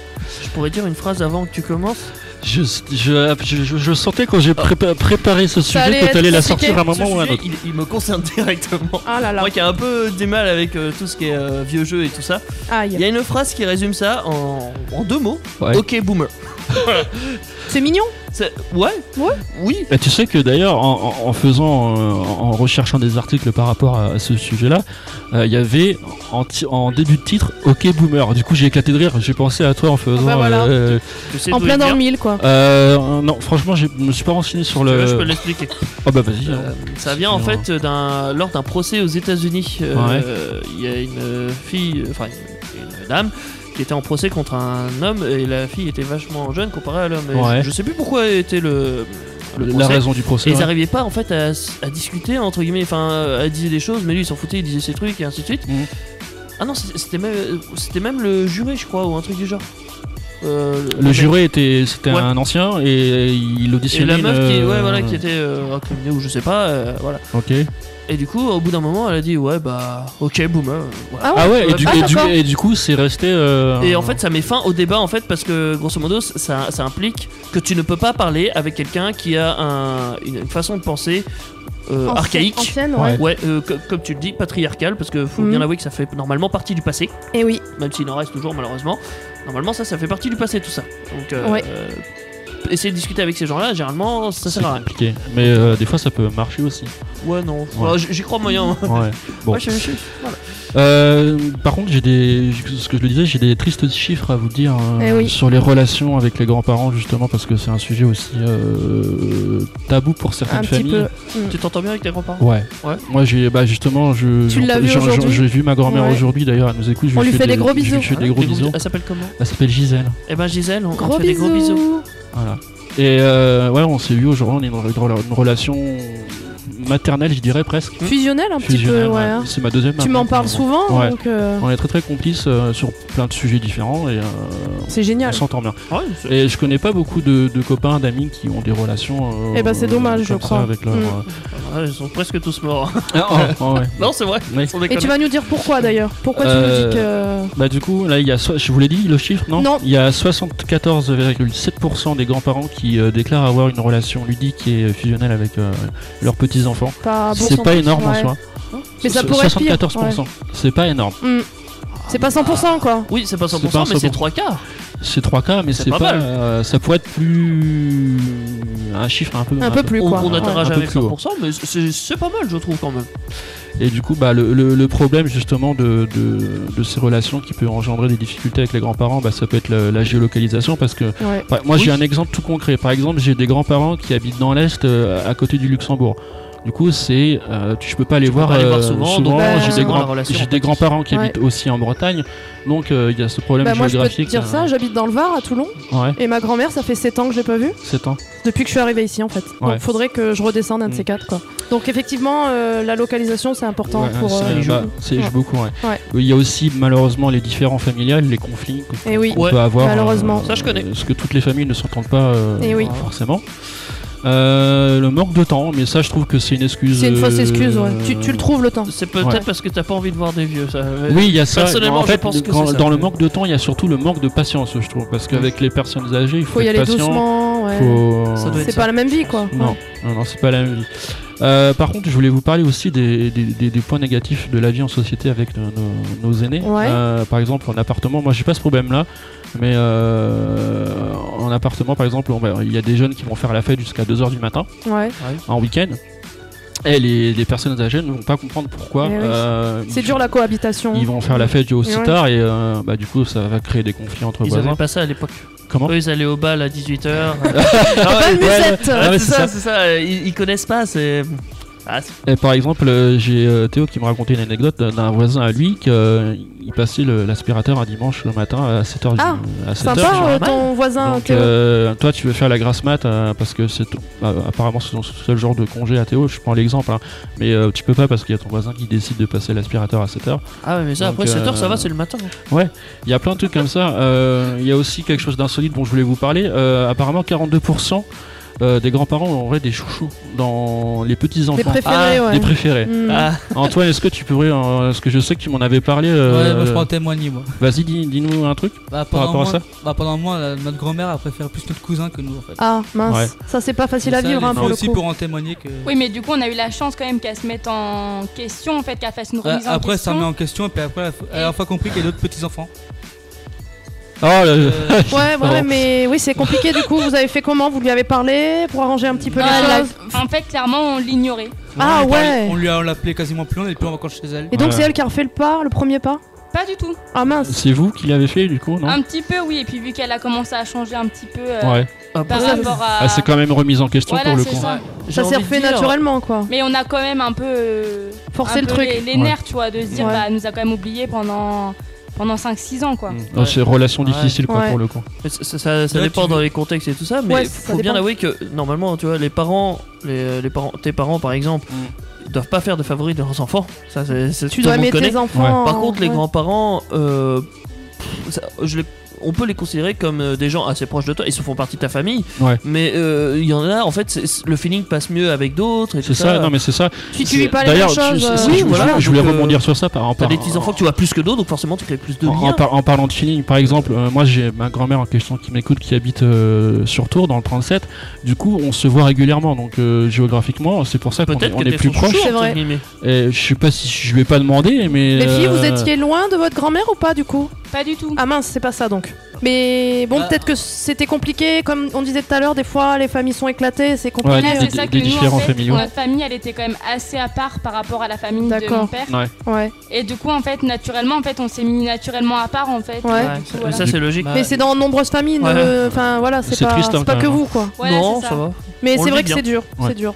S5: Je pourrais dire une phrase avant que tu commences.
S4: Je, je, je, je- je sentais quand j'ai prépa- préparé ce sujet
S3: allait
S4: que t'allais
S3: être
S4: la
S3: compliqué.
S4: sortir à un moment
S5: Ce
S4: ou à un
S5: sujet,
S4: autre.
S5: il, il me concerne directement.
S3: Ah là là,
S5: Moi qui ai un peu du mal avec euh, tout ce qui est euh, vieux jeu et tout ça. Il
S3: aïe.
S5: y a une phrase qui résume ça en, en deux mots.
S4: Ouais.
S5: Ok boomer.
S3: C'est mignon.
S5: C'est- Ouais
S3: Ouais.
S5: Oui
S4: Et tu sais que d'ailleurs, en, en- en faisant, euh, en recherchant des articles par rapport à, à ce sujet-là, euh, il y avait en, ti- en début de titre OK Boomer. Du coup, j'ai éclaté de rire. J'ai pensé à toi en faisant.
S3: bah voilà.
S4: euh,
S5: Je sais
S3: En
S5: d'où
S3: plein
S5: il
S3: dans le
S5: vient.
S3: mille, quoi.
S4: euh, non, franchement, j'ai- je me suis pas renseigné sur
S5: Tu veux, Je peux
S4: le.
S5: l'expliquer.
S4: Oh bah vas-y.
S5: Euh, ça vient en
S4: Sur-
S5: fait d'un lors d'un procès aux États-Unis. Euh,
S4: Ouais.
S5: Il y a une fille, euh, enfin une, une dame, qui était en procès contre un homme et la fille était vachement jeune comparée à l'homme. Et
S4: Ouais.
S5: Je sais plus pourquoi était le, le
S4: la
S5: procès.
S4: raison du procès. hein.
S5: Et ils
S4: ouais.
S5: n'arrivaient pas en fait à, s- à discuter entre guillemets, enfin euh, elle disait des choses mais lui il s'en foutait, il disait ses trucs et ainsi de suite.
S4: Mhm.
S5: Ah non c'était c'était même, c'était même le juré je crois ou un truc du genre. Euh,
S4: Le juré était, c'était
S5: Ouais.
S4: un ancien et il
S5: Et
S4: auditionnait.
S5: la meuf qui,
S4: le-
S5: ouais, voilà, qui était euh, incriminée ou je sais pas, euh, voilà.
S4: Ok.
S5: Et du coup, au bout d'un moment, elle a dit ouais bah ok boomer. Voilà.
S3: Ah ouais.
S4: Ah ouais. Et
S5: Ah,
S4: du, et du,
S3: d'accord.
S4: et du coup, c'est resté. euh,
S5: Et en fait, ça met fin au débat en fait parce que grosso modo, ça, ça implique que tu ne peux pas parler avec quelqu'un qui a un- une, une façon de penser euh,
S3: Ancienne-
S5: archaïque.
S3: Ancienne,
S4: Ouais.
S3: ouais.
S5: Ouais, euh, co- comme tu le dis, patriarcale parce que faut
S3: Mhm.
S5: bien avouer que ça fait normalement partie du passé,
S3: Et Eh oui.
S5: même s'il en reste toujours malheureusement. Normalement, ça, ça fait partie du passé tout ça. Donc, euh,
S3: Ouais.
S5: euh, essayer de discuter avec ces gens-là, généralement, ça
S4: c'est
S5: sert à rien.
S4: compliqué. Mais euh, des fois, ça peut marcher aussi.
S5: Ouais, non. Enfin, J'y j'y crois moyen. hein.
S4: Ouais. Bon.
S5: Ouais, je- je- voilà.
S4: Euh, par contre, j'ai des, ce que je le disais, j'ai des tristes chiffres à vous dire euh,
S3: Eh oui.
S4: sur les relations avec les grands-parents justement parce que c'est un sujet aussi euh, tabou pour certaines
S3: Un petit
S4: familles.
S3: peu.
S5: Tu t'entends bien avec tes grands-parents
S4: Ouais.
S5: Ouais.
S4: Moi, j'ai, bah justement, je,
S3: Tu l'as
S4: j'en-
S3: vu
S4: j'en-
S3: aujourd'hui
S4: j'ai vu ma grand-mère
S3: Ouais.
S4: aujourd'hui d'ailleurs. Elle nous écoute. je
S3: On lui
S4: fais
S3: fait des gros
S4: je lui
S3: bisous.
S4: fais des
S5: Hein
S4: gros
S5: Des
S4: bisous.
S5: Elle s'appelle comment
S4: Elle s'appelle Gisèle.
S5: Eh ben Gisèle, on, on
S3: Gros
S5: te fait des gros bisous.
S3: bisous.
S4: Voilà. Et euh, ouais, on s'est eu aujourd'hui, on est dans une, une relation maternelle, je dirais presque.
S3: Fusionnel un petit
S4: Fusionnelle,
S3: peu, ouais.
S4: ouais.
S3: hein.
S4: C'est ma deuxième.
S3: Tu
S4: maman,
S3: m'en parles
S4: vraiment.
S3: souvent,
S4: Ouais.
S3: donc euh,
S4: On est très très complices euh, sur plein de sujets différents et euh,
S3: c'est
S4: on
S3: génial.
S4: s'entend bien.
S5: Ah Ouais, c'est-
S4: Et je connais pas beaucoup de, de copains, d'amis qui ont des relations. euh,
S3: Eh ben, c'est dommage,
S4: comme
S3: je
S4: ça
S3: crois.
S4: Avec leur,
S3: Mm.
S4: euh,
S5: Ouais, ils sont presque tous morts.
S4: Ah, oh, oh, ouais.
S5: non, c'est vrai.
S4: Ouais.
S5: Sans
S3: Et
S5: déconner.
S3: tu vas nous dire pourquoi d'ailleurs Pourquoi tu
S4: Euh,
S3: nous dis que.
S4: Bah du coup, là, il y a, so- je vous l'ai dit, le chiffre, non
S3: Non.
S4: Il y a 74,7% des grands-parents qui euh, déclarent avoir une relation ludique et euh, fusionnelle avec euh, leurs petits-enfants.
S3: Pas Ah bon
S4: c'est pas
S3: pourcentage,
S4: énorme
S3: ouais.
S4: en soi.
S3: Mais ça
S4: So-
S3: pourrait être pire.
S4: 74%. C'est pas énorme.
S3: Mm. C'est pas 100% quoi.
S5: Oui, c'est pas 100%,
S4: pas
S5: mais c'est
S4: 100%.
S5: 3 quarts.
S4: C'est 3 cas, mais
S5: C'est
S4: c'est
S5: pas
S4: pas.
S5: mal.
S4: euh, ça pourrait être plus. Un chiffre un peu.
S3: Un peu plus
S5: On,
S3: quoi.
S5: on n'atteindra
S4: Un peu
S5: jamais
S4: plus haut.
S5: 100%, mais c'est c'est pas mal, je trouve, quand même.
S4: Et du coup, bah, le, le- le problème justement de, de- de ces relations qui peut engendrer des difficultés avec les grands-parents, bah, ça peut être la, la géolocalisation parce que
S3: Ouais.
S4: par- moi
S5: Oui.
S4: j'ai un exemple tout concret. Par exemple, j'ai des grands-parents qui habitent dans l'Est euh, à côté du Luxembourg. Du coup, c'est euh, tu- je peux pas les
S5: Tu peux
S4: voir,
S5: pas les
S4: euh,
S5: voir souvent, donc
S4: j'ai
S3: forcément,
S4: des,
S5: la relation
S4: j'ai
S5: en
S4: des
S5: pâtit.
S4: grands-parents qui habitent aussi en Bretagne, donc euh, il y a ce problème
S3: Bah, moi je peux te
S4: géographique.
S3: dire ça, j'habite dans le Var à Toulon
S4: euh, ouais,
S3: et ma grand-mère ça fait 7 ans que je l'ai pas vue.
S4: 7 ans.
S3: Depuis que je suis arrivée ici en fait.
S4: Ouais.
S3: Donc faudrait que je redescende un de
S4: Mm.
S3: ces quatre quoi. Donc effectivement euh, la localisation c'est important
S4: Ouais,
S3: pour.
S4: c'est-
S3: euh,
S4: bah, c'est
S3: Ouais.
S4: joue beaucoup. ouais.
S3: Ouais.
S4: Il y a aussi malheureusement les différends familiales, les conflits qu'on
S3: Eh oui.
S4: qu'on
S5: Ouais.
S4: peut avoir.
S3: Malheureusement.
S5: Ça, je connais.
S4: Parce que toutes les familles ne s'entendent pas euh,
S3: Eh oui.
S4: forcément. Euh, le manque de temps, mais ça je trouve que c'est une excuse.
S3: C'est une fausse excuse, ouais.
S4: euh,
S3: Tu, tu le trouves le temps.
S5: C'est peut-être
S4: Ouais.
S5: parce que t'as pas envie de voir des vieux, ça. Euh,
S4: euh, Oui, il y a ça.
S5: Personnellement,
S4: en
S5: je
S4: fait,
S5: pense que
S4: quand-
S5: c'est ça.
S4: dans le manque de temps, il y a surtout le manque de patience, je trouve. Parce qu'avec les personnes âgées, il faut,
S3: Faut y
S4: être
S3: aller
S4: patient.
S3: doucement, ouais.
S4: faut-
S5: Ça doit être
S3: C'est pas la même vie quoi.
S4: Non,
S3: Ouais.
S4: non, non, c'est pas la même vie. Euh, par contre, je voulais vous parler aussi des, des- des- des points négatifs de la vie en société avec nos, nos- nos aînés.
S3: Ouais.
S4: Euh, par exemple, en appartement, moi j'ai pas ce problème-là, mais euh, en appartement, par exemple, on va- il y a des jeunes qui vont faire la fête jusqu'à 2h du matin,
S3: Ouais.
S4: en week-end. Et les, les personnes âgées ne vont pas comprendre pourquoi.
S3: Eh oui.
S4: euh,
S3: C'est
S4: ils-
S3: dur la cohabitation.
S4: Ils vont faire la fête aussi
S3: Ouais.
S4: tard et euh, bah, du coup ça va créer des conflits entre
S5: Ils
S4: voisins.
S5: avaient pas ça à l'époque.
S4: Comment
S5: Eux, ils allaient au bal à 18h.
S3: Pas de musette
S4: Ah, mais
S5: c'est
S4: c'est ça.
S5: ça, c'est ça. Ils, ils connaissent pas, c'est. Ah, c'est-
S4: Et par exemple, euh, j'ai euh, Théo qui me racontait une anecdote d'un- d'un voisin à lui qu'il passait le- l'aspirateur un dimanche le matin à 7h.
S3: Ah,
S4: à 7 heures.
S3: Sympa euh,
S5: normal.
S3: ton voisin
S4: Donc,
S3: Théo.
S4: euh, toi, tu veux faire la grasse mat euh, parce que c'est ton- bah, apparemment c'est ton seul genre de congé à Théo. Je prends l'exemple, hein. mais euh, tu peux pas parce qu'il y a ton voisin qui décide de passer l'aspirateur à 7h.
S5: Ah, ouais, mais ça,
S4: Donc,
S5: après 7h, ça
S4: euh,
S5: va, c'est le matin.
S4: Il y a plein de trucs comme ça. Euh, Il y a aussi quelque chose d'insolite dont je voulais vous parler. Euh, apparemment, 42% euh, des grands-parents auraient des chouchous dans les petits enfants.
S3: Les préférés, ouais.
S4: Les préférés.
S3: Mm.
S5: Ah,
S4: Antoine, est-ce que tu pourrais, euh, parce que je sais que tu m'en avais parlé. euh,
S8: Ouais, moi je prends témoigner moi.
S4: Vas-y, dis- dis-nous un truc.
S8: Bah,
S4: Par rapport à
S8: moi, bah, pendant moi, la- notre grand-mère elle préfère plus notre cousin que nous en fait.
S3: Ah mince,
S4: Ouais.
S3: ça c'est pas facile
S8: Et
S3: à
S8: ça,
S3: vivre
S8: les
S3: hein,
S8: filles
S3: pour le
S8: aussi
S3: coup.
S8: pour en témoigner que.
S6: Oui, mais du coup, on a eu la chance quand même qu'elle se mette en question, en fait,
S4: Euh,
S6: qu'elle fasse une
S8: Ouais,
S6: remise en
S8: après ça
S6: question.
S8: remet en question et puis après elle a- elle a enfin compris qu'il y a d'autres petits enfants.
S4: Oh là là.
S5: Euh,
S3: Ouais, ouais,
S4: Pardon.
S3: mais oui, c'est compliqué du coup. Vous avez fait comment Vous lui avez parlé pour arranger un petit peu les
S6: Ah, la-
S3: choses
S6: En fait, clairement, on l'ignorait.
S3: Ah
S8: on lui parlait-
S3: ouais.
S8: On lui a on l'appelait quasiment plus, on est plus en vacances chez elle.
S3: Et donc,
S4: Ouais.
S3: c'est elle qui a refait le pas, le premier pas
S6: Pas du tout.
S3: Ah mince.
S4: C'est vous qui l'avez fait du coup, non
S6: Un petit peu, oui. Et puis, vu qu'elle a commencé à changer un petit peu euh,
S4: Ouais.
S6: par
S5: après,
S6: rapport à.
S4: Ah, c'est quand même remise en question
S6: euh, Voilà,
S4: pour le
S6: c'est
S4: coup.
S6: ça.
S5: j'ai
S3: Ça s'est
S5: envie de
S3: refait
S5: dire-
S3: naturellement, quoi.
S6: Mais on a quand même un peu. euh,
S3: Forcer
S6: un
S3: le
S6: peu
S3: truc.
S6: Les, les
S4: Ouais.
S6: nerfs, tu vois, de se dire,
S3: Ouais.
S6: bah, elle nous a quand même oublié pendant, pendant 5-6 ans, quoi.
S5: Mm. Ouais.
S4: Non, Oh, C'est une relation
S5: Ouais.
S4: difficile quoi
S3: Ouais.
S4: pour le coup.
S5: Mais Ça, ça- ça- ça
S8: Là,
S5: dépend
S8: tu-
S5: dans les contextes et tout ça, mais
S3: Ouais, ça
S5: faut bien
S3: dépend.
S5: avouer que normalement, tu vois, les parents, les, les parents, tes parents par exemple,
S4: Mm.
S5: doivent pas faire de favoris de leurs enfants. Ça, c'est, c'est-
S3: Tu
S5: tout
S3: dois
S5: le monde
S3: mettre
S5: connaît.
S3: tes enfants. en-
S5: Par contre, les
S3: ouais.
S5: grands-parents, euh, pff, ça- je les- on peut les considérer comme euh, des gens assez proches de toi. Ils se font partie de ta famille,
S4: Ouais.
S5: mais euh, il y en a, en fait, c'est- c'est- le feeling passe mieux avec d'autres. Et
S4: C'est
S5: tout
S4: ça,
S5: ça,
S4: non mais c'est ça.
S3: Si tu lui parles les mêmes
S4: D'ailleurs, je-
S3: choses.
S4: je-
S3: euh,
S4: je-
S5: oui,
S4: je-
S5: voilà,
S4: je voulais
S5: donc, euh,
S4: rebondir sur ça par en
S5: T'as
S4: par-
S5: des petits enfants que tu vois plus que d'autres, donc forcément tu crées plus de
S4: en, en
S5: liens.
S4: par- en parlant de feeling, par exemple, euh, moi j'ai ma grand-mère en question qui m'écoute, qui habite euh, sur Tours dans le 37. Du coup, on se voit régulièrement, donc euh, géographiquement, c'est pour ça qu'on est,
S5: Peut-être
S4: on
S5: que
S4: est
S5: t'es
S4: plus
S5: son
S4: proche.
S5: chouchou,
S3: C'est
S5: entre
S3: vrai.
S5: guillemets.
S4: Et je sais pas si je lui ai pas demandé, mais.
S3: Les filles,
S4: euh,
S3: vous étiez loin de votre grand-mère ou pas du coup
S6: Pas du tout.
S3: Ah mince, c'est pas ça donc. Mais bon,
S8: Bah.
S3: peut-être que c'était compliqué, comme on disait tout à l'heure, des fois les familles sont éclatées, c'est
S4: Ouais,
S3: compliqué.
S6: Là,
S4: des-
S6: c'est ça que
S4: des
S6: nous,
S4: différents
S6: en fait,
S4: familiaux.
S6: notre famille, elle était quand même assez à part par rapport à la famille de
S3: D'accord.
S6: mon père.
S3: Ouais.
S6: Et du coup, en fait, naturellement, en fait, on s'est mis naturellement à part, en fait.
S3: Ouais.
S5: Ouais, ça-
S6: Voilà.
S5: Ça, c'est logique.
S8: Ah, Bah,
S3: Mais c'est dans de nombreuses familles,
S5: Ouais.
S3: euh, enfin voilà, c'est
S4: C'est
S3: pas,
S4: triste, hein,
S3: c'est pas
S4: quand
S3: que
S4: même.
S3: vous quoi.
S6: Voilà,
S5: non,
S6: c'est
S5: ça.
S6: ça.
S5: va.
S3: Mais
S5: On
S3: c'est
S5: le
S3: vrai
S5: vit
S3: que
S5: bien.
S3: c'est dur,
S4: Ouais.
S3: c'est dur.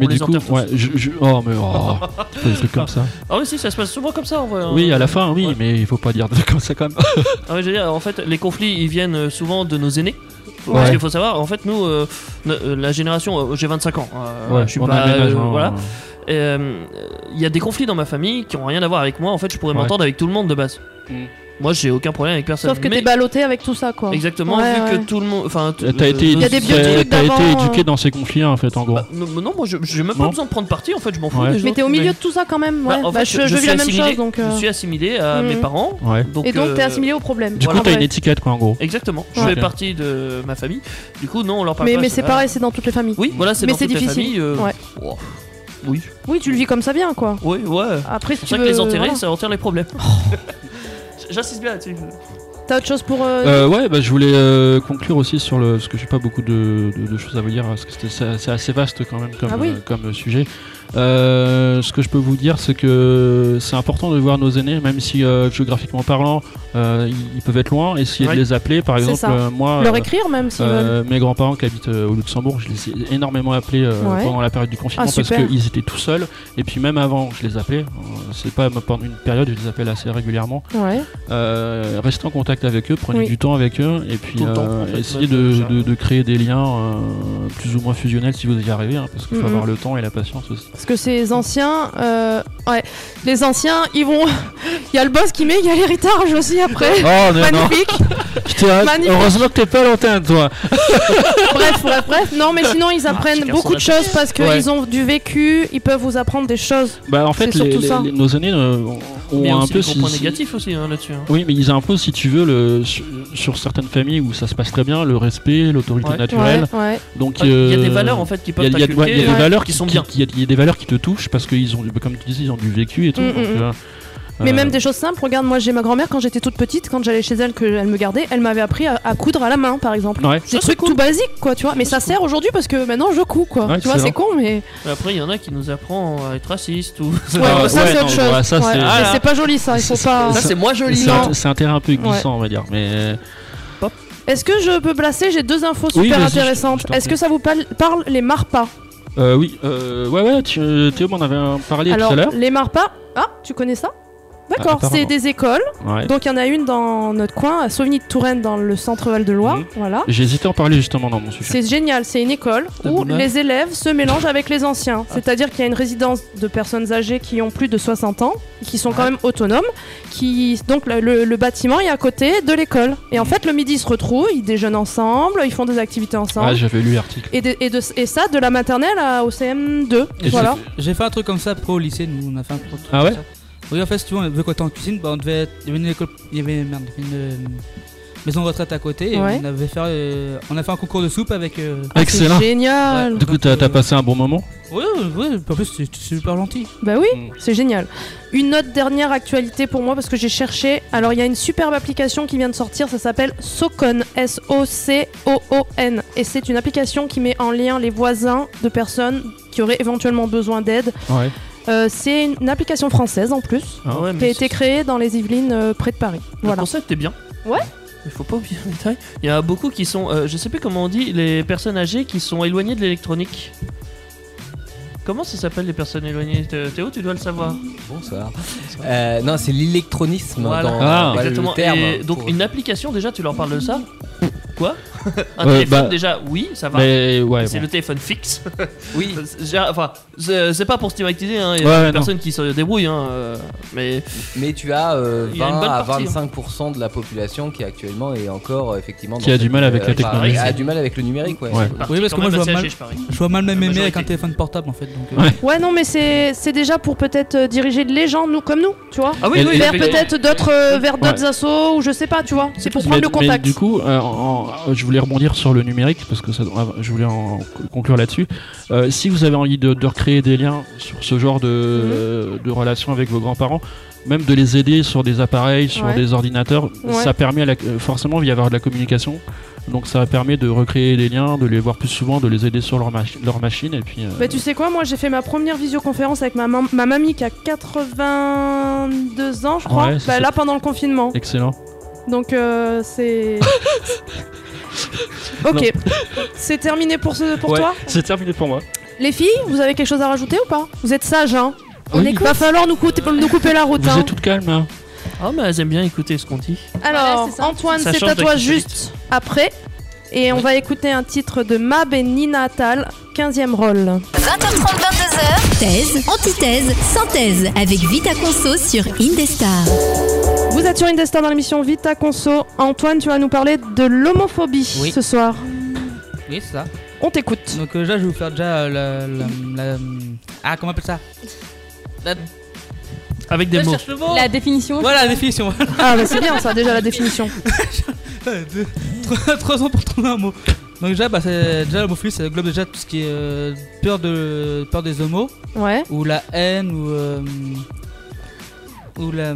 S4: Mais
S5: On
S4: du
S5: les
S4: coup,
S5: enterre tous.
S4: ouais, je, je- oh mais oh, pas des trucs comme ça.
S5: Ah oui, si, ça se passe souvent comme ça en vrai. hein.
S4: Oui, à la fin, oui,
S5: Ouais.
S4: mais il faut pas dire des trucs comme ça quand même.
S5: Ah ouais, je veux dire, en fait, les conflits, ils viennent euh, souvent de nos aînés.
S4: Ouais.
S5: Parce qu'il faut savoir, en fait, nous, euh, no- euh, la génération, euh, j'ai 25 ans, euh, je suis
S4: on a
S5: pas,
S4: le même âge,
S5: euh,
S4: hein.
S5: voilà. Et, euh, Il y a des conflits dans ma famille qui ont rien à voir avec moi. En fait, je pourrais
S4: Ouais.
S5: m'entendre avec tout le monde de base.
S4: Mm.
S5: Moi, j'ai aucun problème avec personne.
S3: Sauf que
S5: mais-
S3: t'es ballotté avec tout ça quoi.
S5: exactement,
S3: Ouais,
S5: vu
S3: ouais.
S5: que tout le monde, enfin, t-
S4: T'as t'as
S5: euh,
S4: été,
S5: nos-
S3: y a des
S4: t'as-
S3: vieux trucs
S4: t'as été
S3: d'avant,
S4: éduqué
S3: euh.
S4: dans ces conflits en fait, en gros.
S5: hein. Bah, non, non, moi, je- j'ai même pas
S4: Non.
S5: besoin de prendre parti. En fait, je m'en fous
S4: Ouais.
S5: des gens.
S3: Mais t'es au milieu de tout ça quand même, ouais.
S5: Bah, en
S3: Bah,
S5: fait,
S3: je, je vis
S5: suis
S3: la même
S5: assimilé-
S3: chose donc. euh,
S5: Je suis assimilé à
S3: Mhm.
S5: mes parents.
S4: Ouais.
S5: Donc,
S3: Et donc t'es
S5: euh,
S3: assimilé au problème.
S4: Du
S5: Voilà.
S4: coup, t'as
S3: Ouais.
S4: une étiquette quoi, en gros.
S5: Exactement. Je
S4: Ouais.
S5: fais partie de ma famille. Du coup, non, on leur parle
S3: Mais,
S5: pas.
S3: mais c'est
S5: pas-
S3: pareil, c'est dans toutes les familles.
S5: Oui, voilà, c'est
S3: Mais
S5: dans
S3: c'est
S5: toutes les
S3: difficile.
S5: familles, euh,
S3: Ouais.
S5: oh, Oui,
S3: Oui, tu le vis comme ça bien quoi.
S5: oui, ouais.
S3: Après, si
S5: C'est
S3: tu
S5: pour ça que
S3: veux-
S5: les enterrer,
S3: voilà. Oh.
S5: ça retire les problèmes. J'insiste bien là-dessus.
S3: T'as autre chose pour. euh,
S4: Euh, ouais, bah, je voulais euh, conclure aussi sur le. Parce que j'ai pas beaucoup de, de- de choses à vous dire, parce que c'était- c'est c'est assez vaste quand même comme,
S3: Ah oui.
S4: euh, comme sujet. Euh, ce que je peux vous dire, c'est que c'est important de voir nos aînés, même si euh, géographiquement parlant, euh, ils, ils peuvent être loin, essayer
S5: Ouais.
S4: de les appeler. Par
S3: C'est
S4: exemple,
S3: ça.
S4: euh, moi.
S3: Leur
S4: euh,
S3: écrire même s'ils veulent.
S4: euh, mes grands-parents qui habitent euh, au Luxembourg, je les ai énormément appelés euh,
S3: Ouais.
S4: pendant la période du confinement
S3: Ah,
S4: parce
S3: super.
S4: qu'ils étaient tout seuls. Et puis même avant, je les appelais. Euh, C'est pas pendant une période, je les appelle assez régulièrement.
S3: Ouais.
S4: Euh, restez en contact avec eux, prenez
S3: Oui.
S4: du temps avec eux et puis
S5: Tout le temps,
S4: euh,
S5: en fait,
S4: essayez
S5: même,
S4: de,
S5: déjà.
S4: de- de créer des liens euh, plus ou moins fusionnels si vous y arrivez, hein, parce qu'il faut
S3: Mhm.
S4: avoir le temps et la patience aussi.
S3: Parce que ces anciens, euh, ouais, les anciens, ils vont. Il y a le boss qui met, il y a les retards aussi après.
S4: Oh
S3: Magnifique. Magnifique.
S4: heureusement que t'es pas l'antenne toi
S3: bref, bref, bref. Non, mais sinon
S5: Ah,
S3: ils apprennent
S5: chacun
S3: beaucoup
S5: son
S3: de choses parce qu'ils
S4: Ouais.
S3: ont du vécu. Ils peuvent vous apprendre des choses.
S4: Bah en fait,
S3: C'est surtout
S4: les- les-
S3: ça.
S4: les- nos aînés euh, ont-
S5: Mais
S4: ont un
S5: aussi
S4: peu...
S5: des gros points
S4: si- si-
S5: négatifs aussi hein, là-dessus. hein.
S4: Oui, mais ils imposent, si tu veux, le, sur, sur certaines familles où ça se passe très bien, le respect, l'autorité
S5: Ouais.
S4: naturelle.
S3: Ouais, ouais.
S4: Donc
S5: Il y a
S4: euh,
S5: des valeurs en fait
S4: Il
S5: qui
S4: y a,
S5: peuvent
S4: il y a- ouais, il y a
S5: t'inculquer.
S4: des
S5: euh,
S4: valeurs
S5: qui
S4: qui
S5: sont
S4: sont
S5: bien.
S4: Il y, a- il y a des valeurs qui te touchent parce qu'ils ont, du- comme tu disais, ils ont du vécu et tout.
S3: Mm,
S4: donc,
S3: mm,
S4: euh,
S3: Mais
S4: euh,
S3: même des choses simples. Regarde, moi j'ai ma grand-mère quand j'étais toute petite, quand j'allais chez elle, qu'elle me gardait, elle m'avait appris à, à coudre à la main, par exemple.
S4: Ouais.
S3: Des trucs tout basiques, quoi, tu vois. Mais ça sert aujourd'hui parce que maintenant je couds, quoi.
S4: Ouais,
S3: tu vois, c'est
S4: excellent.
S3: con, mais.
S5: Après, il y en a qui nous apprend à être raciste ou.
S3: Ouais,
S4: Ah,
S3: ça
S4: ouais,
S3: c'est
S4: non,
S3: autre chose.
S4: bah, ça,
S3: Ouais.
S4: c'est-
S3: Mais
S5: Ah, là.
S3: c'est pas joli, ça. Il faut
S4: C'est-
S3: pas.
S5: Ça, c'est moins joli.
S4: C'est
S5: hein.
S4: un, c'est un terrain un peu glissant, on va dire. Mais
S3: Est-ce que je peux placer J'ai deux infos
S4: Oui,
S3: super
S4: vas-y, je- je
S3: intéressantes.
S4: t'en
S3: Est-ce
S4: prie.
S3: que ça vous pal- parle les marpas
S4: euh, oui, euh, ouais, ouais. tu- Théo m'en avait euh, parlé
S3: Alors,
S4: tout à l'heure.
S3: les marpas. Ah, tu connais ça D'accord,
S4: Ah,
S3: c'est
S4: apparemment.
S3: des écoles.
S4: Ouais.
S3: Donc, il y en a une dans notre coin, à Sauvigny-de-Touraine, dans le centre-val de Loire.
S4: Mhm.
S3: Voilà.
S4: J'ai hésité à en parler justement dans mon sujet.
S3: C'est génial, c'est une école
S5: Ah,
S3: où
S5: dommage.
S3: les élèves se mélangent avec les anciens.
S4: Ah.
S3: C'est-à-dire qu'il y a une résidence de personnes âgées qui ont plus de 60 ans, qui sont quand même autonomes, qui donc le, le- le bâtiment est à côté de l'école. Et
S4: Mmh.
S3: en fait, le midi, ils se retrouvent, ils déjeunent ensemble, ils font des activités
S4: Ah,
S3: ensemble.
S4: j'avais lu l'article.
S3: et, de- et de- et ça, de la maternelle à- au CM2.
S4: Et
S3: voilà.
S8: J'ai fait un truc comme ça pro au lycée, nous on a fait un pro.
S4: Ah ouais
S8: Oui, en fait, si tu veux, vu qu'on était en cuisine, bah, on devait. Il y avait une école. Il y avait, merde, il y avait une, euh, maison de retraite à côté. Et
S3: Ouais.
S8: on, avait fait, euh, on a fait un concours de soupe avec. euh,
S4: Excellent.
S3: C'est génial.
S4: Du coup, t'as t'as passé un bon moment
S8: Ouais, ouais, en plus, c'est c'est super gentil.
S3: Bah oui,
S4: Mm.
S3: c'est génial. Une autre dernière actualité pour moi parce que j'ai cherché. Alors il y a une superbe application qui vient de sortir, ça s'appelle Socon, S-O-C-O-O-N. Et c'est une application qui met en lien les voisins de personnes qui auraient éventuellement besoin d'aide.
S4: Ouais.
S3: Euh, c'est une application française en plus,
S5: Ah ouais,
S3: qui a
S5: mais
S3: été créée dans les Yvelines euh, près de Paris.
S5: Le
S3: Voilà.
S5: concept est bien.
S3: Ouais.
S5: Il faut pas oublier le détail. Il y a beaucoup qui sont, euh, je sais plus comment on dit, les personnes âgées qui sont éloignées de l'électronique. Comment ça s'appelle les personnes éloignées Thé- Théo, tu dois le savoir.
S9: Bonsoir. Euh, non, c'est l'électronisme
S5: Voilà.
S9: dans
S4: Ah,
S9: dans
S5: Exactement.
S9: le terme.
S5: Et donc
S9: Pour-
S5: une application déjà, tu leur parles de ça Quoi Un
S4: Euh,
S5: téléphone
S4: bah,
S5: déjà, oui, ça va.
S4: Mais ouais.
S5: C'est
S4: bon.
S5: le téléphone fixe.
S9: Oui,
S5: C'est- Enfin, c'est c'est pas pour stigmatiser, hein. il y a
S4: Ouais,
S5: des
S4: non.
S5: personnes qui se débrouillent, hein, euh, mais
S9: mais tu as euh,
S5: Il y a une
S9: 20
S5: bonne
S9: à
S5: partie, hein.
S9: 25% de la population qui actuellement est encore euh, effectivement
S4: Qui
S9: dans
S4: a du
S9: cette-
S4: mal avec la
S9: enfin,
S4: technologie.
S9: A du mal avec le numérique, ouais.
S4: Ouais.
S5: partie
S8: Oui, parce
S5: quand
S8: que
S5: même
S8: moi, je vois
S5: assez
S8: mal-
S5: âgée, je parie.
S8: Je vois mal même
S5: La
S8: aimer avec
S5: majorité.
S8: un téléphone portable en fait. Donc, euh,
S4: Ouais.
S3: Ouais, non, mais c'est c'est déjà pour peut-être euh, diriger les gens, nous comme nous, tu vois.
S5: Ah oui,
S4: Et-
S5: oui,
S4: et-
S5: il y a-
S3: vers peut-être d'autres euh, vers
S4: Ouais.
S3: d'autres assos ou je sais pas, tu vois. C'est pour
S4: mais,
S3: prendre le
S4: mais
S3: contact.
S4: du coup, euh, en- en- je voulais rebondir sur le numérique parce que ça, je voulais en conclure là-dessus. Euh, si vous avez envie de, de recréer des liens sur ce genre de,
S3: Mhm.
S4: de relations avec vos grands-parents, même de les aider sur des appareils, sur
S3: Ouais.
S4: des ordinateurs,
S3: Ouais.
S4: ça permet à la- euh, forcément il va y avoir de la communication. Donc ça permet de recréer des liens, de les voir plus souvent, de les aider sur leur, machi- leur machine et puis. euh,
S3: Bah tu sais quoi, moi j'ai fait ma première visioconférence avec ma, mam- ma mamie qui a 82 ans je crois,
S4: Ouais, c'est
S3: bah,
S4: ça.
S3: là pendant le confinement.
S4: Excellent.
S3: Donc euh, c'est... ok, c'est terminé pour, ce, pour
S4: Ouais,
S3: toi.
S4: C'est terminé pour moi.
S3: Les filles, vous avez quelque chose à rajouter ou pas Vous êtes sages hein
S4: Oui.
S3: Va falloir nous, coûter- nous couper la route.
S4: Vous
S3: hein.
S4: êtes toute calme. hein.
S5: Ah, mais elles aiment bien écouter ce qu'on dit.
S3: Alors
S6: Voilà, c'est ça.
S3: Antoine,
S5: Ça
S3: c'est
S5: change
S3: à toi
S5: d'activité.
S3: juste après. Et on va écouter un titre de Mab et Nina Attal, 15e rôle.
S2: 20h30, 22h. Thèse, antithèse, synthèse avec Vita Conso sur Indestar.
S3: Vous êtes sur Indestar dans l'émission Vita Conso. Antoine, tu vas nous parler de l'homophobie
S8: Oui.
S3: ce soir.
S8: Oui, c'est ça.
S3: On t'écoute.
S8: Donc euh, là, je vais vous faire déjà euh, la, la- la- Ah, comment on appelle ça
S5: Avec des
S8: Je
S5: mots.
S8: cherche le mot.
S6: La définition.
S8: Voilà la définition.
S3: Ah, bah c'est bien ça, déjà la définition.
S8: Deux- trois, trois ans pour trouver un mot. Donc déjà, bah, c'est- déjà l'homophilie, ça englobe déjà tout ce qui est euh, peur, de, peur des homos,
S3: Ouais.
S8: ou la haine, ou... euh, ou la...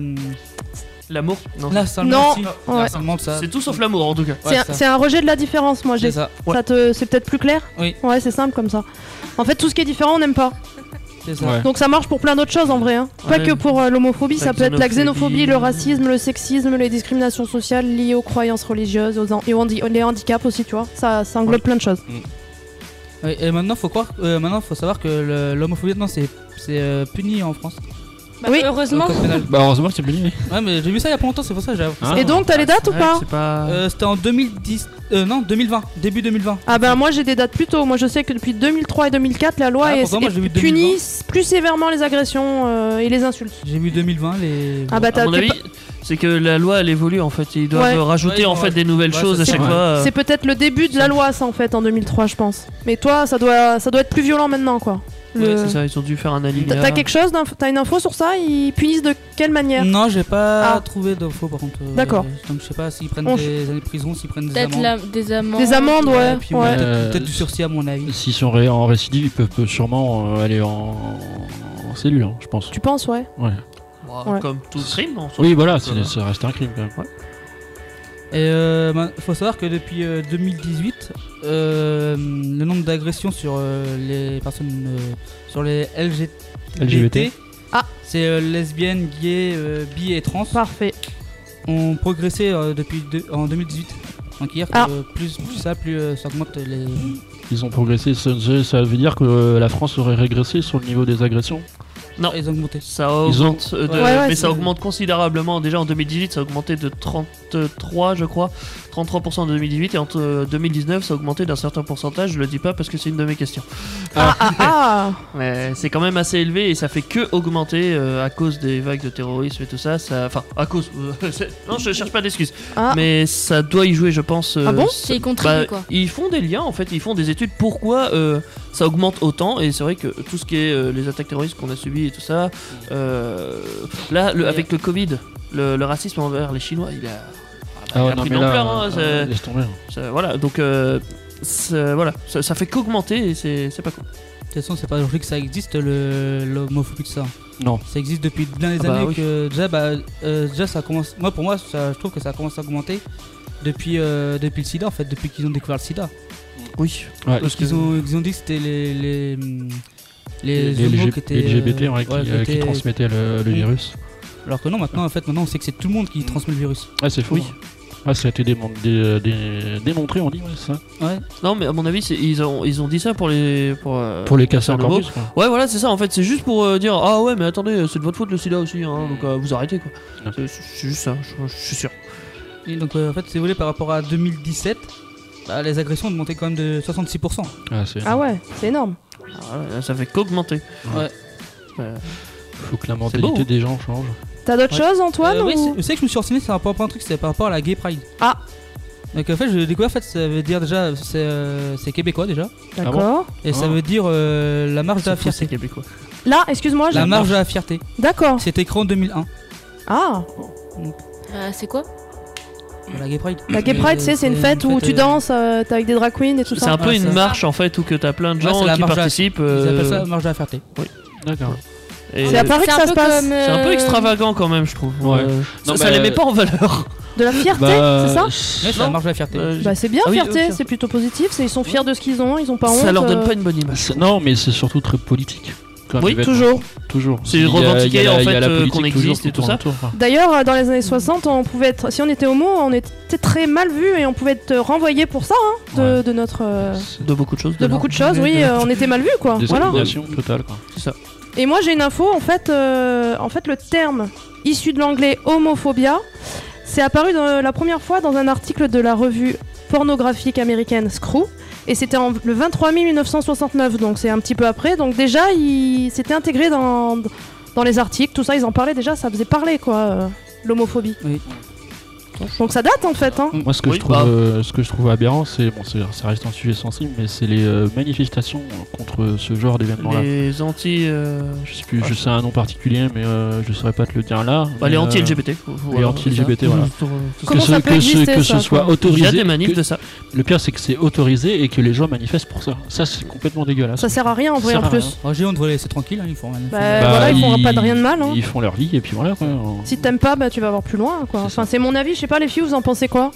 S5: L'amour Non.
S8: Là, ça le
S3: Non.
S8: manque, si.
S3: Ouais.
S8: Là, ça le manque, ça.
S5: C'est tout sauf l'amour en tout cas.
S8: Ouais,
S3: C'est un-
S8: ça.
S3: c'est un, rejet de la différence, moi j'ai.
S8: C'est ça,
S5: Ouais.
S3: Ça te, c'est peut-être plus clair
S8: Oui.
S3: Ouais, c'est simple comme ça. En fait, tout ce qui est différent, on n'aime pas.
S8: c'est ça.
S4: Ouais.
S3: Donc ça marche pour plein d'autres choses en vrai. hein. Pas
S5: Ouais.
S3: que pour euh, l'homophobie,
S5: La
S3: ça peut être la
S5: xénophobie.
S3: xénophobie, le racisme, le sexisme, les discriminations sociales liées aux croyances religieuses, aux en- et aux handi- les handicaps aussi, tu vois. Ça, ça englobe plein de choses.
S8: Ouais, Et maintenant, faut croire, euh, maintenant, faut savoir que le- l'homophobie, maintenant, c'est c'est, euh, puni en France.
S6: Bah,
S3: Oui.
S8: au
S6: Heureusement.
S8: code pénal.
S4: Bah heureusement que c'est fini.
S8: Ouais, mais j'ai vu ça il y a pas longtemps, c'est pour ça que j'ai...
S4: Ah.
S3: Et donc, t'as les dates ou
S5: Ouais,
S3: pas
S5: C'est pas.
S8: Euh, C'était en 2010... euh, non, 2020, début 2020.
S3: Ah ben moi j'ai des dates plus tôt. Moi je sais que depuis 2003 et 2004 la loi
S8: Ah,
S3: est,
S8: pourtant, moi,
S3: est
S8: j'ai vu
S3: punit plus sévèrement les agressions euh, et les insultes.
S8: J'ai vu 2020, les...
S3: Ah bah
S5: à
S3: t'as-
S5: mon
S3: t'es
S5: avis,
S3: pas-
S5: c'est que la loi elle évolue en fait. Ils doivent
S3: Ouais.
S5: rajouter
S8: Ouais,
S5: en fait
S8: ouais.
S5: des nouvelles
S8: Ouais,
S5: choses à
S8: ça,
S5: chaque
S4: c'est-
S5: fois. euh,
S3: c'est peut-être le début de la loi ça en fait en 2003 je pense. Mais toi ça doit ça doit être plus violent maintenant quoi. Le-
S5: ouais, c'est ça, ils ont dû faire un
S3: T'as
S5: alinéa.
S3: t'as quelque chose d'inf- T'as une info sur ça Ils punissent de quelle manière
S8: Non, j'ai pas
S3: Ah.
S8: trouvé d'infos par contre. euh,
S3: D'accord.
S8: Donc je sais pas s'ils prennent
S3: On-
S8: des années de prison, s'ils prennent des
S7: Peut-être
S8: amendes.
S7: la- des amendes.
S3: Des amendes ouais.
S8: Et puis,
S3: ouais.
S8: ouais, peut-être
S4: Euh,
S8: peut-être du sursis à mon avis.
S4: S'ils sont ré- en récidive, ils peuvent peuvent sûrement euh, aller en, en cellule, hein, je pense.
S3: Tu penses ouais
S5: Bah,
S3: Ouais.
S5: Comme tout crime. en soi.
S4: Oui, voilà, c'est-
S5: Voilà.
S4: ça reste un crime quand même.
S8: Et euh, ben, faut savoir que depuis euh, 2018, euh, le nombre d'agressions sur euh, les personnes, euh, sur les LGBT,
S4: LGBT.
S3: Ah.
S8: c'est euh, lesbiennes, gays, euh, bi et trans,
S3: Parfait.
S8: ont progressé euh, depuis deux- en 2018. Donc hier,
S3: Ah.
S8: euh, plus, plus ça, plus euh, ça augmente les.
S4: Ils ont progressé. Ça, ça- ça veut dire que euh, la France aurait régressé sur le niveau des agressions.
S5: Non.
S8: Ils ont augmenté.
S5: Ça
S4: Ils ont-
S5: augmente, euh, de-
S8: Ouais,
S3: ouais,
S5: mais
S3: c'est-
S5: ça augmente considérablement. Déjà en 2018, ça a augmenté de 33, je crois, 33% en 2018 et en euh, 2019, ça a augmenté d'un certain pourcentage. Je le dis pas parce que c'est une de mes questions.
S3: Ah ah ah
S5: Mais c'est quand même assez élevé et ça fait que augmenter euh, à cause des vagues de terrorisme et tout ça. ça... Enfin, à cause. euh, c'est- non, je cherche pas d'excuses.
S3: Ah.
S5: Mais ça doit y jouer, je pense. euh,
S3: Ah bon
S5: ça-
S7: C'est contribué,
S5: bah,
S7: quoi.
S5: Ils font des liens en fait, ils font des études pourquoi euh, ça augmente autant et c'est vrai que tout ce qui est euh, les attaques terroristes qu'on a subies et tout ça, euh, là le- avec le Covid, le, le racisme envers les Chinois, il a...
S4: Ah
S5: il a pris de l'ampleur, hein,
S4: euh,
S5: c'est-
S4: laisse tomber.
S5: Ça- voilà, donc euh, ça, voilà, ça, ça fait qu'augmenter et c'est c'est pas cool.
S8: toute façon, c'est pas aujourd'hui que ça existe le- l'homophobie de ça.
S4: Non.
S8: Ça existe depuis bien des
S5: Ah bah
S8: années
S5: oui.
S8: que déjà, bah, euh, déjà ça commence. Moi, pour moi, ça- je trouve que ça commence à augmenter depuis euh, depuis le SIDA en fait, depuis qu'ils ont découvert le SIDA.
S5: Oui.
S4: Ouais.
S8: Parce qu'ils ont ils ont dit que c'était les les hum, les,
S4: Les
S8: homos
S4: LG
S8: qui étaient
S4: les LGBT
S8: euh,
S4: ouais,
S8: ouais,
S4: qui, euh, qui
S8: étaient-
S4: transmettaient le, le
S8: Oui.
S4: virus.
S8: Alors que non, maintenant en fait, maintenant on sait que c'est tout le monde qui
S5: Mm.
S8: transmet le virus.
S4: Ah, c'est fou.
S8: Oui.
S4: Ah, ça a été démon- dé- dé- démontré, on dit, ouais, ça.
S8: Ouais.
S5: Non, mais à mon avis, c'est- ils ont, ils ont dit ça pour les. Pour, euh,
S4: Pour les
S5: faire
S4: casser
S5: le
S4: encore
S5: mot.
S4: plus, quoi.
S5: Ouais, voilà, c'est ça en fait. C'est juste pour euh, dire Ah ouais, mais attendez, c'est de votre faute le sida aussi, hein, donc euh, vous arrêtez quoi.
S4: Ouais.
S5: C'est- C'est juste ça, je, je suis sûr.
S8: Et donc euh, en fait, si vous voulez, par rapport à 2017, bah, les agressions ont monté quand même de 66%.
S4: Ah, c'est-
S3: Ah ouais, c'est énorme.
S5: Ah, ouais, ça fait qu'augmenter.
S4: Faut que la
S5: beau.
S4: mentalité des gens change.
S3: T'as d'autres
S8: Ouais.
S3: choses, Antoine
S8: Euh, oui,
S3: ou-
S8: c'est- vous savez que je me suis renseigné c'est par rapport à un truc, c'est par rapport à la Gay Pride.
S3: Ah.
S8: Donc en fait, je découvre, en fait, ça veut dire déjà, c'est euh, c'est québécois déjà,
S3: D'accord.
S8: et ça
S4: Ah.
S8: veut dire euh, la marche de la
S5: C'est fou, c'est
S8: fierté.
S5: québécois.
S3: Là, excuse-moi, j'ai.
S8: La marche de la fierté.
S3: D'accord.
S8: C'était écrit en 2001.
S3: Ah, Bah,
S7: Euh, c'est quoi
S8: La Gay Pride.
S3: la Bah, Gay Pride, c'est c'est une fête où tu
S8: euh,
S3: danses, euh, t'es avec des drag queens et tout
S5: C'est
S3: ça.
S5: un peu
S8: Ouais,
S5: une
S8: ça.
S5: marche en fait où que t'as plein de gens
S8: c'est la
S5: qui
S8: marche à-
S5: participent.
S8: Ils
S5: euh,
S8: appellent ça la marche de la fierté.
S4: D'accord.
S5: et-
S3: C'est à Paris
S7: C'est
S3: que
S7: un
S3: ça
S7: peu
S3: se passe.
S7: comme,
S5: c'est un peu
S7: euh,
S5: extravagant quand même, je trouve.
S4: Ouais.
S5: Euh, ça,
S4: Non,
S5: ça
S4: mais-
S5: les met pas en valeur.
S3: De la fierté, c'est
S4: Bah,
S3: ça
S8: Ouais, c'est la marche de la fierté.
S5: Euh,
S3: Bah c'est bien,
S5: Bah, Ah oui,
S3: fierté,
S5: ok.
S3: c'est plutôt positif. c'est- Ils sont fiers de ce qu'ils ont, ils ont pas honte.
S5: ça leur donne
S3: euh,
S5: pas une bonne image.
S4: C'est- Non, mais c'est surtout très politique. comme
S5: Oui,
S4: événement.
S5: toujours.
S4: Toujours.
S5: C'est
S4: Il y a-
S5: revendiquer,
S4: il y a la-
S5: en
S4: il y a
S5: fait,
S4: la
S5: euh,
S4: politique
S5: qu'on
S4: toujours
S5: existe et
S4: qui
S5: tout
S4: tourne
S5: ça.
S4: autour, quoi.
S3: D'ailleurs, euh, dans les années 60, on pouvait être, si on était homo, on était très mal vu et on pouvait être renvoyé pour ça, hein, de,
S4: Ouais.
S3: de notre, euh,
S4: C'est
S5: De beaucoup de choses.
S3: de
S5: leur-
S3: beaucoup de choses.
S8: de
S3: Oui,
S8: leur-
S3: euh, on était mal vu, quoi. Voilà.
S4: Discrimination totale, quoi.
S3: Et moi, j'ai une info. En fait, euh, en fait, le terme issu de l'anglais homophobia, c'est apparu dans- euh, la première fois dans un article de la revue pornographique américaine Screw. Et c'était en- le 23 mai 1969, donc c'est un petit peu après. Donc déjà, il s'était intégré dans, dans les articles, tout ça, ils en parlaient déjà, ça faisait parler, quoi, euh, l'homophobie.
S8: Oui.
S3: Donc ça date, en fait. Hein.
S4: Moi, ce que,
S5: Oui,
S4: je trouve,
S5: bah.
S4: euh, ce que je trouve aberrant, c'est. Bon, c'est- ça reste un sujet sensible, mais c'est les euh, manifestations contre ce genre d'événement-là.
S5: Les anti. euh,
S4: Je sais plus, je sais un nom particulier, mais euh, je saurais pas te le dire là.
S5: bah,
S4: mais,
S5: les
S4: euh,
S5: anti-LGBT. voilà,
S4: les anti-LGBT,
S5: c'est ça.
S4: voilà.
S5: Tout- tout- tout-
S3: Comment
S4: que ce,
S3: ça peut
S4: que ce-
S3: exister,
S4: que
S3: ça,
S4: ce soit
S3: quoi
S5: Il y a
S4: autorisé.
S5: des manifs
S4: que-
S5: de ça.
S4: Le pire, c'est que c'est autorisé et que les gens manifestent pour ça. Ça, c'est complètement dégueulaisse.
S3: Ça sert à rien, en vrai,
S4: Ça
S3: en
S4: sert à
S3: plus.
S4: rien.
S8: Alors, Géon devrait laisser tranquille, hein, ils font rien. ils font
S3: Bah,
S8: rien.
S3: Euh, voilà, ils font pas de rien de mal, hein.
S4: Ils font leur vie et puis voilà. Quoi.
S3: Si t'aimes pas, bah tu vas voir plus loin, quoi.
S4: C'est
S3: Enfin, c'est mon avis, je sais pas, les filles, vous en pensez quoi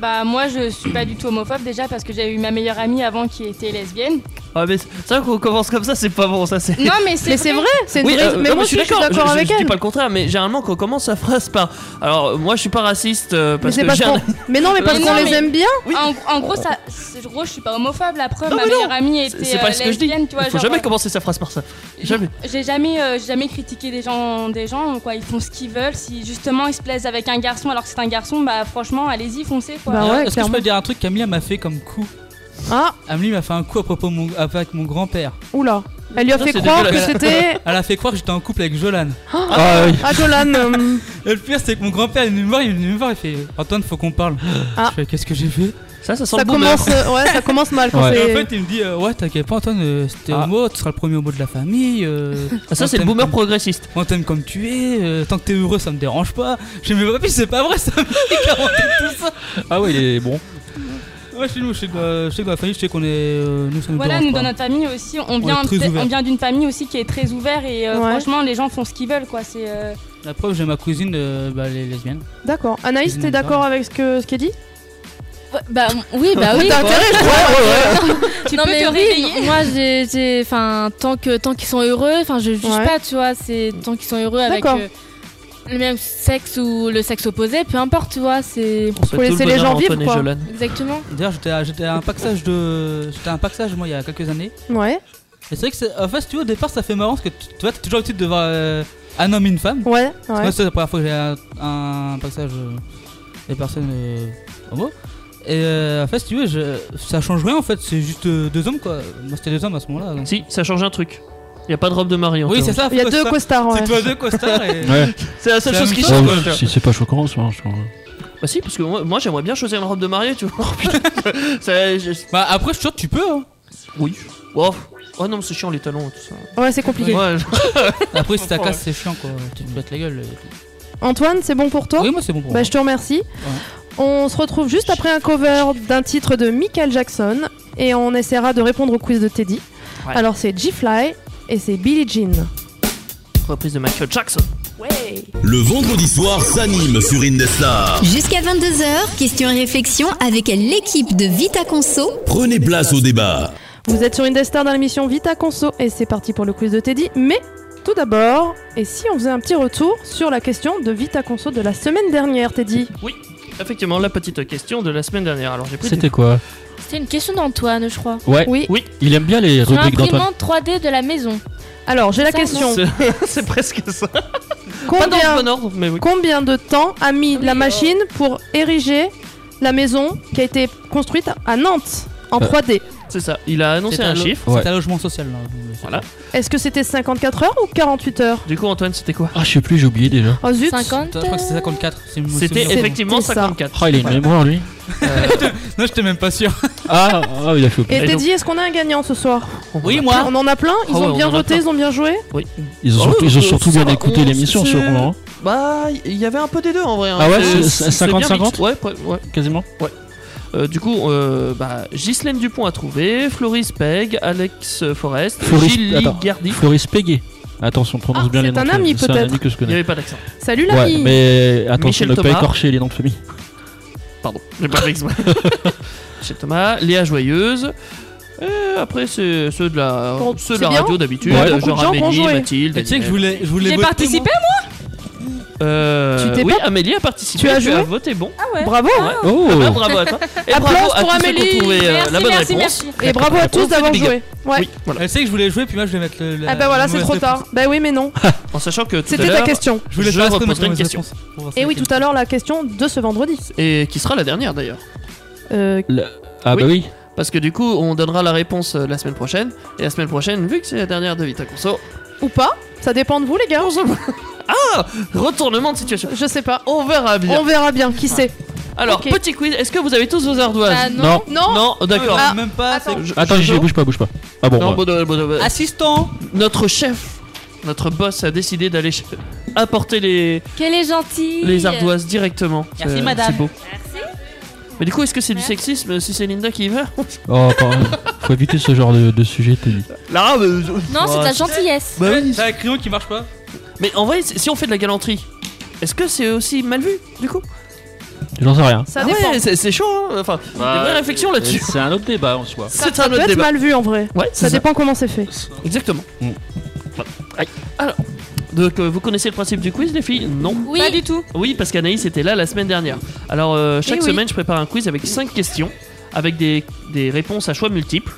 S6: Bah moi je suis pas du tout homophobe déjà parce que j'ai eu ma meilleure amie avant qui était lesbienne.
S5: Ah, mais c'est c'est vrai qu'on commence comme ça, c'est pas bon, ça c'est.
S6: Non mais c'est
S3: Mais c'est vrai, c'est une
S5: Oui,
S3: vraie-
S5: euh,
S3: Mais moi
S5: non, mais
S3: aussi, je suis d'accord avec
S5: Je dis
S3: elle.
S5: pas le contraire, mais généralement, quand on commence sa phrase par. Alors, moi, je suis pas raciste euh,
S3: Mais
S5: parce
S3: c'est
S5: que
S3: parce
S5: j'ai
S3: qu'on.
S5: un.
S3: Mais non, mais parce
S6: Mais
S3: qu'on
S6: non,
S3: les
S6: mais-
S3: aime bien.
S5: Oui.
S6: En, en gros ça, c'est- en gros je suis pas homophobe. La preuve
S5: Non,
S6: ma
S5: mais non.
S6: meilleure amie
S5: C'est-
S6: était
S5: c'est pas
S6: euh,
S5: ce que je dis.
S6: lesbienne, tu vois.
S5: Faut
S6: genre,
S5: jamais commencer sa phrase par ça. Jamais.
S6: J'ai jamais, euh, j'ai jamais critiqué des gens, des gens quoi. Ils font ce qu'ils veulent. Si justement ils se plaisent avec un garçon alors que c'est un garçon, bah franchement allez-y foncez quoi.
S3: Bah ouais,
S8: Ah, Est-ce que je
S3: clairement.
S8: peux dire un truc qu'Amelia m'a fait comme coup
S3: Ah,
S8: Amelie m'a fait un coup à propos de mon- avec mon grand-père.
S3: oula. Elle lui a
S5: Non,
S3: fait
S5: c'est
S3: croire que
S5: dégueulasse.
S3: c'était.
S8: Elle a fait croire que j'étais en couple avec Jolan.
S4: Ah, oui.
S3: Ah, Jolan. euh,
S8: Et le pire, c'est que mon grand-père il est venu me voir, il est venu me voir, il fait Antoine, faut qu'on parle.
S3: Ah.
S8: Je fais Qu'est-ce que j'ai fait
S5: Ça, ça sent
S3: ça
S5: le boomer.
S3: commence. euh, Ouais, ça commence mal quand
S4: Ouais.
S8: Et en
S3: c'est.
S8: fait, il me dit euh, Ouais, t'inquiète pas, Antoine, euh, si t'es
S5: Ah.
S8: homo, tu seras le premier homo de la famille. euh,
S5: Ah,
S8: on
S5: Ça, c'est le
S8: t'aime
S5: boomer
S8: comme-
S5: progressiste.
S8: On t'aime comme tu es, euh, tant que t'es heureux, ça me dérange pas. Je me papi, c'est pas vrai, ça me tout ça.
S4: ah oui, il est bon.
S8: Ouais, chez nous, chez euh, chez ma famille, je sais qu'on est. euh, nous, ça nous
S6: Voilà,
S8: dérange
S6: nous
S8: pas.
S6: dans notre famille aussi, on vient,
S8: est très
S6: peut-être-
S8: ouverts.
S6: on vient d'une famille aussi qui est très ouverte et euh,
S3: Ouais.
S6: franchement les gens font ce qu'ils veulent quoi. C'est euh,
S8: La preuve, j'ai ma cousine, euh, bah, elle est lesbienne.
S3: D'accord. Anaïs,
S8: Ils
S3: t'es
S8: n'aiment
S3: d'accord avec ce que ce qui est dit
S7: Ouais, Bah oui, bah oui.
S3: T'as intérêt, je crois.
S6: tu
S7: non,
S6: peux
S7: mais
S6: te
S7: oui,
S6: réveiller.
S7: Moi, j'ai, j'ai- enfin, tant que tant qu'ils sont heureux, enfin, je juge
S3: Ouais.
S7: pas, tu vois. C'est tant qu'ils sont heureux avec
S3: D'accord.
S7: euh, le même sexe ou le sexe opposé, peu importe, tu vois. C'est
S5: On souhaite
S3: laisser
S5: tout le
S3: les
S5: bonheur
S3: gens
S5: à
S3: vivre,
S5: Antoine et
S3: quoi.
S5: Jolan.
S7: exactement.
S8: D'ailleurs, j'étais à, j'étais à un paxage de. J'étais à un paxage, moi, il y a quelques années.
S3: Ouais.
S8: Et c'est vrai que, c'est- en fait, si tu vois, au départ, ça fait marrant parce que tu tu vois, t'as toujours l'habitude de voir euh, un homme et une femme.
S3: Ouais.
S8: Moi,
S3: Ouais.
S8: c'est la première fois que j'ai un, un passage euh, des personnes euh, homo. Et euh, en fait, si tu veux, je- ça change rien en fait, c'est juste euh, deux hommes quoi. Moi, c'était deux hommes à ce moment-là. donc.
S5: Si, ça change un truc. Y a pas de robe de mariée. en
S8: Oui,
S5: fait.
S8: c'est ça.
S3: Il y a
S8: faut
S3: deux
S8: ça-
S3: costards.
S8: C'est
S3: Ouais.
S8: toi deux costards. Et...
S4: Ouais.
S5: C'est la seule
S8: C'est la
S5: chose qui
S8: même
S5: change.
S4: Ouais,
S5: quoi.
S4: si c'est pas choquant en soi, je trouve.
S5: Bah si, parce que moi, moi, j'aimerais bien choisir une robe de mariée, tu vois. Putain, ça, je-
S8: Bah, après, je suis sûr que tu peux. Hein.
S5: Oui. Oh. Oh non, mais c'est chiant les talons et tout ça.
S3: Ouais, c'est compliqué.
S5: Ouais, je-
S8: Après, si ça casse, c'est chiant quoi. Tu te bêtes la gueule.
S3: Antoine, c'est bon pour toi
S8: Oui, moi c'est bon pour
S3: Bah,
S8: moi.
S3: je te remercie. On se retrouve juste après un cover d'un titre de Michael Jackson et on essaiera de répondre au quiz de Teddy.
S5: Ouais.
S3: Alors c'est G-Fly et c'est Billie Jean.
S5: Reprise de Michael Jackson.
S1: Le vendredi soir s'anime sur Indestar.
S2: Jusqu'à 22h, questions et réflexions avec l'équipe de Vita Conso.
S1: Prenez place au débat.
S3: Vous êtes sur Indestar dans l'émission Vita Conso et c'est parti pour le quiz de Teddy. Mais tout d'abord, et si on faisait un petit retour sur la question de Vita Conso de la semaine dernière, Teddy
S5: Effectivement, la petite question de la semaine dernière. Alors j'ai pris
S4: C'était quoi
S7: C'était une question d'Antoine, je crois.
S4: Ouais.
S3: Oui.
S5: Oui.
S4: Il aime bien les
S7: Sur
S4: rubriques d'Antoine.
S7: l'imprimante 3D de la maison.
S3: Alors j'ai la
S7: Ça,
S5: des-
S3: question.
S5: C'est- C'est presque ça. Pas dans le
S3: Combien,
S5: bon ordre, mais oui.
S3: combien de temps a mis la machine pour ériger la maison qui a été construite à Nantes en
S4: Euh.
S3: 3D
S5: C'est ça. Il a annoncé
S8: C'est
S5: un
S8: lo-
S5: chiffre.
S4: Ouais.
S8: C'est un logement social. là.
S5: Voilà.
S3: Est-ce que c'était 54 heures ou 48 heures
S5: Du coup, Antoine, c'était quoi
S4: Ah, je sais plus, j'ai oublié déjà.
S3: Oh zut
S7: 50
S8: Je crois que c'est 54. si je me
S5: C'était Oh,
S8: souviens.
S5: effectivement
S3: ça.
S5: 54.
S4: Ah, il a une mémoire, lui.
S8: Non, j'étais même pas sûr.
S4: Ah, ah, il a fait.
S3: Et
S5: Et
S3: Teddy,
S5: donc-
S3: est-ce qu'on a un gagnant ce soir
S8: Oui, moi.
S3: On en a plein, ils
S5: Ah ouais,
S3: ont bien
S5: on en a
S3: voté,
S5: plein.
S3: ils ont bien joué.
S4: Ils ont,
S5: Ah oui,
S4: surtout- ils ont surtout
S5: ça
S4: bien
S5: va,
S4: écouté
S5: on-
S4: l'émission,
S5: c'est-
S4: sûrement. hein,
S5: Bah, il y avait un peu des deux en vrai. hein.
S4: Ah ouais,
S5: Euh,
S4: c'est-
S5: c'est-
S4: c'est
S5: bien
S4: 50-50?
S5: mixte. Ouais, ouais, ouais.
S4: Quasiment.
S5: Euh, du coup, euh, bah, Ghislaine Dupont a trouvé, Floris Peg, Alex Forest,
S4: Floris-
S5: Gilly
S4: attends.
S5: Gardy.
S4: Floris Pégué. Attention, prononce
S3: Ah,
S4: bien les
S3: c'est
S4: noms.
S3: un
S4: de famille.
S3: ami,
S4: C'est un
S3: peut-être.
S4: ami que je
S5: Il n'y
S4: connais.
S5: avait pas d'accent.
S3: Salut l'ami
S4: Ouais, mais attention,
S5: Michel
S4: ne pas
S5: Thomas.
S4: écorcher les noms de famille.
S5: Pardon, j'ai pas fait exprès. Chez Thomas, Léa Joyeuse. Et après, c'est ceux de la,
S3: Bon,
S5: ceux de
S3: c'est
S5: la
S3: bien.
S5: radio d'habitude.
S4: Ouais,
S5: genre
S3: beaucoup de gens qui ont
S5: Amélie,
S3: joué.
S5: Mathilde.
S8: Et tu sais que je voulais, je voulais
S6: J'ai
S8: voter,
S6: participé,
S8: moi.
S5: Euh,
S3: Tu t'es
S5: oui,
S3: pas-
S5: Amélie a participé.
S3: Tu as joué
S5: as voté bon.
S3: Bravo
S4: Oh
S5: Ah, bravo à toi. Et bravo
S3: Applause
S5: à
S3: pour
S5: tous ceux qui ont
S3: Amélie.
S5: trouvé, euh,
S6: Merci,
S5: la bonne
S6: merci,
S5: réponse.
S6: merci.
S3: Et bravo à tous
S5: On fait
S3: d'avoir
S5: des big
S3: joué. Ouais.
S5: Oui, voilà.
S8: Elle sait que je voulais jouer, puis moi je vais mettre le. la
S3: Ah bah voilà, c'est
S8: mauvaise
S3: trop
S8: réponse.
S3: tard. Bah oui, mais non.
S5: En sachant que tout à
S3: C'était ta
S5: l'heure-
S3: question.
S8: Je voulais
S5: Je
S8: pas répondre à
S5: reposerai
S8: la
S5: une
S8: mauvaise
S5: question.
S8: réponse. Pour voir si
S3: Et Eh oui,
S8: laquelle.
S3: tout à l'heure, la question de ce vendredi.
S5: Et qui sera la dernière d'ailleurs.
S3: Euh,
S4: Ah bah oui.
S5: Parce que du coup, on donnera la réponse euh, la semaine prochaine. Et la semaine prochaine, vu que c'est la dernière de Vita Conso,
S3: ou pas Ça dépend de vous, les gars.
S5: retournement de situation.
S3: Je sais pas.
S5: On verra bien.
S3: On verra bien, qui sait.
S5: Alors,
S3: Ok.
S5: petit quiz, est-ce que vous avez tous vos ardoises
S7: Ah non.
S3: Non
S5: Non, oh, d'accord.
S3: Ah,
S8: Même pas. c'est-
S3: attends.
S5: Je-
S4: Attends,
S5: je-
S4: Gigi, bouge pas, bouge pas. Ah bon.
S5: Non,
S4: ouais.
S5: bon, bon, bon, bon.
S8: Assistant.
S5: Notre chef, notre boss a décidé d'aller ch- apporter les,
S7: Quelle est gentille
S5: les ardoises directement.
S10: Merci,
S5: C'est-
S10: madame.
S5: C'est beau. Mais du coup, est-ce que c'est du sexisme euh, si c'est Linda qui y va
S4: Oh, pardon. faut éviter ce genre de, de sujet, Teddy.
S5: Là, mais...
S7: Non, c'est de
S5: Ouais.
S7: la gentillesse.
S5: Bah oui.
S8: T'as un crayon qui marche pas.
S5: Mais en vrai, si si on fait de la galanterie, est-ce que c'est aussi mal vu du coup
S4: J'en sais rien.
S3: Ça
S5: Ah
S3: dépend.
S5: ouais, c'est c'est chaud, hein. enfin, des vraies réflexions là-dessus.
S4: C'est un autre débat en soi.
S5: C'est
S3: Ça
S5: un
S3: peut
S5: autre
S3: être
S5: débat.
S3: mal vu en vrai.
S5: Ouais,
S3: Ça
S5: c'est ça.
S3: dépend comment c'est fait.
S5: Exactement.
S4: Mm.
S5: Voilà. Aïe. Alors, donc euh, vous connaissez le principe du quiz, les filles Non.
S7: Oui.
S6: Pas du tout.
S5: Oui, parce qu'Anaïs était là la semaine dernière. Alors, euh, chaque
S3: Eh oui.
S5: semaine, je prépare un quiz avec 5 questions, avec des, des réponses à choix multiples.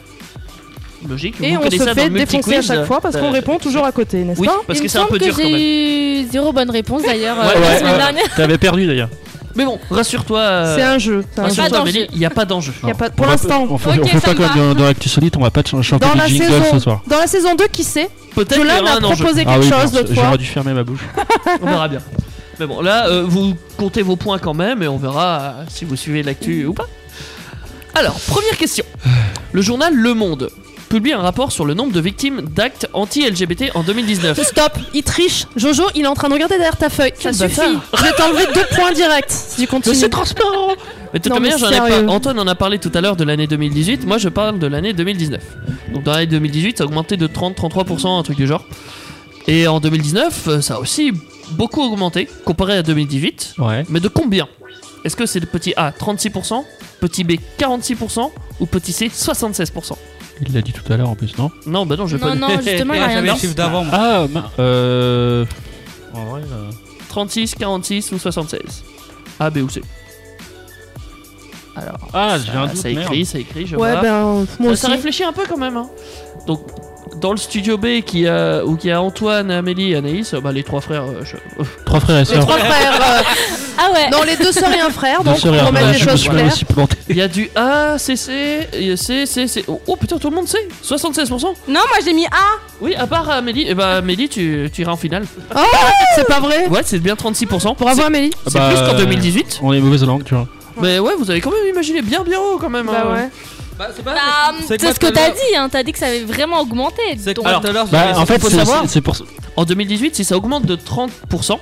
S5: Logique.
S3: Et
S5: vous
S3: on
S5: connaissez
S3: se
S5: ça dans
S3: fait
S5: le
S3: défoncer à
S5: multi-quiz,
S3: chaque fois parce
S5: euh,
S3: qu'on répond toujours à côté, n'est-ce
S5: Oui,
S3: pas
S5: parce
S7: Il
S5: que
S7: me
S5: c'est un
S7: semble
S5: peu
S7: que
S5: dur quand même.
S7: J'ai eu zéro bonne réponse d'ailleurs euh,
S5: Ouais,
S7: la
S5: ouais,
S7: semaine
S5: ouais.
S7: dernière.
S4: T'avais perdu d'ailleurs.
S5: Mais bon, rassure-toi. euh,
S3: C'est un jeu. c'est un jeu.
S5: Rassure-toi,
S7: pas d'enjeu.
S5: Amélie, il n'y a pas d'enjeu.
S3: Y a pas-
S4: On
S3: Pour
S4: va-
S3: l'instant,
S4: On fait,
S6: Ok,
S4: on fait
S6: ça
S4: pas
S6: me
S4: comme
S6: va.
S4: dans, dans l'actu solide, on va pas ch- chanter
S3: Dans
S4: des
S3: la
S4: jingles
S3: saison.
S4: ce soir.
S3: dans la saison 2, qui sait
S5: Peut-être qu'il y
S3: Jolane
S5: aura
S3: a
S5: un enjeu.
S3: proposé quelque
S4: ah oui,
S3: chose
S4: mince,
S3: l'autre fois.
S4: j'aurais dû fermer ma bouche.
S5: On verra bien. Mais bon, là, euh, vous comptez vos points quand même et on verra euh, si vous suivez l'actu ou pas. Alors, première question. Le journal Le Monde publie un rapport sur le nombre de victimes d'actes anti-LGBT en 2019.
S3: Stop, il triche. Jojo, il est en train de regarder derrière ta feuille. Ça
S5: Quel
S3: suffit. Je vais t'enlever deux points directs si tu continues.
S5: transparent Mais de toute
S3: Non, mais
S5: manière, j'en ai pas-
S3: sérieux.
S5: Antoine en a parlé tout à l'heure de l'année 2018, moi je parle de l'année 2019. Donc dans l'année 2018, ça a augmenté de 30-33%, un truc du genre. Et en 2019, euh, ça a aussi beaucoup augmenté, comparé à 2018.
S4: Ouais.
S5: Mais de combien Est-ce que c'est le petit A 36%, petit B 46% ou petit C 76%
S4: Il l'a dit tout à l'heure en plus, non
S5: Non, bah non, je vais pas
S7: Non,
S5: le-
S7: non, justement, il y a
S8: Ah,
S7: rien
S8: J'avais le
S7: d'autre.
S8: chiffre d'avant. moi.
S4: Ah, mince. euh. En vrai. euh,
S5: 36, 46 ou 76 A, B ou C Alors,
S4: Ah, j'ai un
S5: ça,
S4: doute.
S5: ça écrit,
S4: merde.
S5: ça écrit, je
S3: Ouais,
S7: bah,
S5: vois.
S3: ben, moi
S5: Euh,
S3: aussi.
S5: ça réfléchit un peu quand même. hein. Donc, dans le studio B qui a, où qui a Antoine, Amélie et Anaïs, euh, bah, les trois frères. euh, je-
S4: Trois frères et
S3: Les
S4: sœurs.
S3: trois frères. euh,
S7: Ah ouais.
S3: non, les deux sœurs et un frère.
S4: Deux
S3: Donc,
S4: sœurs et
S3: on
S4: un
S3: remet
S4: frère.
S3: les
S4: Je me
S3: choses
S4: suis moi
S3: claires.
S4: aussi planté.
S5: Il y a du A, C, C, et C, C, C. Oh, oh, putain, tout le monde sait 76%
S6: Non, moi j'ai mis A.
S5: Oui, à part Amélie, et bah, Amélie tu, tu iras en finale.
S3: C'est pas vrai
S5: Ouais, c'est bien 36%.
S3: Bravo, Amélie.
S5: C'est
S4: Bah,
S5: plus qu'en
S4: euh,
S5: 2018.
S4: On est mauvaise langue, tu vois.
S5: Mais ouais, vous avez quand même imaginé bien bien haut quand même.
S3: Bah
S5: hein.
S3: ouais.
S8: Bah, c'est pas.
S7: Bah,
S8: C'est
S7: c'est
S8: quoi
S7: ce que
S8: tout à
S7: t'as
S8: l'heure
S7: dit, hein. T'as dit que ça avait vraiment augmenté.
S8: C'est
S7: donc-
S8: quoi tout à l'heure
S4: Bah, en fait,
S5: faut
S4: c'est-
S5: savoir.
S4: c'est c'est pour ça.
S5: En 2018, si ça augmente de 30%,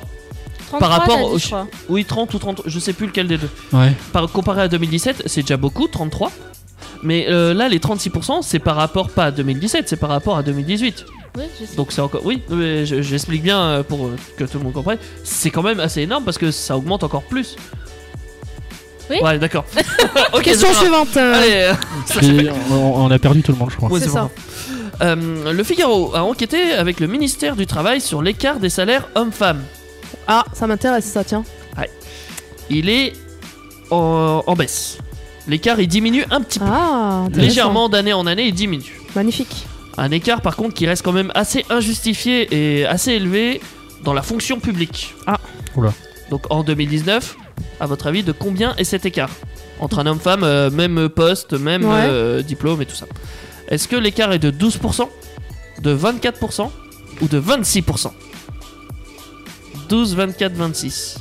S5: Par rapport au-
S7: je crois.
S5: Oui, 30 ou 30, je sais plus lequel des deux.
S4: Ouais.
S5: Par, comparé à 2017, c'est déjà beaucoup, 33. Mais euh, là, les 36%, c'est par rapport pas à 2017, c'est par rapport à 2018.
S7: Oui, je sais.
S5: Donc c'est encore. Oui, mais je- j'explique bien euh, pour euh, que tout le monde comprenne. C'est quand même assez énorme parce que ça augmente encore plus.
S7: Oui.
S5: Ouais, d'accord. ok,
S3: Question
S5: c'est pas grave.
S3: suivante. euh,
S5: Allez, euh, ça, j'ai
S4: Et on, on a perdu tout le monde, je crois.
S5: Ouais,
S3: C'est
S5: c'est
S3: ça.
S5: bon. Euh, le Figaro a enquêté avec le ministère du Travail sur l'écart des salaires hommes-femmes.
S3: Ah, ça m'intéresse, ça, tiens.
S5: Il est en, en baisse. L'écart, il diminue un petit peu.
S3: Ah, intéressant.
S5: Légèrement d'année en année, il diminue.
S3: Magnifique.
S5: Un écart, par contre, qui reste quand même assez injustifié et assez élevé dans la fonction publique.
S3: Ah.
S4: Oula.
S5: Donc en 2019, à votre avis, de combien est cet écart Entre un homme-femme, euh, même poste, même
S3: Ouais.
S5: euh, diplôme et tout ça. Est-ce que l'écart est de 12%, de 24% ou de 26% 12, 24, 26.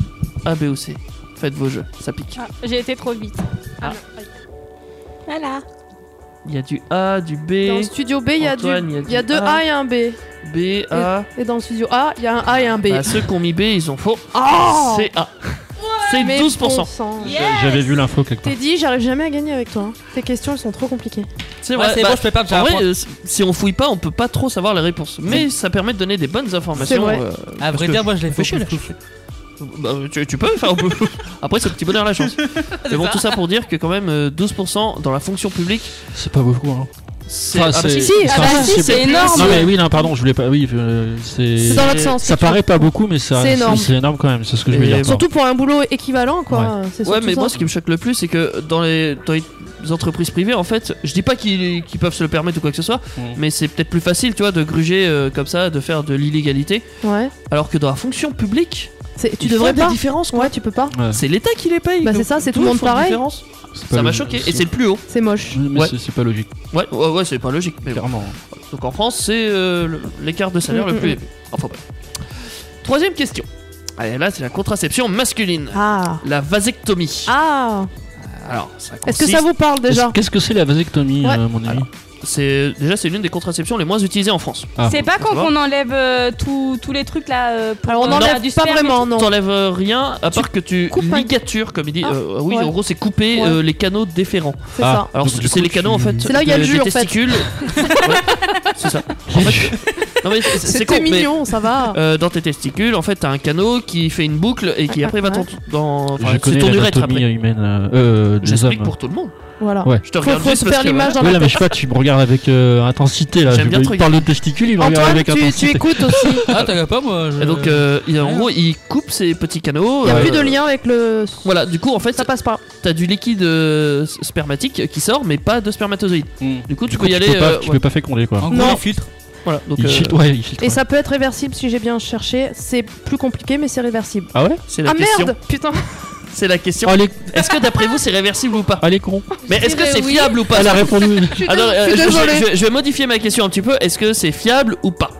S5: A, B ou C. Faites vos jeux, ça pique.
S6: Ah, J'ai été trop vite.
S5: Ah.
S6: Voilà.
S5: Il y a du A, du
S3: Dans le
S5: B,
S3: studio B, il y a du-
S5: Antoine,
S3: il y a deux A et un B.
S5: B, A.
S3: Et dans le studio A, il y a un A et un B.
S5: Bah, ceux qui ont mis B, ils ont faux.
S3: Oh
S5: C'est A. C'est
S3: Mais
S5: 12%.
S3: bon sang.
S4: J'avais vu l'info quelque part.
S3: T'es dit, j'arrive jamais à gagner avec toi. hein. Tes questions, elles sont trop compliquées.
S5: C'est
S8: Ouais,
S5: vrai.
S8: c'est
S5: bah,
S8: bon, je peux pas. j'ai
S5: en
S8: un
S5: vrai,
S8: point.
S5: euh, c- si on fouille pas, on peut pas trop savoir les réponses. Mais ça permet de donner des bonnes
S3: Mm. C'est
S5: informations.
S3: vrai.
S5: euh,
S8: à
S5: parce
S8: vrai
S5: que
S8: dire, moi je l'ai
S5: je-
S8: fait
S5: je- bah, tu, tu peux faire un peu. Après, c'est au petit bonheur la chance. Mais bon, tout ça pour dire que, quand même, euh, 12% dans la fonction publique,
S4: C'est pas beaucoup. Hein.
S5: c'est.
S4: Enfin,
S5: ah, bah,
S4: c'est-
S5: si,
S3: Si, ah bah si, c'est
S6: Oh,
S3: énorme.
S4: Non mais oui, non, pardon, je voulais pas. Oui, euh, c'est.
S3: C'est dans l'autre sens.
S4: Ça
S3: c'est sûr.
S4: paraît pas beaucoup, mais ça-
S3: C'est
S4: c'est
S3: énorme.
S4: c'est énorme quand même. C'est ce que je veux
S5: Et
S4: dire.
S5: bon.
S3: Surtout pour un boulot équivalent, quoi. C'est
S5: Ouais,
S3: surtout
S5: mais
S3: ça.
S5: moi, ce qui me choque le plus, c'est que dans les, dans les entreprises privées, en fait, je dis pas qu'ils qu'ils peuvent se le permettre ou quoi que ce soit,
S4: Mm.
S5: mais c'est peut-être plus facile, tu vois, de gruger euh, comme ça, de faire de l'illégalité,
S3: Ouais.
S5: alors que dans la fonction publique,
S3: C'est- Tu
S5: ils
S3: devrais
S5: font des
S3: pas.
S5: différences, quoi.
S3: Ouais, tu peux pas.
S5: C'est l'État qui les paye.
S3: Bah,
S5: donc
S3: c'est ça, c'est tout
S5: d'où
S3: le monde
S5: ils font des
S3: pareil.
S5: différences.
S4: C'est pas
S5: Ça m'a
S4: logique.
S5: choqué, et c'est le plus haut.
S3: C'est moche.
S4: Mais
S5: Ouais.
S4: c'est- c'est pas logique,
S5: Ouais, ouais, ouais, c'est pas logique. Mais bon.
S4: clairement.
S5: Donc en France, c'est euh, le- l'écart de salaire
S3: Mm,
S5: le
S3: mm,
S5: plus
S3: mm.
S5: élevé. Enfin bref. Troisième question. Allez, là, c'est la contraception masculine.
S3: Ah.
S5: La vasectomie.
S3: Ah.
S5: Alors, ça consiste...
S3: Est-ce que ça vous parle déjà
S4: Qu'est-ce que c'est la vasectomie,
S3: Ouais.
S4: euh, mon ami
S5: Alors. c'est déjà c'est l'une des contraceptions les moins utilisées en France.
S4: Ah.
S6: C'est pas quand
S5: Ça va
S6: on enlève euh, tout- tous les trucs là. euh, pour,
S3: Alors on
S6: euh,
S3: enlève
S6: du
S3: pas
S6: sperme et
S3: vraiment, non.
S5: T'enlèves euh, rien à
S3: Tu
S5: part que tu
S3: coupes un-
S5: ligatures comme il dit.
S3: Ah,
S5: Euh, oui,
S3: ouais.
S5: en gros c'est couper
S3: Ouais.
S5: euh, les canaux déférents.
S3: C'est
S4: Ah.
S3: ça.
S5: Alors
S4: Donc, du
S5: c'est
S4: coup,
S5: les canaux en
S4: tu-
S5: fait.
S3: C'est là où il y a
S5: de-
S3: le jus,
S5: des
S3: en fait.
S5: testicules. Ouais, c'est ça. En fait, non mais c'est- c'est con,
S3: C'était
S5: mais,
S3: mignon, ça va.
S5: euh, dans tes testicules, en fait, t'as un canot qui fait une boucle et qui
S3: Ouais,
S5: après va
S3: ouais.
S5: ton- dans. enfin,
S4: Je
S5: c'est
S4: connais
S5: ton urètre
S4: l'anatomie
S5: après.
S4: humaine euh, euh, des
S5: J'explique
S4: hommes.
S5: pour tout le monde.
S3: Voilà.
S4: Ouais.
S5: Je te
S3: Faut,
S5: regarde
S3: faut
S5: juste
S3: se
S5: parce
S3: faire
S5: que,
S3: l'image dans
S4: Oui,
S3: la
S4: non, mais je
S3: tête.
S4: sais pas, tu me regardes avec euh, intensité là.
S5: J'aime
S4: Je-
S5: bien te
S4: il parle de testicules, il me regarde
S3: Antoine,
S4: avec
S3: tu, tu
S4: intensité.
S3: écoutes aussi.
S8: Ah, t'as pas moi. je-
S5: Et donc, euh, il- en gros, il coupe ses petits canaux.
S3: Il n'y a
S5: euh,
S3: plus de lien avec le.
S5: Voilà, du coup, en fait,
S3: Ça passe pas.
S5: t'as du liquide euh, spermatique qui sort, mais pas de spermatozoïdes.
S4: Mm.
S5: Du coup, tu
S4: Du coup,
S5: peux y aller.
S4: peux pas-
S5: euh,
S4: Tu
S5: ouais,
S4: peux pas féconder quoi.
S8: En
S3: non.
S8: gros, les filtres.
S5: Voilà, donc
S4: Il
S5: euh,
S4: filtre, ouais, il filtre.
S3: Et ça peut être réversible si j'ai bien cherché. C'est plus compliqué, mais c'est réversible.
S4: Ah ouais
S5: c'est la
S3: Ah
S5: question.
S3: merde Putain
S5: C'est la question.
S4: Oh, les-
S5: Est-ce que d'après vous, c'est réversible ou pas
S4: Ah, les cons
S5: Mais est-ce que
S7: dirais
S5: c'est
S7: oui.
S5: fiable ou pas
S4: Elle a répondu.
S5: Ah non, euh,
S3: je suis
S5: je, je-
S3: désolée.
S5: je- je vais modifier ma question un petit peu. Est-ce que c'est fiable ou pas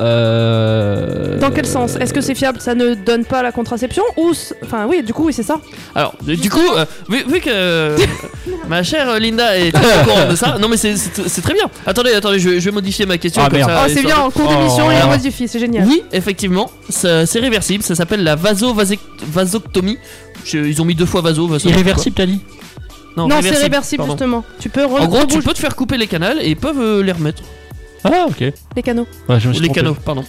S4: Euh,
S3: Dans quel sens Est-ce que c'est fiable Ça ne donne pas la contraception Ou. c- Enfin, oui, du coup, oui, c'est ça.
S5: Alors, du du coup, euh, vu, vu que euh, ma chère euh, Linda est très au courant de ça, non mais c'est- c'est c'est très bien. Attendez, attendez, je, vais- je vais modifier ma question.
S4: Ah,
S5: comme
S4: merde.
S5: ça,
S3: Oh, c'est
S5: histoire
S3: bien, en cours
S4: Oh.
S3: d'émission, il modifie, c'est
S5: de-
S3: génial.
S5: Oui, effectivement, ça- c'est réversible. Ça s'appelle la vasovasectomie. Ils ont mis deux fois vaso. vaso-
S4: Irréversible, t'as dit
S5: quoi.
S3: non, c'est réversible,
S5: pardon.
S3: justement. Tu peux re-
S5: En gros, tu
S3: rebouger
S5: peux te faire couper les canaux et ils peuvent euh, les remettre.
S4: Ah, ok. Ouais,
S3: les canaux.
S4: je me
S5: Ou
S4: suis
S5: les
S4: trompé.
S5: canaux, pardon.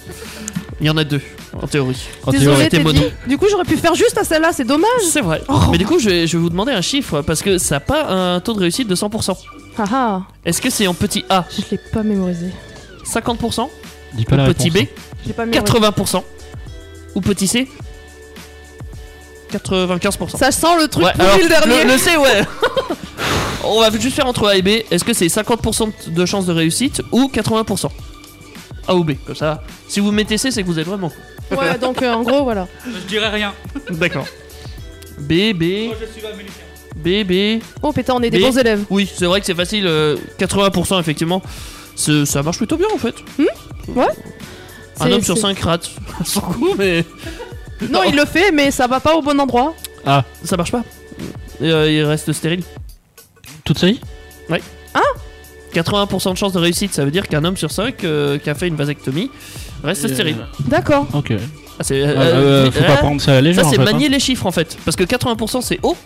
S5: Il y en a deux, en théorie.
S4: En
S3: Désolé,
S4: théorie.
S5: t'es
S3: t'es
S5: mono.
S3: dit. Du coup, j'aurais pu faire juste à celle-là, c'est dommage.
S5: C'est vrai.
S3: Oh.
S5: Mais du coup, je vais, je vais vous demander un chiffre parce que ça n'a pas un taux de réussite de 100%.
S3: Ah ah,
S5: Est-ce que c'est en petit A
S3: je l'ai pas mémorisé.
S5: 50%,
S4: Dis pas la
S5: ou petit B
S4: réponse.
S3: J'ai pas mémorisé.
S5: 80% ou petit C 95%.
S3: Ça sent le truc
S5: Ouais,
S3: pourri
S5: alors,
S3: le dernier.
S5: le C, ouais. On va juste faire entre A et B. Est-ce que c'est 50% de chance de réussite ou 80% A ou B, comme ça. Si vous mettez C, c'est que vous êtes vraiment fou.
S3: Ouais, donc euh, en gros, voilà.
S8: Je dirais rien.
S5: D'accord. B, B,
S8: je suis américain.
S5: B, B.
S3: Oh pétain, on est des
S5: Mais-
S3: bons élèves.
S5: Oui, c'est vrai que c'est facile. euh, 80%, effectivement. Ce- Ça marche plutôt bien en fait. Un
S3: C'est-
S5: homme sur
S3: c'est-
S5: 5 rate son coup, mais Oh,
S3: Non, il Ah. le fait, mais ça va pas au bon endroit.
S5: ah. ça marche pas. Et, euh, il reste stérile.
S4: Toute série
S5: 80% de chance de euh, réussite, ça veut dire qu'un homme sur 5 qui a fait une vasectomie reste
S4: Euh,
S5: stérile.
S3: D'accord.
S4: Ok.
S5: Ah, c'est, euh,
S4: Ah, euh, faut
S5: ah,
S4: pas prendre ça à la légère.
S5: ça, c'est
S4: en fait, hein.
S5: manier les chiffres en fait. Parce que 80% c'est haut,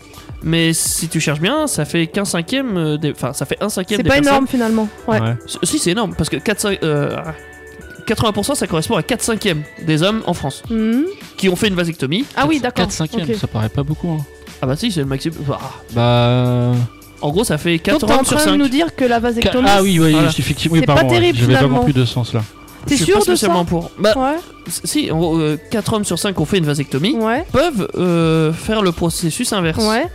S5: mais si tu cherches bien, ça fait qu'un cinquième euh, des. Enfin, ça fait un cinquième
S3: C'est
S5: des
S3: pas
S5: personnes.
S3: énorme finalement. Ouais.
S4: Ouais.
S5: Si- Si, c'est énorme, parce que 4, cin- euh, 80% ça correspond à 4 cinquièmes des hommes en France
S3: Mhm.
S5: qui ont fait une vasectomie.
S3: Ah oui, d'accord.
S4: 4 cinquièmes,
S3: Ok.
S4: ça paraît pas beaucoup. hein.
S5: Ah bah si, c'est le maximum. Ah,
S4: Bah.
S5: en gros, ça fait
S3: Donc t'es
S5: 80
S3: en
S5: sur
S3: train de
S5: 5.
S3: nous dire que la
S4: Ca-
S3: vasectomie.
S4: Ah oui, oui,
S5: Voilà.
S4: effectivement, oui,
S3: C'est pas
S4: pardon, ouais.
S3: terrible,
S4: J'avais pas
S3: finalement.
S4: compris de ce sens là.
S5: Je
S3: T'es
S5: suis
S3: sûr
S5: pas
S3: de ça
S5: spécialement pour. Bah,
S3: Ouais.
S5: si, en gros, 4 hommes sur 5 ont fait une vasectomie.
S3: Ouais.
S5: peuvent euh, faire le processus inverse.
S3: Ouais.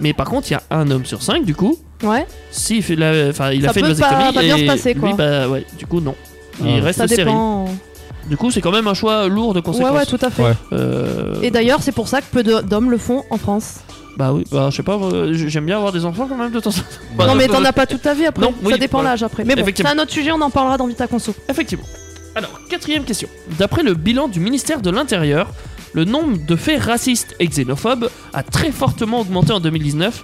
S5: Mais par contre, il y a un homme sur cinq, du coup,
S3: Ouais.
S5: s'il fait la, enfin, il
S3: Ça
S5: a fait une
S3: peut pas-
S5: vasectomie
S3: pas bien
S5: et
S3: se passer, quoi.
S5: lui, bah ouais, du coup non. Il
S4: Ah.
S5: reste
S3: Ça
S5: stérile.
S3: dépend.
S5: Du coup, c'est quand même un choix lourd de
S3: Ouais,
S5: conséquences.
S3: ouais, tout à fait.
S4: Ouais.
S5: Euh,
S3: Et d'ailleurs, c'est pour ça que peu de- d'hommes le font en France.
S5: bah oui, bah je sais pas, euh, j- j'aime bien avoir des enfants quand même de temps en temps. Bah,
S3: non, mais
S5: euh,
S3: t'en as pas toute ta vie après.
S5: Non, oui,
S3: ça dépend
S5: voilà.
S3: l'âge après. Mais bon, c'est
S5: Effectivement.
S3: un autre sujet, on en parlera dans Vita Conso.
S5: Effectivement. Alors, quatrième question. D'après le bilan du ministère de l'Intérieur, le nombre de faits racistes et xénophobes a très fortement augmenté en 2019,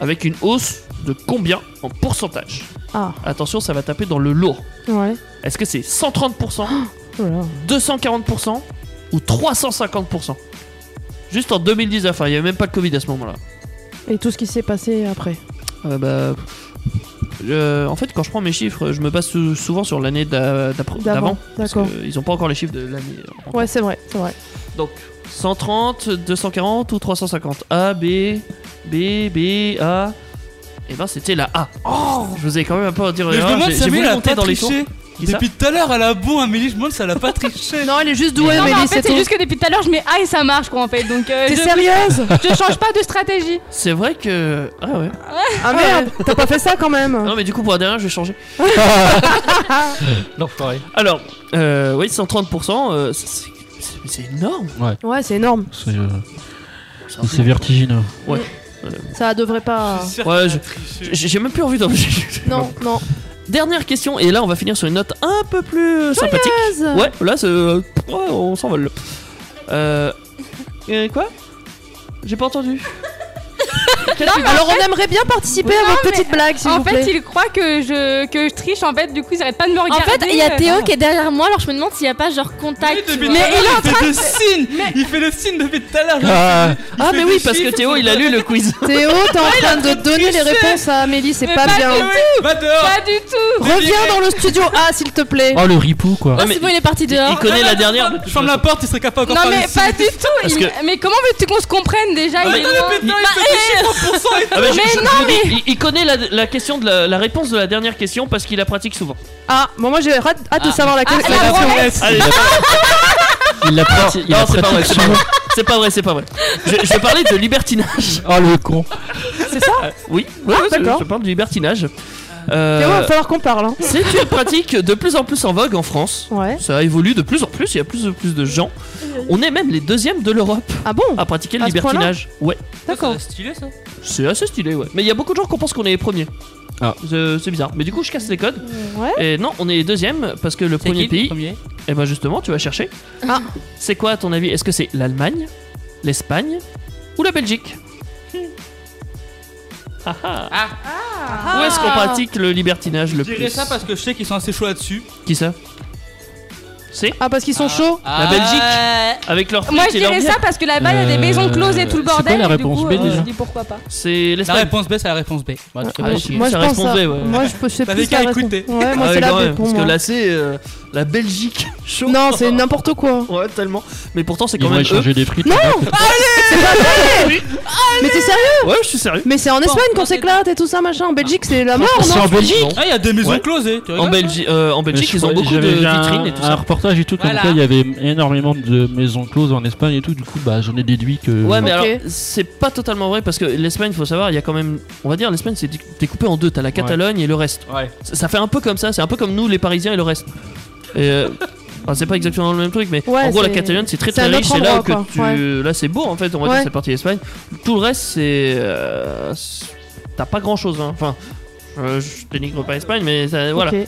S5: avec une hausse de combien en pourcentage
S3: Ah.
S5: Attention, ça va taper dans le lourd.
S3: Ouais.
S5: Est-ce que c'est 130%,
S3: Oh là là.
S5: 240% ou 350% Juste en 2019, hein, il n'y avait même pas de Covid à ce moment-là.
S3: Et tout ce qui s'est passé après.
S5: Euh, bah, euh, en fait, quand je prends mes chiffres, je me base sou- souvent sur l'année d'a- d'appr- d'avant.
S3: D'avant.
S5: Parce
S3: D'accord.
S5: qu'ils n'ont pas encore les chiffres de l'année. euh, en
S3: Ouais, c'est vrai, c'est vrai.
S5: Donc 130, 240 ou 350 A, B, B, B, A. Et ben c'était la A. Oh Je vous ai quand même un peu à dire.
S8: Mais je me
S5: erreur,
S8: demande
S5: j'ai-
S8: si
S5: j'ai
S8: Amélie
S5: voulu
S8: elle a
S5: monter
S8: pas
S5: dans les tours.
S8: triché.
S5: Qui ça
S8: Depuis tout à l'heure, elle a bon, Amélie, je me demande si elle a pas triché.
S3: Non, elle est juste
S6: Non,
S7: Ah,
S3: douée,
S6: mais
S3: mais
S6: en fait, c'est juste que depuis tout à l'heure, je mets A et ça marche quoi en fait. Donc euh,
S3: T'es
S6: je,
S3: sérieuse
S6: je change pas de stratégie.
S5: C'est vrai que. Ah ouais.
S3: Ah merde, t'as pas fait ça quand même
S5: Non mais du coup pour la dernière je vais changer. Alors, euh, oui 130%, euh, c'est- c'est c'est- c'est énorme.
S3: Ouais, c'est énorme.
S4: C'est euh,
S5: Ça.
S4: c'est vertigineux.
S3: Ça devrait pas.
S5: Ouais, je- J'ai j'ai même plus envie d'en
S3: Non, non.
S5: Dernière question, et là on va finir sur une note un peu plus euh, sympathique. Ouais, là, c'est. euh, ouais, on s'envole. Euh. euh, quoi J'ai pas entendu.
S3: Alors, on aimerait bien participer à
S6: Non,
S3: votre
S6: mais-
S3: petite blague, s'il
S6: En
S3: vous plaît.
S6: fait, ils croient que je, que je triche en fait. Du coup, ils arrêtent pas de me
S7: En
S6: regarder.
S7: fait, il y a Théo
S6: Euh,
S7: qui est derrière moi, alors je me demande s'il n'y a pas genre contact. tu vois.
S8: mais il, fait le signe Il fait le signe depuis tout à l'heure
S4: Ah,
S5: Ah, mais oui,
S8: des
S5: parce que
S8: chiffres,
S5: Théo, il a lu le quiz.
S3: Théo, t'es en train de donner les réponses à Amélie, c'est
S6: Mais
S3: pas
S6: pas
S3: bien.
S8: Va dehors
S6: Pas du tout.
S3: Reviens dans le studio A, s'il te plaît.
S4: Oh le ripou quoi.
S7: Ah,
S5: mais-
S7: c'est bon, il est parti
S5: Il
S7: dehors.
S5: connaît la dernière.
S8: Je ferme la porte, il serait capable
S6: Non
S8: encore
S6: mais pas du tout.
S5: Parce
S6: Il-
S5: que-
S6: Mais comment veux-tu qu'on se comprenne déjà Il est Bah, eh, loin.
S5: Ah, mais je-
S6: Mais
S5: je- je
S6: non,
S5: vous dis, il, il connaît la, la question de la, la réponse de la dernière question parce qu'il la pratique souvent.
S3: Ah, bon, moi j'ai hâte, hâte de savoir laquelle
S6: Ah,
S3: c'est
S6: la
S3: la
S6: bromette.
S5: Allez,
S4: Il l'a
S5: non,
S4: prati- il
S5: non,
S4: l'a
S5: c'est pas vrai,
S4: pratiqué
S5: c'est
S4: sur
S5: pas vrai. C'est pas vrai, c'est pas vrai. Je, je vais parler de libertinage.
S4: Oh le con.
S5: Oui, oui, oui, je,
S3: d'accord.
S5: je parle du libertinage. Euh,
S3: Théo, va falloir qu'on parle. Hein.
S5: c'est une pratique de plus en plus en vogue en France.
S3: Ouais.
S5: Ça évolue de plus en plus, il y a plus en plus de gens. On est même les deuxièmes de l'Europe
S3: Ah bon
S5: à pratiquer le
S3: À ce
S5: libertinage. Ouais,
S3: D'accord.
S8: stylé ça
S5: c'est assez stylé, ouais. Mais il y a beaucoup de gens qui pensent qu'on est les premiers.
S4: Ah.
S5: C'est c'est bizarre. Mais du coup, je casse les codes.
S3: Ouais.
S5: Et non, on est les deuxièmes parce que le premier pays, et ben justement, tu vas chercher.
S3: Ah.
S5: C'est quoi à ton avis Est-ce que c'est l'Allemagne, l'Espagne ou la Belgique Ah ah. Où est-ce qu'on pratique le libertinage
S8: Ah. Je
S5: le
S8: dirais
S5: plus
S8: ça parce que je sais qu'ils sont assez chauds là-dessus.
S5: Qui ça C'est
S3: Ah, parce qu'ils sont chauds
S5: la Belgique avec leur
S6: euh, Moi
S5: frites
S6: je
S5: et leur
S6: dirais
S5: bière.
S6: ça parce que là-bas il y a des
S4: Euh,
S6: maisons closes et tout le
S4: c'est quoi
S6: bordel.
S4: la
S6: et du
S4: réponse
S6: coup,
S4: B,
S6: euh,
S4: déjà
S6: Je dis pourquoi pas.
S5: C'est
S8: La
S5: l'Espagne.
S8: réponse B, c'est la réponse B. Bah, tu fais
S5: Ah,
S8: pas
S5: oui.
S8: chier.
S3: Moi je
S5: ça
S3: pense
S5: répondrait,
S3: à-
S5: ouais.
S3: Moi je peux- je sais
S8: T'avais
S3: plus
S8: qu'à
S3: la réponse.
S8: écouter.
S3: Ouais, moi
S5: Ah
S3: c'est
S5: ouais,
S3: la
S5: quand
S3: B
S5: même,
S3: pour
S5: parce
S3: moi.
S5: que là c'est euh, la Belgique. Chaud.
S3: Non, c'est n'importe quoi.
S5: Ouais, tellement. Mais pourtant c'est
S4: Ils
S5: quand
S4: vont
S5: même eux.
S4: échanger des frites.
S3: Non C'est pas vrai Mais t'es sérieux
S5: Ouais, je suis sérieux.
S3: Mais c'est en Espagne qu'on s'éclate et tout ça machin. En Belgique c'est la mort,
S4: C'est
S3: non
S4: en Belgique
S8: Ah, il y a des maisons
S5: Ouais.
S8: closes, eh. Tu
S5: En,
S8: rigoles,
S5: Belgi euh, en Belgique,
S4: Je
S5: ils ont
S4: crois-
S5: beaucoup de
S4: j'avais vu un-
S5: vitrines et tout
S4: Un
S5: ça.
S4: reportage et tout, comme
S8: Voilà.
S4: quoi il y avait énormément de maisons closes en Espagne et tout. Du coup, bah j'en ai déduit que.
S5: Ouais, mais
S3: Ok.
S5: alors c'est pas totalement vrai parce que l'Espagne, faut savoir, il y a quand même. On va dire, l'Espagne c'est déc- découpé en deux. T'as la Catalogne et le reste.
S4: Ouais.
S5: Ça, ça fait un peu comme ça. C'est un peu comme nous, les Parisiens et le reste. Et. euh, enfin, c'est pas exactement le même truc, mais
S3: Ouais,
S5: en gros, la
S3: c'est-
S5: Catalogne c'est très
S3: c'est
S5: très
S3: un
S5: riche.
S3: autre
S5: C'est là où
S3: endroit,
S5: que tu.
S3: quoi.
S5: Là, c'est beau en fait, on va
S3: Ouais.
S5: dire, cette partie d'Espagne. Tout le reste, c'est. euh, c'est- T'as pas grand chose, hein. Enfin, je, je dénigre pas l'Espagne, mais ça- voilà.
S3: Ok,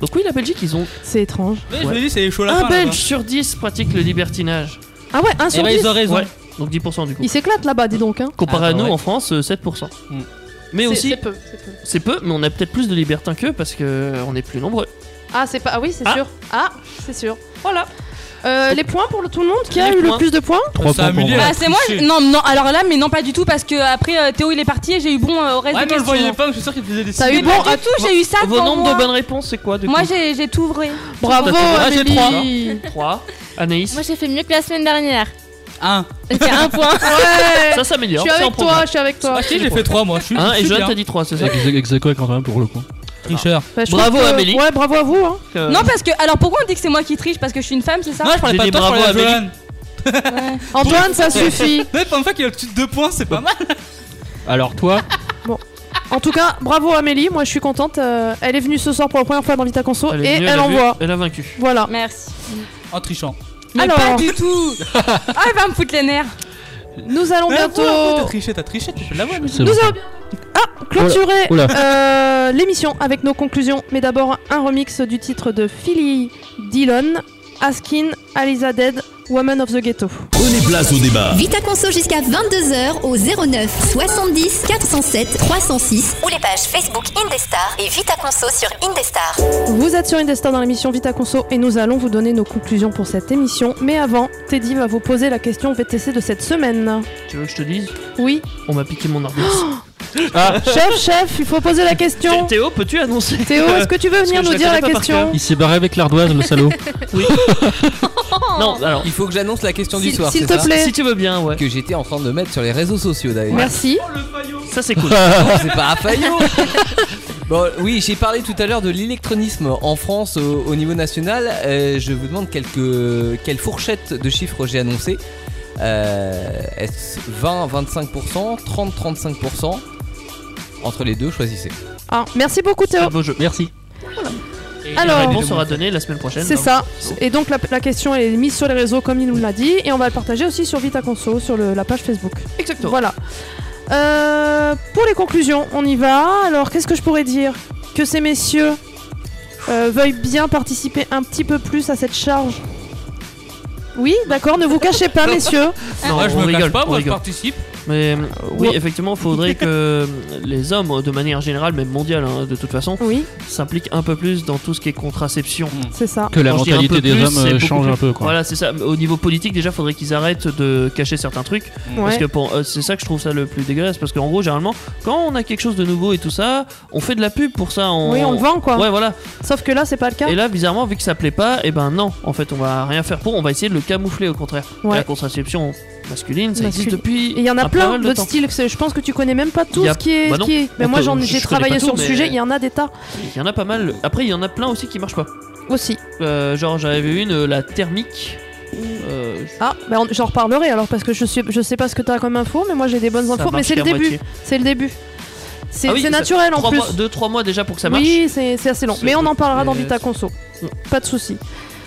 S5: Donc, oui, la Belgique, ils ont
S3: C'est étrange.
S8: hein. Ouais, Je me dis, c'est les chauds
S5: Un
S8: là-bas.
S5: Belge sur 10 pratique le libertinage.
S3: Ah ouais, 1
S8: Eh
S3: sur
S8: ben,
S3: 10
S8: ils ont raison.
S5: Ouais. Donc 10% du coup.
S3: Ils s'éclatent là-bas, dis donc. Hein.
S5: Comparé
S8: Ah,
S5: à nous
S8: ouais.
S5: en France, euh, 7%.
S8: Hmm.
S5: Mais
S3: C'est-
S5: aussi,
S3: c'est peu, c'est peu.
S5: c'est peu, mais on a peut-être plus de libertins qu'eux parce que on est euh, plus nombreux.
S3: Ah, c'est pas. Ah oui, c'est
S5: Ah.
S3: sûr. Ah, c'est sûr. Voilà. Euh, les points pour le- tout le monde Qui a
S5: Les
S3: eu le
S5: points.
S3: plus de points
S4: Trois
S8: Ça a
S4: points pour
S8: humilié.
S4: moi.
S3: Ah,
S6: Bah, c'est moi.
S8: triché.
S6: je- Non, non, alors là, mais non, pas du tout, parce que après euh, Théo il est parti et j'ai eu bon euh, au reste des
S8: Ouais, mais on le
S6: questions.
S8: voyait pas, mais je suis sûr qu'il faisait des
S7: Ah
S3: T'as
S8: signes.
S3: eu
S6: mais
S3: bon
S6: pas
S3: à-
S6: du tout, j'ai eu ça
S5: Vos
S6: devant
S5: nombres
S6: moi.
S5: de bonnes réponses, c'est quoi du
S6: Moi,
S5: coup
S6: j'ai j'ai tout vrai.
S3: Bravo
S5: Ah, j'ai trois.
S3: Amélie
S5: 3. Anaïs
S7: Moi j'ai fait mieux que la semaine dernière.
S8: Un.
S7: J'ai fait un point.
S3: Ouais
S5: Ça
S3: Je
S5: s'améliore.
S3: suis
S5: Hein, c'est en
S3: avec
S5: progrès.
S3: toi, je suis avec toi.
S8: Ah si, j'ai fait trois moi. Je suis
S5: Hein, et
S8: je suis
S5: Johan
S8: bien.
S5: t'a dit 3, c'est ça
S4: Ex- ex aequo quand même pour le coup.
S8: tricheur.
S3: Bah, je
S5: Bravo,
S3: trouve que-
S5: Amélie.
S3: Ouais, bravo à vous. hein.
S5: Euh,
S6: Non, parce que. Alors pourquoi on dit que c'est moi qui triche Parce que je suis une femme, c'est ça
S8: Non, je parlais
S5: J'ai
S8: pas de
S5: dit
S8: toi, je
S5: bravo
S8: parlais de
S5: à
S8: Johan.
S3: Antoine, ça suffit.
S8: Ouais, pour une fois qu'il a le dessus de deux points, c'est pas mal.
S4: Alors toi,
S3: En tout cas, bravo Amélie, moi je suis contente. euh, elle est venue ce soir pour la première fois dans Vita Conso
S5: elle est
S3: et
S5: venue,
S3: elle
S5: a vu,
S3: envoie.
S5: Elle a vaincu.
S3: Voilà.
S6: Merci.
S8: En trichant.
S6: Mais
S3: Alors.
S6: pas du tout Ah, elle va me foutre les nerfs
S3: Nous allons bientôt.
S8: T'as triché, t'as triché, tu fais de la voix.
S4: c'est
S3: Nous
S4: bon.
S3: allons bientôt- Ah, clôturer
S4: Oula.
S3: euh, l'émission avec nos conclusions. Mais d'abord, un remix du titre de Philly Dillon, Askin, Aliza Dead, Woman of the Ghetto.
S1: Prenez place au débat.
S2: Vita Conso jusqu'à 22h au 09 70 407 306 ou les pages Facebook Indestar et Vita Conso sur Indestar.
S3: Vous êtes sur Indestar dans l'émission Vita Conso et nous allons vous donner nos conclusions pour cette émission. Mais avant, Teddy va vous poser la question VTC de cette semaine.
S5: Tu veux que je te dise
S3: Oui,
S5: On m'a piqué mon orgasme.
S3: Oh, chef, chef, il faut poser la question.
S5: Théo, peux-tu annoncer Euh,
S3: Théo, est-ce que tu veux
S5: Parce
S3: venir
S5: que
S3: nous
S5: je la
S3: dire
S5: connais
S3: la
S5: pas par
S3: question
S4: Il s'est barré avec l'ardoise, le salaud.
S5: Non, alors,
S9: Il faut que j'annonce la question du
S3: S'il
S9: soir,
S3: s'il
S9: c'est
S3: te
S9: ça
S3: plaît.
S5: si tu veux bien, ouais.
S9: Que j'étais en train de mettre sur les réseaux sociaux d'ailleurs.
S3: Merci.
S5: Ça, c'est cool.
S9: Non, c'est pas un faillot. Bon, oui, j'ai parlé tout à l'heure de l'électronisme en France au, au niveau national. Euh, je vous demande quelques, quelle fourchette de chiffres j'ai annoncé. Euh, Est-ce 20, 25%, 30, 35% Entre les deux, choisissez.
S3: Ah, merci beaucoup Théo.
S5: Un beau jeu. Merci.
S3: Alors.
S5: la réponse sera donnée la semaine prochaine.
S3: C'est
S5: donc.
S3: ça. Et donc la, la question elle est mise sur les réseaux comme il nous l'a dit et on va le partager aussi sur Vita Conso sur le- la page Facebook.
S5: Exactement.
S3: Voilà. Euh, pour les conclusions, on y va. Alors qu'est-ce que je pourrais dire Que ces messieurs euh, veuillent bien participer un petit peu plus à cette charge. Oui, d'accord, ne vous cachez pas, messieurs.
S5: Non,
S8: Moi je
S5: on
S8: me
S5: rigole,
S8: cache pas,
S5: on
S8: moi je
S5: rigole.
S8: participe.
S5: Mais euh, oui,
S3: Ouais.
S5: effectivement, faudrait que euh, les hommes, de manière générale, même mondiale, hein, de toute façon,
S3: Oui,
S5: s'impliquent un peu plus dans tout ce qui est contraception.
S3: c'est ça.
S4: Que la
S5: Quand je dis un
S4: mentalité
S5: peu
S4: des
S5: plus,
S4: hommes
S5: c'est
S4: euh,
S5: beaucoup
S4: change
S5: plus.
S4: un peu quoi.
S5: Voilà, c'est ça. Au niveau politique, déjà, faudrait qu'ils arrêtent de cacher certains trucs. Parce
S3: Ouais.
S5: que pour- euh, c'est ça que je trouve ça le plus dégueulasse. Parce qu'en gros, généralement, quand on a quelque chose de nouveau et tout ça, on fait de la pub pour ça. On...
S3: Oui, on le vend quoi.
S5: Ouais, voilà.
S3: Sauf que là, c'est pas le cas.
S5: Et là, bizarrement, vu que ça plaît pas, et ben non, en fait, on va rien faire pour, on va essayer de le camoufler au contraire.
S3: Ouais.
S5: La contraception masculine, ça
S3: Masculine.
S5: existe depuis.
S3: Et il y en
S5: un
S3: a
S5: pas
S3: plein
S5: mal de
S3: d'autres
S5: temps.
S3: styles. que c'est- Je pense que tu connais même pas tout
S5: Y a-
S3: ce qui est.
S5: Bah
S3: ce
S5: non.
S3: qui est- Mais moi,
S5: Attends,
S3: j'en-
S5: je-
S3: j'ai
S5: je connais
S3: travaillé
S5: pas
S3: sur
S5: tout,
S3: le
S5: mais-
S3: sujet. Il y en a des tas
S5: Il y en a pas mal. Après, il y en a plein aussi qui marchent pas.
S3: aussi.
S5: Euh, genre, j'avais vu une, euh, la thermique. Euh,
S3: Ah, bah on- j'en reparlerai alors parce que je sais, je sais pas ce que t'as comme info, mais moi j'ai des bonnes
S5: ça
S3: infos. Mais
S5: marche
S3: c'est le
S5: qu'à
S3: début.
S5: moitié.
S3: C'est le début. C'est
S5: Ah oui,
S3: c'est
S5: ça-
S3: naturel en
S5: Trois
S3: plus.
S5: mois- deux, trois mois déjà pour que ça marche.
S3: oui, c'est c'est assez long.
S5: C'est-
S3: Mais on en parlera dans
S5: mais-
S3: Vita Conso.
S5: Mm.
S3: Pas de souci.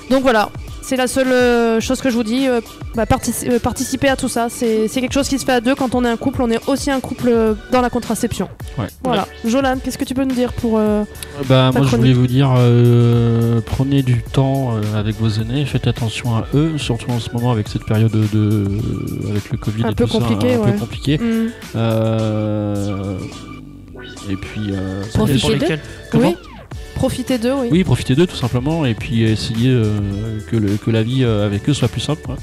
S3: Donc voilà, c'est la seule euh, chose que je vous dis. euh, bah, partici- euh, participer à tout ça, c'est c'est quelque chose qui se fait à deux quand on est un couple. On est aussi un couple euh, dans la contraception.
S4: Ouais.
S3: Voilà. Jolan, qu'est-ce que tu peux nous dire pour euh,
S4: Bah,
S3: Ta
S4: moi, je
S3: chronique.
S4: voulais vous dire, euh, prenez du temps euh, avec vos aînés, faites attention à eux, surtout en ce moment avec cette période de, de- avec le Covid
S3: Un
S4: et
S3: peu
S4: tout ça,
S3: compliqué,
S4: un
S3: ouais.
S4: peu compliqué.
S3: hmm,
S4: Euh, et puis, euh,
S5: Ça dépend
S3: Profitez d'eux.
S5: lesquels.
S4: Comment
S3: oui, profiter d'eux, oui.
S4: oui, profitez d'eux tout simplement, et puis essayez euh, que, le- que la vie euh, avec eux soit plus simple. Quoi.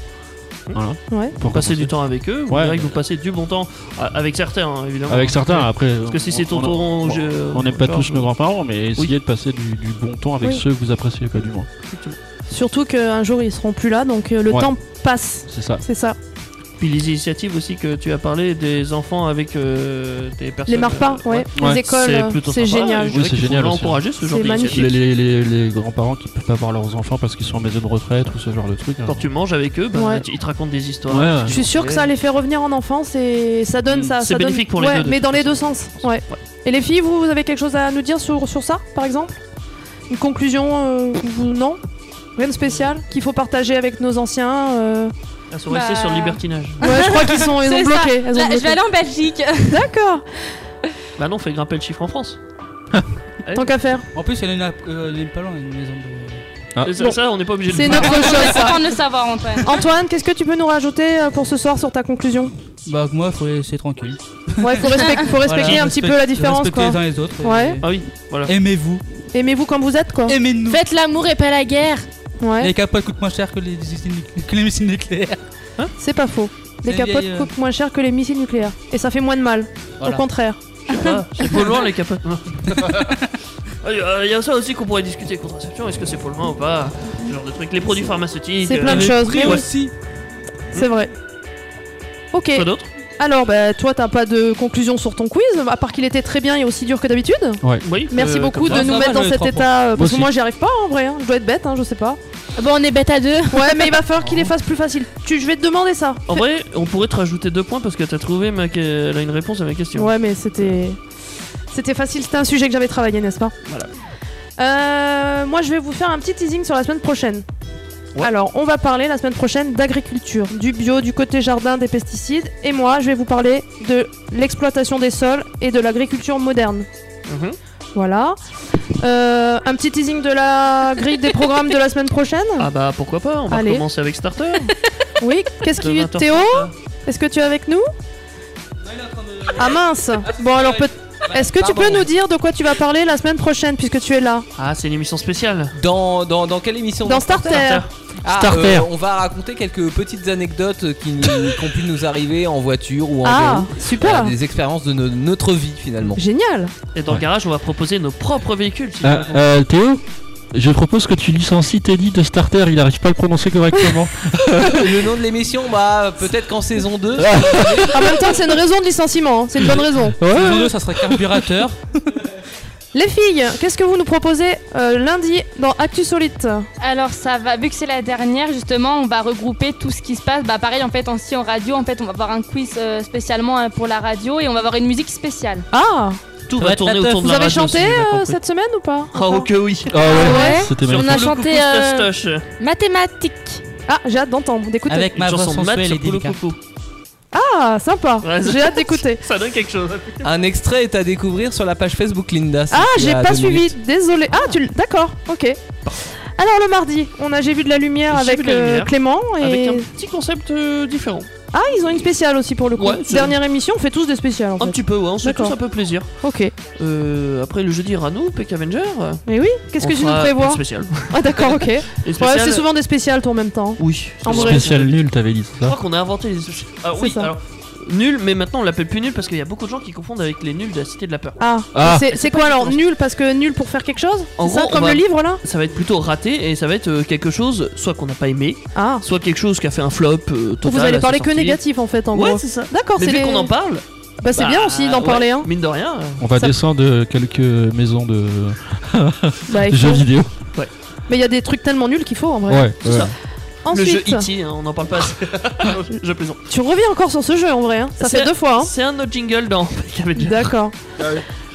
S4: Voilà.
S3: Ouais.
S4: Pour
S5: Passez
S4: commencer.
S5: du temps avec eux, vous
S4: Ouais.
S5: verrez que vous passez du bon temps euh, avec certains, hein, évidemment.
S4: Avec certains, après.
S5: Parce que si
S4: on-
S5: c'est ton
S4: on-
S5: tour, je-
S4: On n'aime pas
S5: genre,
S4: tous nos grands-parents, mais essayez
S5: Oui.
S4: de passer du, du bon temps avec
S3: Oui.
S4: ceux que vous appréciez, quoi, du moins.
S3: Surtout qu'un jour ils seront plus là, donc euh, le
S4: Ouais.
S3: temps passe.
S4: C'est ça.
S3: C'est ça.
S5: Puis les initiatives aussi que tu as parlé des enfants avec euh, des personnes.
S3: Les marpas,
S5: euh,
S3: ouais.
S4: Ouais.
S3: Les écoles, euh,
S5: plutôt
S3: c'est
S5: sympa.
S3: génial.
S5: Je
S4: Oui,
S5: dirais
S4: c'est
S5: qu'il faut
S4: génial
S5: vraiment
S4: aussi. hein.
S5: encourager ce genre
S3: C'est magnifique.
S5: d'initiative.
S4: Les, les- les- les grands-parents qui peuvent pas voir leurs enfants parce qu'ils sont en maison de retraite ou ce genre de truc. hein.
S5: Quand tu manges avec eux, bah,
S3: Ouais.
S5: tu- ils te racontent des histoires.
S4: Ouais.
S3: Je suis sûr que ça les fait revenir en enfance et ça donne
S5: Mm.
S3: ça.
S5: C'est
S3: ça donne-
S5: bénéfique pour les
S3: Ouais,
S5: deux, de
S3: Mais
S5: toute
S3: dans les deux
S5: façon.
S3: sens. Ouais.
S5: Ouais.
S3: Et les filles, vous, vous avez quelque chose à nous dire sur, sur ça, par exemple Une conclusion euh, vous- Non Rien de spécial Qu'il faut partager avec nos anciens euh.
S5: Elles sont restées
S6: Bah.
S5: sur le libertinage.
S3: Ouais, je crois qu'ils sont ils ont
S6: C'est ça.
S3: bloqué. elles ont
S6: Là, je
S3: bloqué.
S6: vais aller en Belgique
S3: D'accord.
S5: Bah non, fais grimper le chiffre en France.
S3: Tant qu'à faire.
S8: En plus, il y en a une à- euh, il y a pas loin, il y a une maison de.
S4: Ah.
S5: Et ça,
S3: Bon.
S5: ça, on n'est pas obligé de
S3: C'est
S5: le
S3: notre
S5: faire.
S3: chose, ça.
S6: Sans le savoir, Antoine.
S3: Antoine, qu'est-ce que tu peux nous rajouter euh, pour ce soir sur ta conclusion
S8: Bah, que moi, faut laisser tranquille.
S3: Ouais, faut, respect- faut respecter
S8: Voilà,
S3: un petit
S8: respect-
S3: peu la différence,
S8: respectez
S3: quoi.
S8: les uns les autres. et
S3: Ouais.
S5: Ah oui, voilà.
S8: Aimez-vous,
S3: Aimez-vous comme vous êtes, quoi.
S8: aimez-nous.
S7: Faites l'amour et pas la guerre.
S3: Ouais.
S8: Les capotes coûtent moins cher que les, missiles nuc- que les missiles nucléaires.
S3: C'est pas faux. Les
S8: C'est une
S3: capotes
S8: vieille, euh,
S3: coûtent moins cher que les missiles nucléaires. Et ça fait moins de mal.
S8: Voilà.
S3: Au contraire.
S5: Ah, c'est polluant les capotes. Il y a- il y a ça aussi qu'on pourrait discuter contraception, est-ce que c'est polluant ou pas Ce genre de truc, les produits pharmaceutiques.
S3: C'est plein de
S5: euh,
S3: choses.
S8: Prix
S3: mais oui,
S8: aussi.
S3: C'est vrai. Ok.
S5: Quoi d'autre
S3: Alors, bah, toi, t'as pas de conclusion sur ton quiz, à part qu'il était très bien et aussi dur que d'habitude.
S5: Oui.
S3: Merci
S5: euh,
S3: beaucoup
S5: comme ça.
S3: de
S8: ça
S3: nous
S8: va,
S3: mettre dans
S8: j'avais
S3: cet
S8: trois
S3: état. euh, parce que
S4: aussi.
S3: moi, j'y arrive pas en vrai. hein. Je dois être bête, hein, je sais pas.
S7: Ah Bon, on est bête à deux.
S3: Ouais, mais il va falloir qu'il les fasse plus facile. Tu, je vais te demander ça.
S5: En vrai, on pourrait te rajouter deux points parce que t'as trouvé ma... que- elle a une réponse à ma question.
S3: Ouais, mais c'était. C'était facile, c'était un sujet que j'avais travaillé, n'est-ce pas
S5: Voilà.
S3: Euh, moi, je vais vous faire un petit teasing sur la semaine prochaine.
S5: Ouais.
S3: Alors, on va parler la semaine prochaine d'agriculture, du bio, du côté jardin, des pesticides. Et moi, je vais vous parler de l'exploitation des sols et de l'agriculture moderne.
S5: Mhm.
S3: Voilà. Euh, un petit teasing de la grille des programmes de la semaine prochaine.
S5: Ah bah pourquoi pas, on va
S3: Allez.
S5: commencer avec Starter.
S3: Oui, qu'est-ce
S5: De
S3: qui.
S5: 20h30,
S3: Théo,
S5: là.
S3: est-ce que tu es avec nous Ah mince Bon, alors peut Est-ce que tu peux nous dire de quoi tu vas parler la semaine prochaine puisque tu es là
S5: Ah, c'est une émission spéciale.
S9: Dans, dans, dans quelle émission
S3: Dans Starter.
S5: Starter.
S9: Ah,
S5: Starter.
S9: euh, on va raconter quelques petites anecdotes qui nous- qui ont pu nous arriver en voiture ou en
S3: Ah,
S9: vélo.
S3: super
S9: Euh, des expériences de no- notre vie finalement.
S3: Génial
S5: Et dans le garage, on va proposer nos propres véhicules. si
S8: Ah,
S4: Euh,
S5: tu veux.
S4: euh, Théo je propose que tu licencies Teddy de Starter, il arrive pas à le prononcer correctement.
S9: le nom de l'émission, bah peut-être qu'en saison 2.
S3: Euh, Ah, En même temps, c'est une raison de licenciement, hein. c'est une bonne raison.
S8: Saison 2, ça serait carburateur.
S3: Les filles, qu'est-ce que vous nous proposez euh, lundi dans Actu Solite
S6: Alors ça va, vu que c'est la dernière, justement, on va regrouper tout ce qui se passe. Bah pareil, en fait, aussi en radio, en fait, on va avoir un quiz euh, spécialement euh, pour la radio et on va avoir une musique spéciale.
S3: Ah
S5: Tout
S8: ça
S5: va
S8: va
S5: tourner
S8: être la teuf.
S5: autour de
S3: Vous
S5: la
S3: avez
S5: radio, si
S3: chanté
S5: j'ai bien
S3: euh,
S5: compris.
S3: cette semaine ou pas
S5: Ah, ok, oui.
S4: Ah ouais,
S7: Ouais.
S4: c'était
S7: On
S4: magnifique.
S7: a
S5: Coucou,
S7: chanté
S5: coucou,
S7: euh,
S5: Stastoche. Une
S7: mathématiques.
S3: Ah, j'ai hâte d'entendre, d'écouter.
S8: Avec ma voix
S5: chanson de maths
S8: sensuelle et
S5: sur Poulou
S8: délicate.
S5: Coucou.
S3: Ah, sympa
S5: Ouais,
S3: J'ai hâte d'écouter.
S5: Ça donne quelque chose.
S9: Un extrait est à découvrir sur la page Facebook Linda. c'est
S3: Ah,
S9: il y
S3: j'ai
S9: a
S3: pas
S9: deux
S3: suivi,
S9: minutes.
S3: désolé. Ah, tu l- D'accord, ok. Alors le mardi, on a J'ai vu de la lumière
S5: J'ai
S3: avec
S5: vu de la
S3: euh,
S5: lumière.
S3: Clément et
S5: Avec un petit concept euh, différent.
S3: Ah, ils ont une spéciale aussi pour le coup.
S5: Ouais, c'est-
S3: Dernière émission, on fait tous des spéciales en
S5: Un
S3: fait.
S5: petit peu, ouais, on se fait
S3: D'accord.
S5: tous un peu plaisir.
S3: Ok.
S5: Euh, après le jeudi, Rano, Peck Avenger. euh,
S3: Mais oui, qu'est-ce que
S5: on
S3: tu nous
S5: fera
S3: prévois
S5: Une spéciale.
S3: Ah d'accord, ok. Ouais,
S5: Une spéciale-
S3: c'est souvent des spéciales toi en même temps.
S5: Oui.
S3: En vrai.
S4: Spécial nul, t'avais dit
S5: Je
S4: ça.
S5: crois qu'on a inventé les. Ah
S3: C'est
S5: oui,
S3: ça.
S5: alors. Nul, mais maintenant on l'appelle plus nul parce qu'il y a beaucoup de gens qui confondent avec les nuls de la Cité de la Peur.
S3: Ah,
S4: Ah.
S3: c'est c'est quoi alors Nul parce que nul pour faire quelque chose
S5: En
S3: C'est ça
S5: gros, on
S3: comme
S5: va-
S3: le livre là
S5: Ça va être plutôt raté et ça va être euh, quelque chose soit qu'on n'a pas aimé,
S3: Ah.
S5: soit quelque chose qui a fait un flop euh, total.
S3: Vous allez
S5: à sa
S3: parler que
S5: sortie.
S3: négatif en fait en
S5: Ouais,
S3: gros.
S5: c'est ça.
S3: D'accord,
S5: Mais
S3: c'est
S5: vu
S3: les-
S5: qu'on en parle,
S3: Bah c'est
S5: bah,
S3: bien aussi d'en
S5: ouais,
S3: parler hein.
S5: Mine de rien. euh,
S4: On va
S3: Ça-
S4: descendre quelques maisons de
S3: Bah, il faut.
S4: jeux vidéo.
S3: Mais il y a des trucs tellement nuls qu'il faut en vrai.
S4: Ouais,
S5: C'est
S4: ouais.
S5: ça. le jeu
S3: Ensuite,
S5: E.T., hein, on n'en parle pas assez. je plaisante.
S3: tu reviens encore sur ce jeu en vrai hein. Ça
S5: C'est-
S3: fait deux fois hein.
S5: C'est un autre jingle dans Peck Avenger.
S3: D'accord.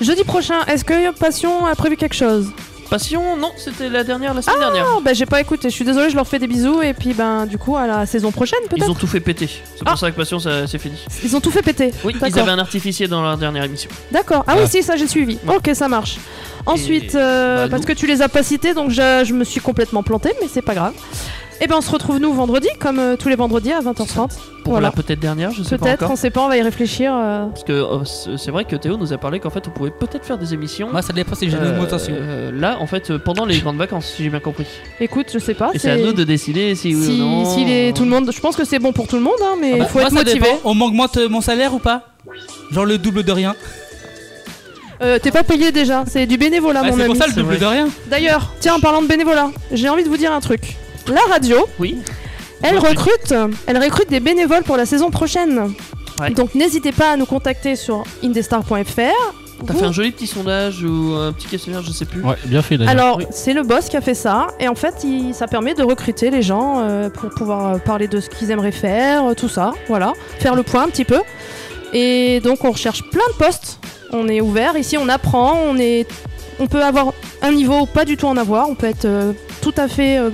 S3: Jeudi prochain, est-ce que Passion a prévu quelque chose
S5: Passion, non, c'était la dernière, la semaine dernière.
S3: Non, bah j'ai pas écouté, je suis désolée, je leur fais des bisous et puis ben du coup à la saison prochaine
S5: Ils
S3: peut-être.
S5: ont tout fait péter. C'est
S3: Ah.
S5: pour ça que Passion, ça- c'est fini.
S3: Ils, ont tout fait péter.
S5: Oui, ils
S3: D'accord.
S5: avaient un artificier dans leur dernière émission.
S3: D'accord. Ah,
S4: Ah.
S3: oui, si ça j'ai suivi.
S5: Ouais.
S3: Ok, ça marche. Ensuite, euh,
S5: bah,
S3: parce
S5: nous-
S3: que tu les as pas cités, donc je, je me suis complètement plantée, mais c'est pas grave. Et ben on se retrouve nous vendredi, comme euh, tous les vendredis à 20h30.
S5: Pour
S3: Voilà.
S5: la peut-être dernière, je sais pas
S3: Peut-être, on
S5: encore.
S3: sait pas, on va y réfléchir. euh.
S5: Parce que euh, c'est c'est vrai que Théo nous a parlé qu'en fait on pouvait peut-être faire des émissions.
S8: Moi, ça dépend si j'ai
S5: euh,
S8: une motation.
S5: euh, là, en fait, euh, pendant les grandes vacances, si j'ai bien compris.
S3: Écoute, je sais pas.
S5: Et c'est à nous de décider si oui
S3: Ah, si,
S5: ou non. Ah
S3: si les- tout le monde. Je pense que c'est bon pour tout le monde, hein, mais il
S8: Bah,
S3: faut
S8: moi,
S3: être
S8: ça
S3: motivé.
S8: dépend. On m'augmente euh, mon salaire ou pas Genre le double de rien.
S3: Euh, T'es pas payé déjà, c'est du bénévolat,
S8: Bah,
S3: mon
S8: c'est
S3: ami.
S8: pour ça le
S5: c'est
S8: double
S5: vrai.
S8: de rien.
S3: D'ailleurs, tiens, en parlant de bénévolat, j'ai envie de vous dire un truc. La radio,
S5: Oui.
S3: elle
S5: Oui.
S3: recrute, elle recrute des bénévoles pour la saison prochaine.
S5: Ouais.
S3: Donc n'hésitez pas à nous contacter sur indestar.fr.
S5: T'as
S3: Vous-
S5: fait un joli petit sondage ou un petit questionnaire, je sais plus.
S4: Ouais, bien fait d'ailleurs.
S3: Alors,
S5: Oui.
S3: c'est le boss qui a fait ça, et en fait, il- ça permet de recruter les gens euh, pour pouvoir euh, parler de ce qu'ils aimeraient faire, euh, tout ça, voilà, faire le point un petit peu. Et donc, on recherche plein de postes, on est ouvert, ici on apprend, on, est, on peut avoir un niveau ou pas du tout en avoir, on peut être euh, tout à fait euh,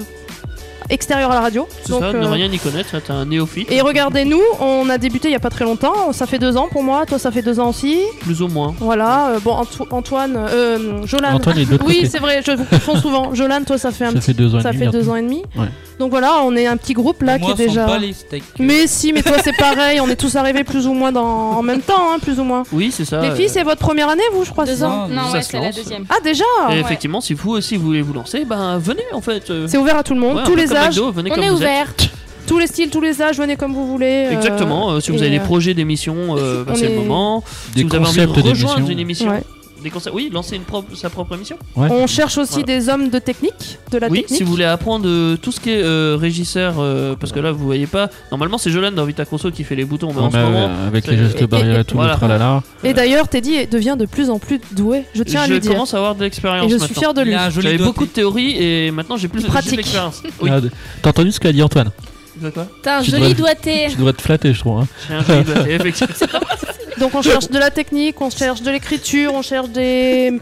S3: extérieur à la radio.
S5: C'est
S3: Donc,
S5: ça, ne
S3: euh,
S5: rien y connaître, t'es un néophyte,
S3: Et regardez-nous, on a débuté il y a pas très longtemps, ça fait deux ans pour moi, toi ça fait deux ans aussi.
S5: plus ou moins.
S3: Voilà, euh, bon Anto- Antoine, euh, Jolan.
S4: Antoine est de l'autre
S3: Oui,
S4: côté.
S3: c'est vrai, je vous confonds souvent. Jolan, toi ça fait un
S4: Ça
S3: petit
S4: fait deux ans et
S3: ça
S4: demi. hein.
S3: fait deux
S4: maintenant.
S3: ans et demi.
S4: Ouais.
S3: Donc voilà, on est un petit groupe là
S8: Moi,
S3: qui est déjà.
S8: pas les steaks.
S3: Mais si, mais toi c'est pareil, on est tous arrivés plus ou moins dans... en même temps, hein, plus ou moins.
S5: Oui, c'est ça.
S3: Les
S5: euh,
S3: filles, c'est votre première année, vous, je crois, c'est
S7: Deux
S3: ça
S7: ans.
S6: Non,
S5: ça
S6: ouais,
S5: se
S6: c'est la
S5: lance.
S6: deuxième.
S3: Ah, déjà
S5: Et
S6: ouais.
S5: effectivement, si vous aussi vous voulez vous lancer, ben venez en fait. euh,
S3: C'est ouvert à tout le monde,
S5: ouais, un
S3: tous
S5: peu
S3: les
S5: comme
S3: âges,
S5: McDo, venez
S7: On
S5: comme
S7: est
S5: vous
S7: ouvert.
S3: tous les styles, tous les âges, venez comme vous voulez. euh,
S5: Exactement, euh, si vous
S3: et,
S5: avez des
S3: euh,
S5: projets d'émissions, euh, bah,
S3: on
S5: c'est
S3: est-
S5: le moment.
S4: Des
S5: si vous avez envie
S4: concepts
S5: de rejoindre une
S4: d'émissions.
S5: émission,
S3: ouais.
S5: des concepts- oui, lancer une propre- sa propre émission.
S3: On cherche aussi
S5: Voilà.
S3: des hommes de technique, de la
S5: oui,
S3: technique.
S5: si vous voulez apprendre euh, tout ce qui est euh, régisseur, euh, parce que là vous voyez pas, normalement c'est Jolane dans Vita Conso qui fait les boutons, mais en
S4: Ouais,
S5: ce
S4: mais euh,
S5: moment.
S4: avec
S5: c'est-
S4: les gestes
S3: et-
S4: barrières et tout,
S5: voilà.
S4: le tralala.
S3: Et d'ailleurs, Teddy devient de plus en plus doué, je tiens à
S5: je
S3: le dire.
S5: commence à avoir de l'expérience.
S3: Et je suis
S5: maintenant.
S3: fier de lui.
S8: Il a un joli
S5: J'avais
S8: doigt.
S5: beaucoup de théorie et maintenant j'ai plus j'ai
S3: Pratique.
S5: de l'expérience. Oui.
S4: Ah, T'as entendu ce qu'a dit Antoine
S5: De quoi
S7: T'as un
S4: Tu
S7: joli
S4: devrais-
S7: doigté.
S4: Tu devrais te flatter, je trouve. hein.
S5: J'ai un joli doigt, effectivement.
S3: Donc on cherche de la technique, on cherche de l'écriture, on cherche des...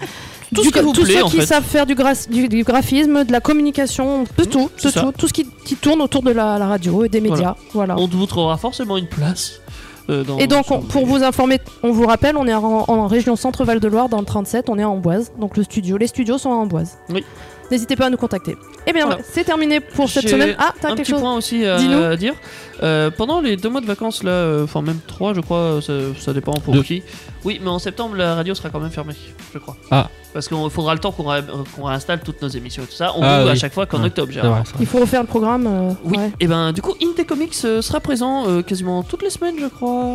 S5: Tout
S3: du-
S5: ce que vous
S3: tous
S5: voulez,
S3: ceux
S5: en
S3: qui
S5: fait. Mmh,
S3: savent faire du, gra- du- du graphisme, de la communication, de tout, de
S5: c'est ça.
S3: tout, tout ce qui, qui tourne autour de la, la radio et des médias. Voilà.
S5: On vous trouvera forcément une place. euh, dans-
S3: Et donc, on-
S5: sur-
S3: pour vous informer, on vous rappelle, on est en, en région Centre-Val de Loire, dans le 37, on est à Amboise. Donc, le studio, les studios sont à Amboise.
S5: Oui.
S3: N'hésitez pas à nous contacter. Eh bien,
S5: Voilà.
S3: c'est terminé pour cette
S5: J'ai
S3: semaine. Ah, t'as
S5: un
S3: quelque
S5: petit
S3: chose
S5: point aussi à,
S3: Dis-nous.
S5: à dire. Euh, pendant les deux mois de vacances, là, euh, enfin même trois, je crois, euh, ça, ça dépend pour
S4: Deux.
S5: qui. Oui, mais en septembre, la radio sera quand même fermée, je crois.
S4: Ah.
S5: Parce qu'il faudra le temps qu'on ré- euh, qu'on réinstalle toutes nos émissions et tout ça. On
S4: Ah,
S5: ouvre à
S4: oui.
S5: chaque fois qu'en
S4: Ouais,
S5: octobre,
S4: C'est
S5: Gérard.
S4: vrai, c'est vrai.
S3: Il faut refaire le programme. euh,
S5: Oui,
S3: ouais.
S5: et ben du coup, Indie Comics euh, sera présent euh, quasiment toutes les semaines, je crois.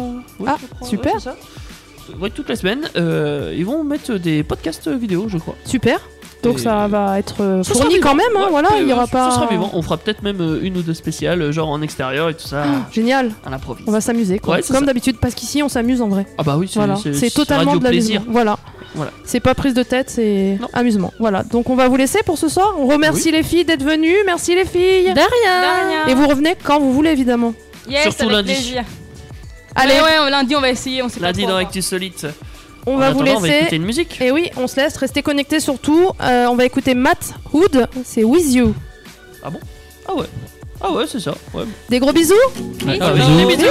S5: Oui,
S3: Ah,
S5: je crois,
S3: super.
S5: Ouais, c'est ça. Ouais, toutes les semaines. Euh, ils vont mettre des podcasts euh, vidéo, je crois.
S3: Super. Donc,
S5: Et-
S3: ça va être euh,
S5: Ce sera
S3: fourni
S5: vivant.
S3: quand même. hein,
S5: Ouais,
S3: voilà,
S5: euh,
S3: il y aura
S5: ce
S3: pas.
S5: sera vivant. On fera peut-être même euh, une ou deux spéciales, euh, genre en extérieur et tout ça,
S3: Génial.
S5: à l'improviste.
S3: On va s'amuser, quoi.
S5: Ouais, c'est
S3: comme
S5: ça.
S3: d'habitude, parce qu'ici, on s'amuse en vrai.
S5: Ah bah oui, c'est
S3: Voilà.
S5: c'est-
S3: C'est
S5: c'est
S3: totalement
S5: radio
S3: de l'amusement.
S5: plaisir.
S3: Voilà.
S5: Voilà.
S3: C'est pas prise de tête, c'est
S5: Non.
S3: amusement. Voilà. Donc, on va vous laisser pour ce soir. On remercie les filles d'être venues. Merci les filles.
S7: Darien.
S6: Darien.
S3: Et vous revenez quand vous voulez, évidemment.
S6: Yes,
S5: Surtout
S6: avec
S5: lundi.
S6: plaisir.
S3: Allez,
S6: Allez, ouais, lundi on va essayer, on sait
S5: Lundi
S6: pas
S5: dans
S6: trop.
S5: Actus Solite.
S3: on va
S5: En
S3: vous
S5: attendant, On va
S3: laisser.
S5: écouter une musique.
S3: Et oui, on se laisse, restez connectés surtout. Euh, on va écouter Matt Hood, c'est With You.
S5: Ah ouais. Ah ouais, c'est ça. Ouais.
S3: Des gros bisous
S5: Ah,
S4: bisous.
S5: des bisous.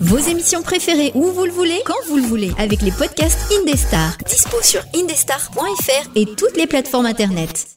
S2: Vos émissions préférées où vous le voulez, quand vous le voulez, avec les podcasts Indestar. Dispo sur indestar.fr et toutes les plateformes internet.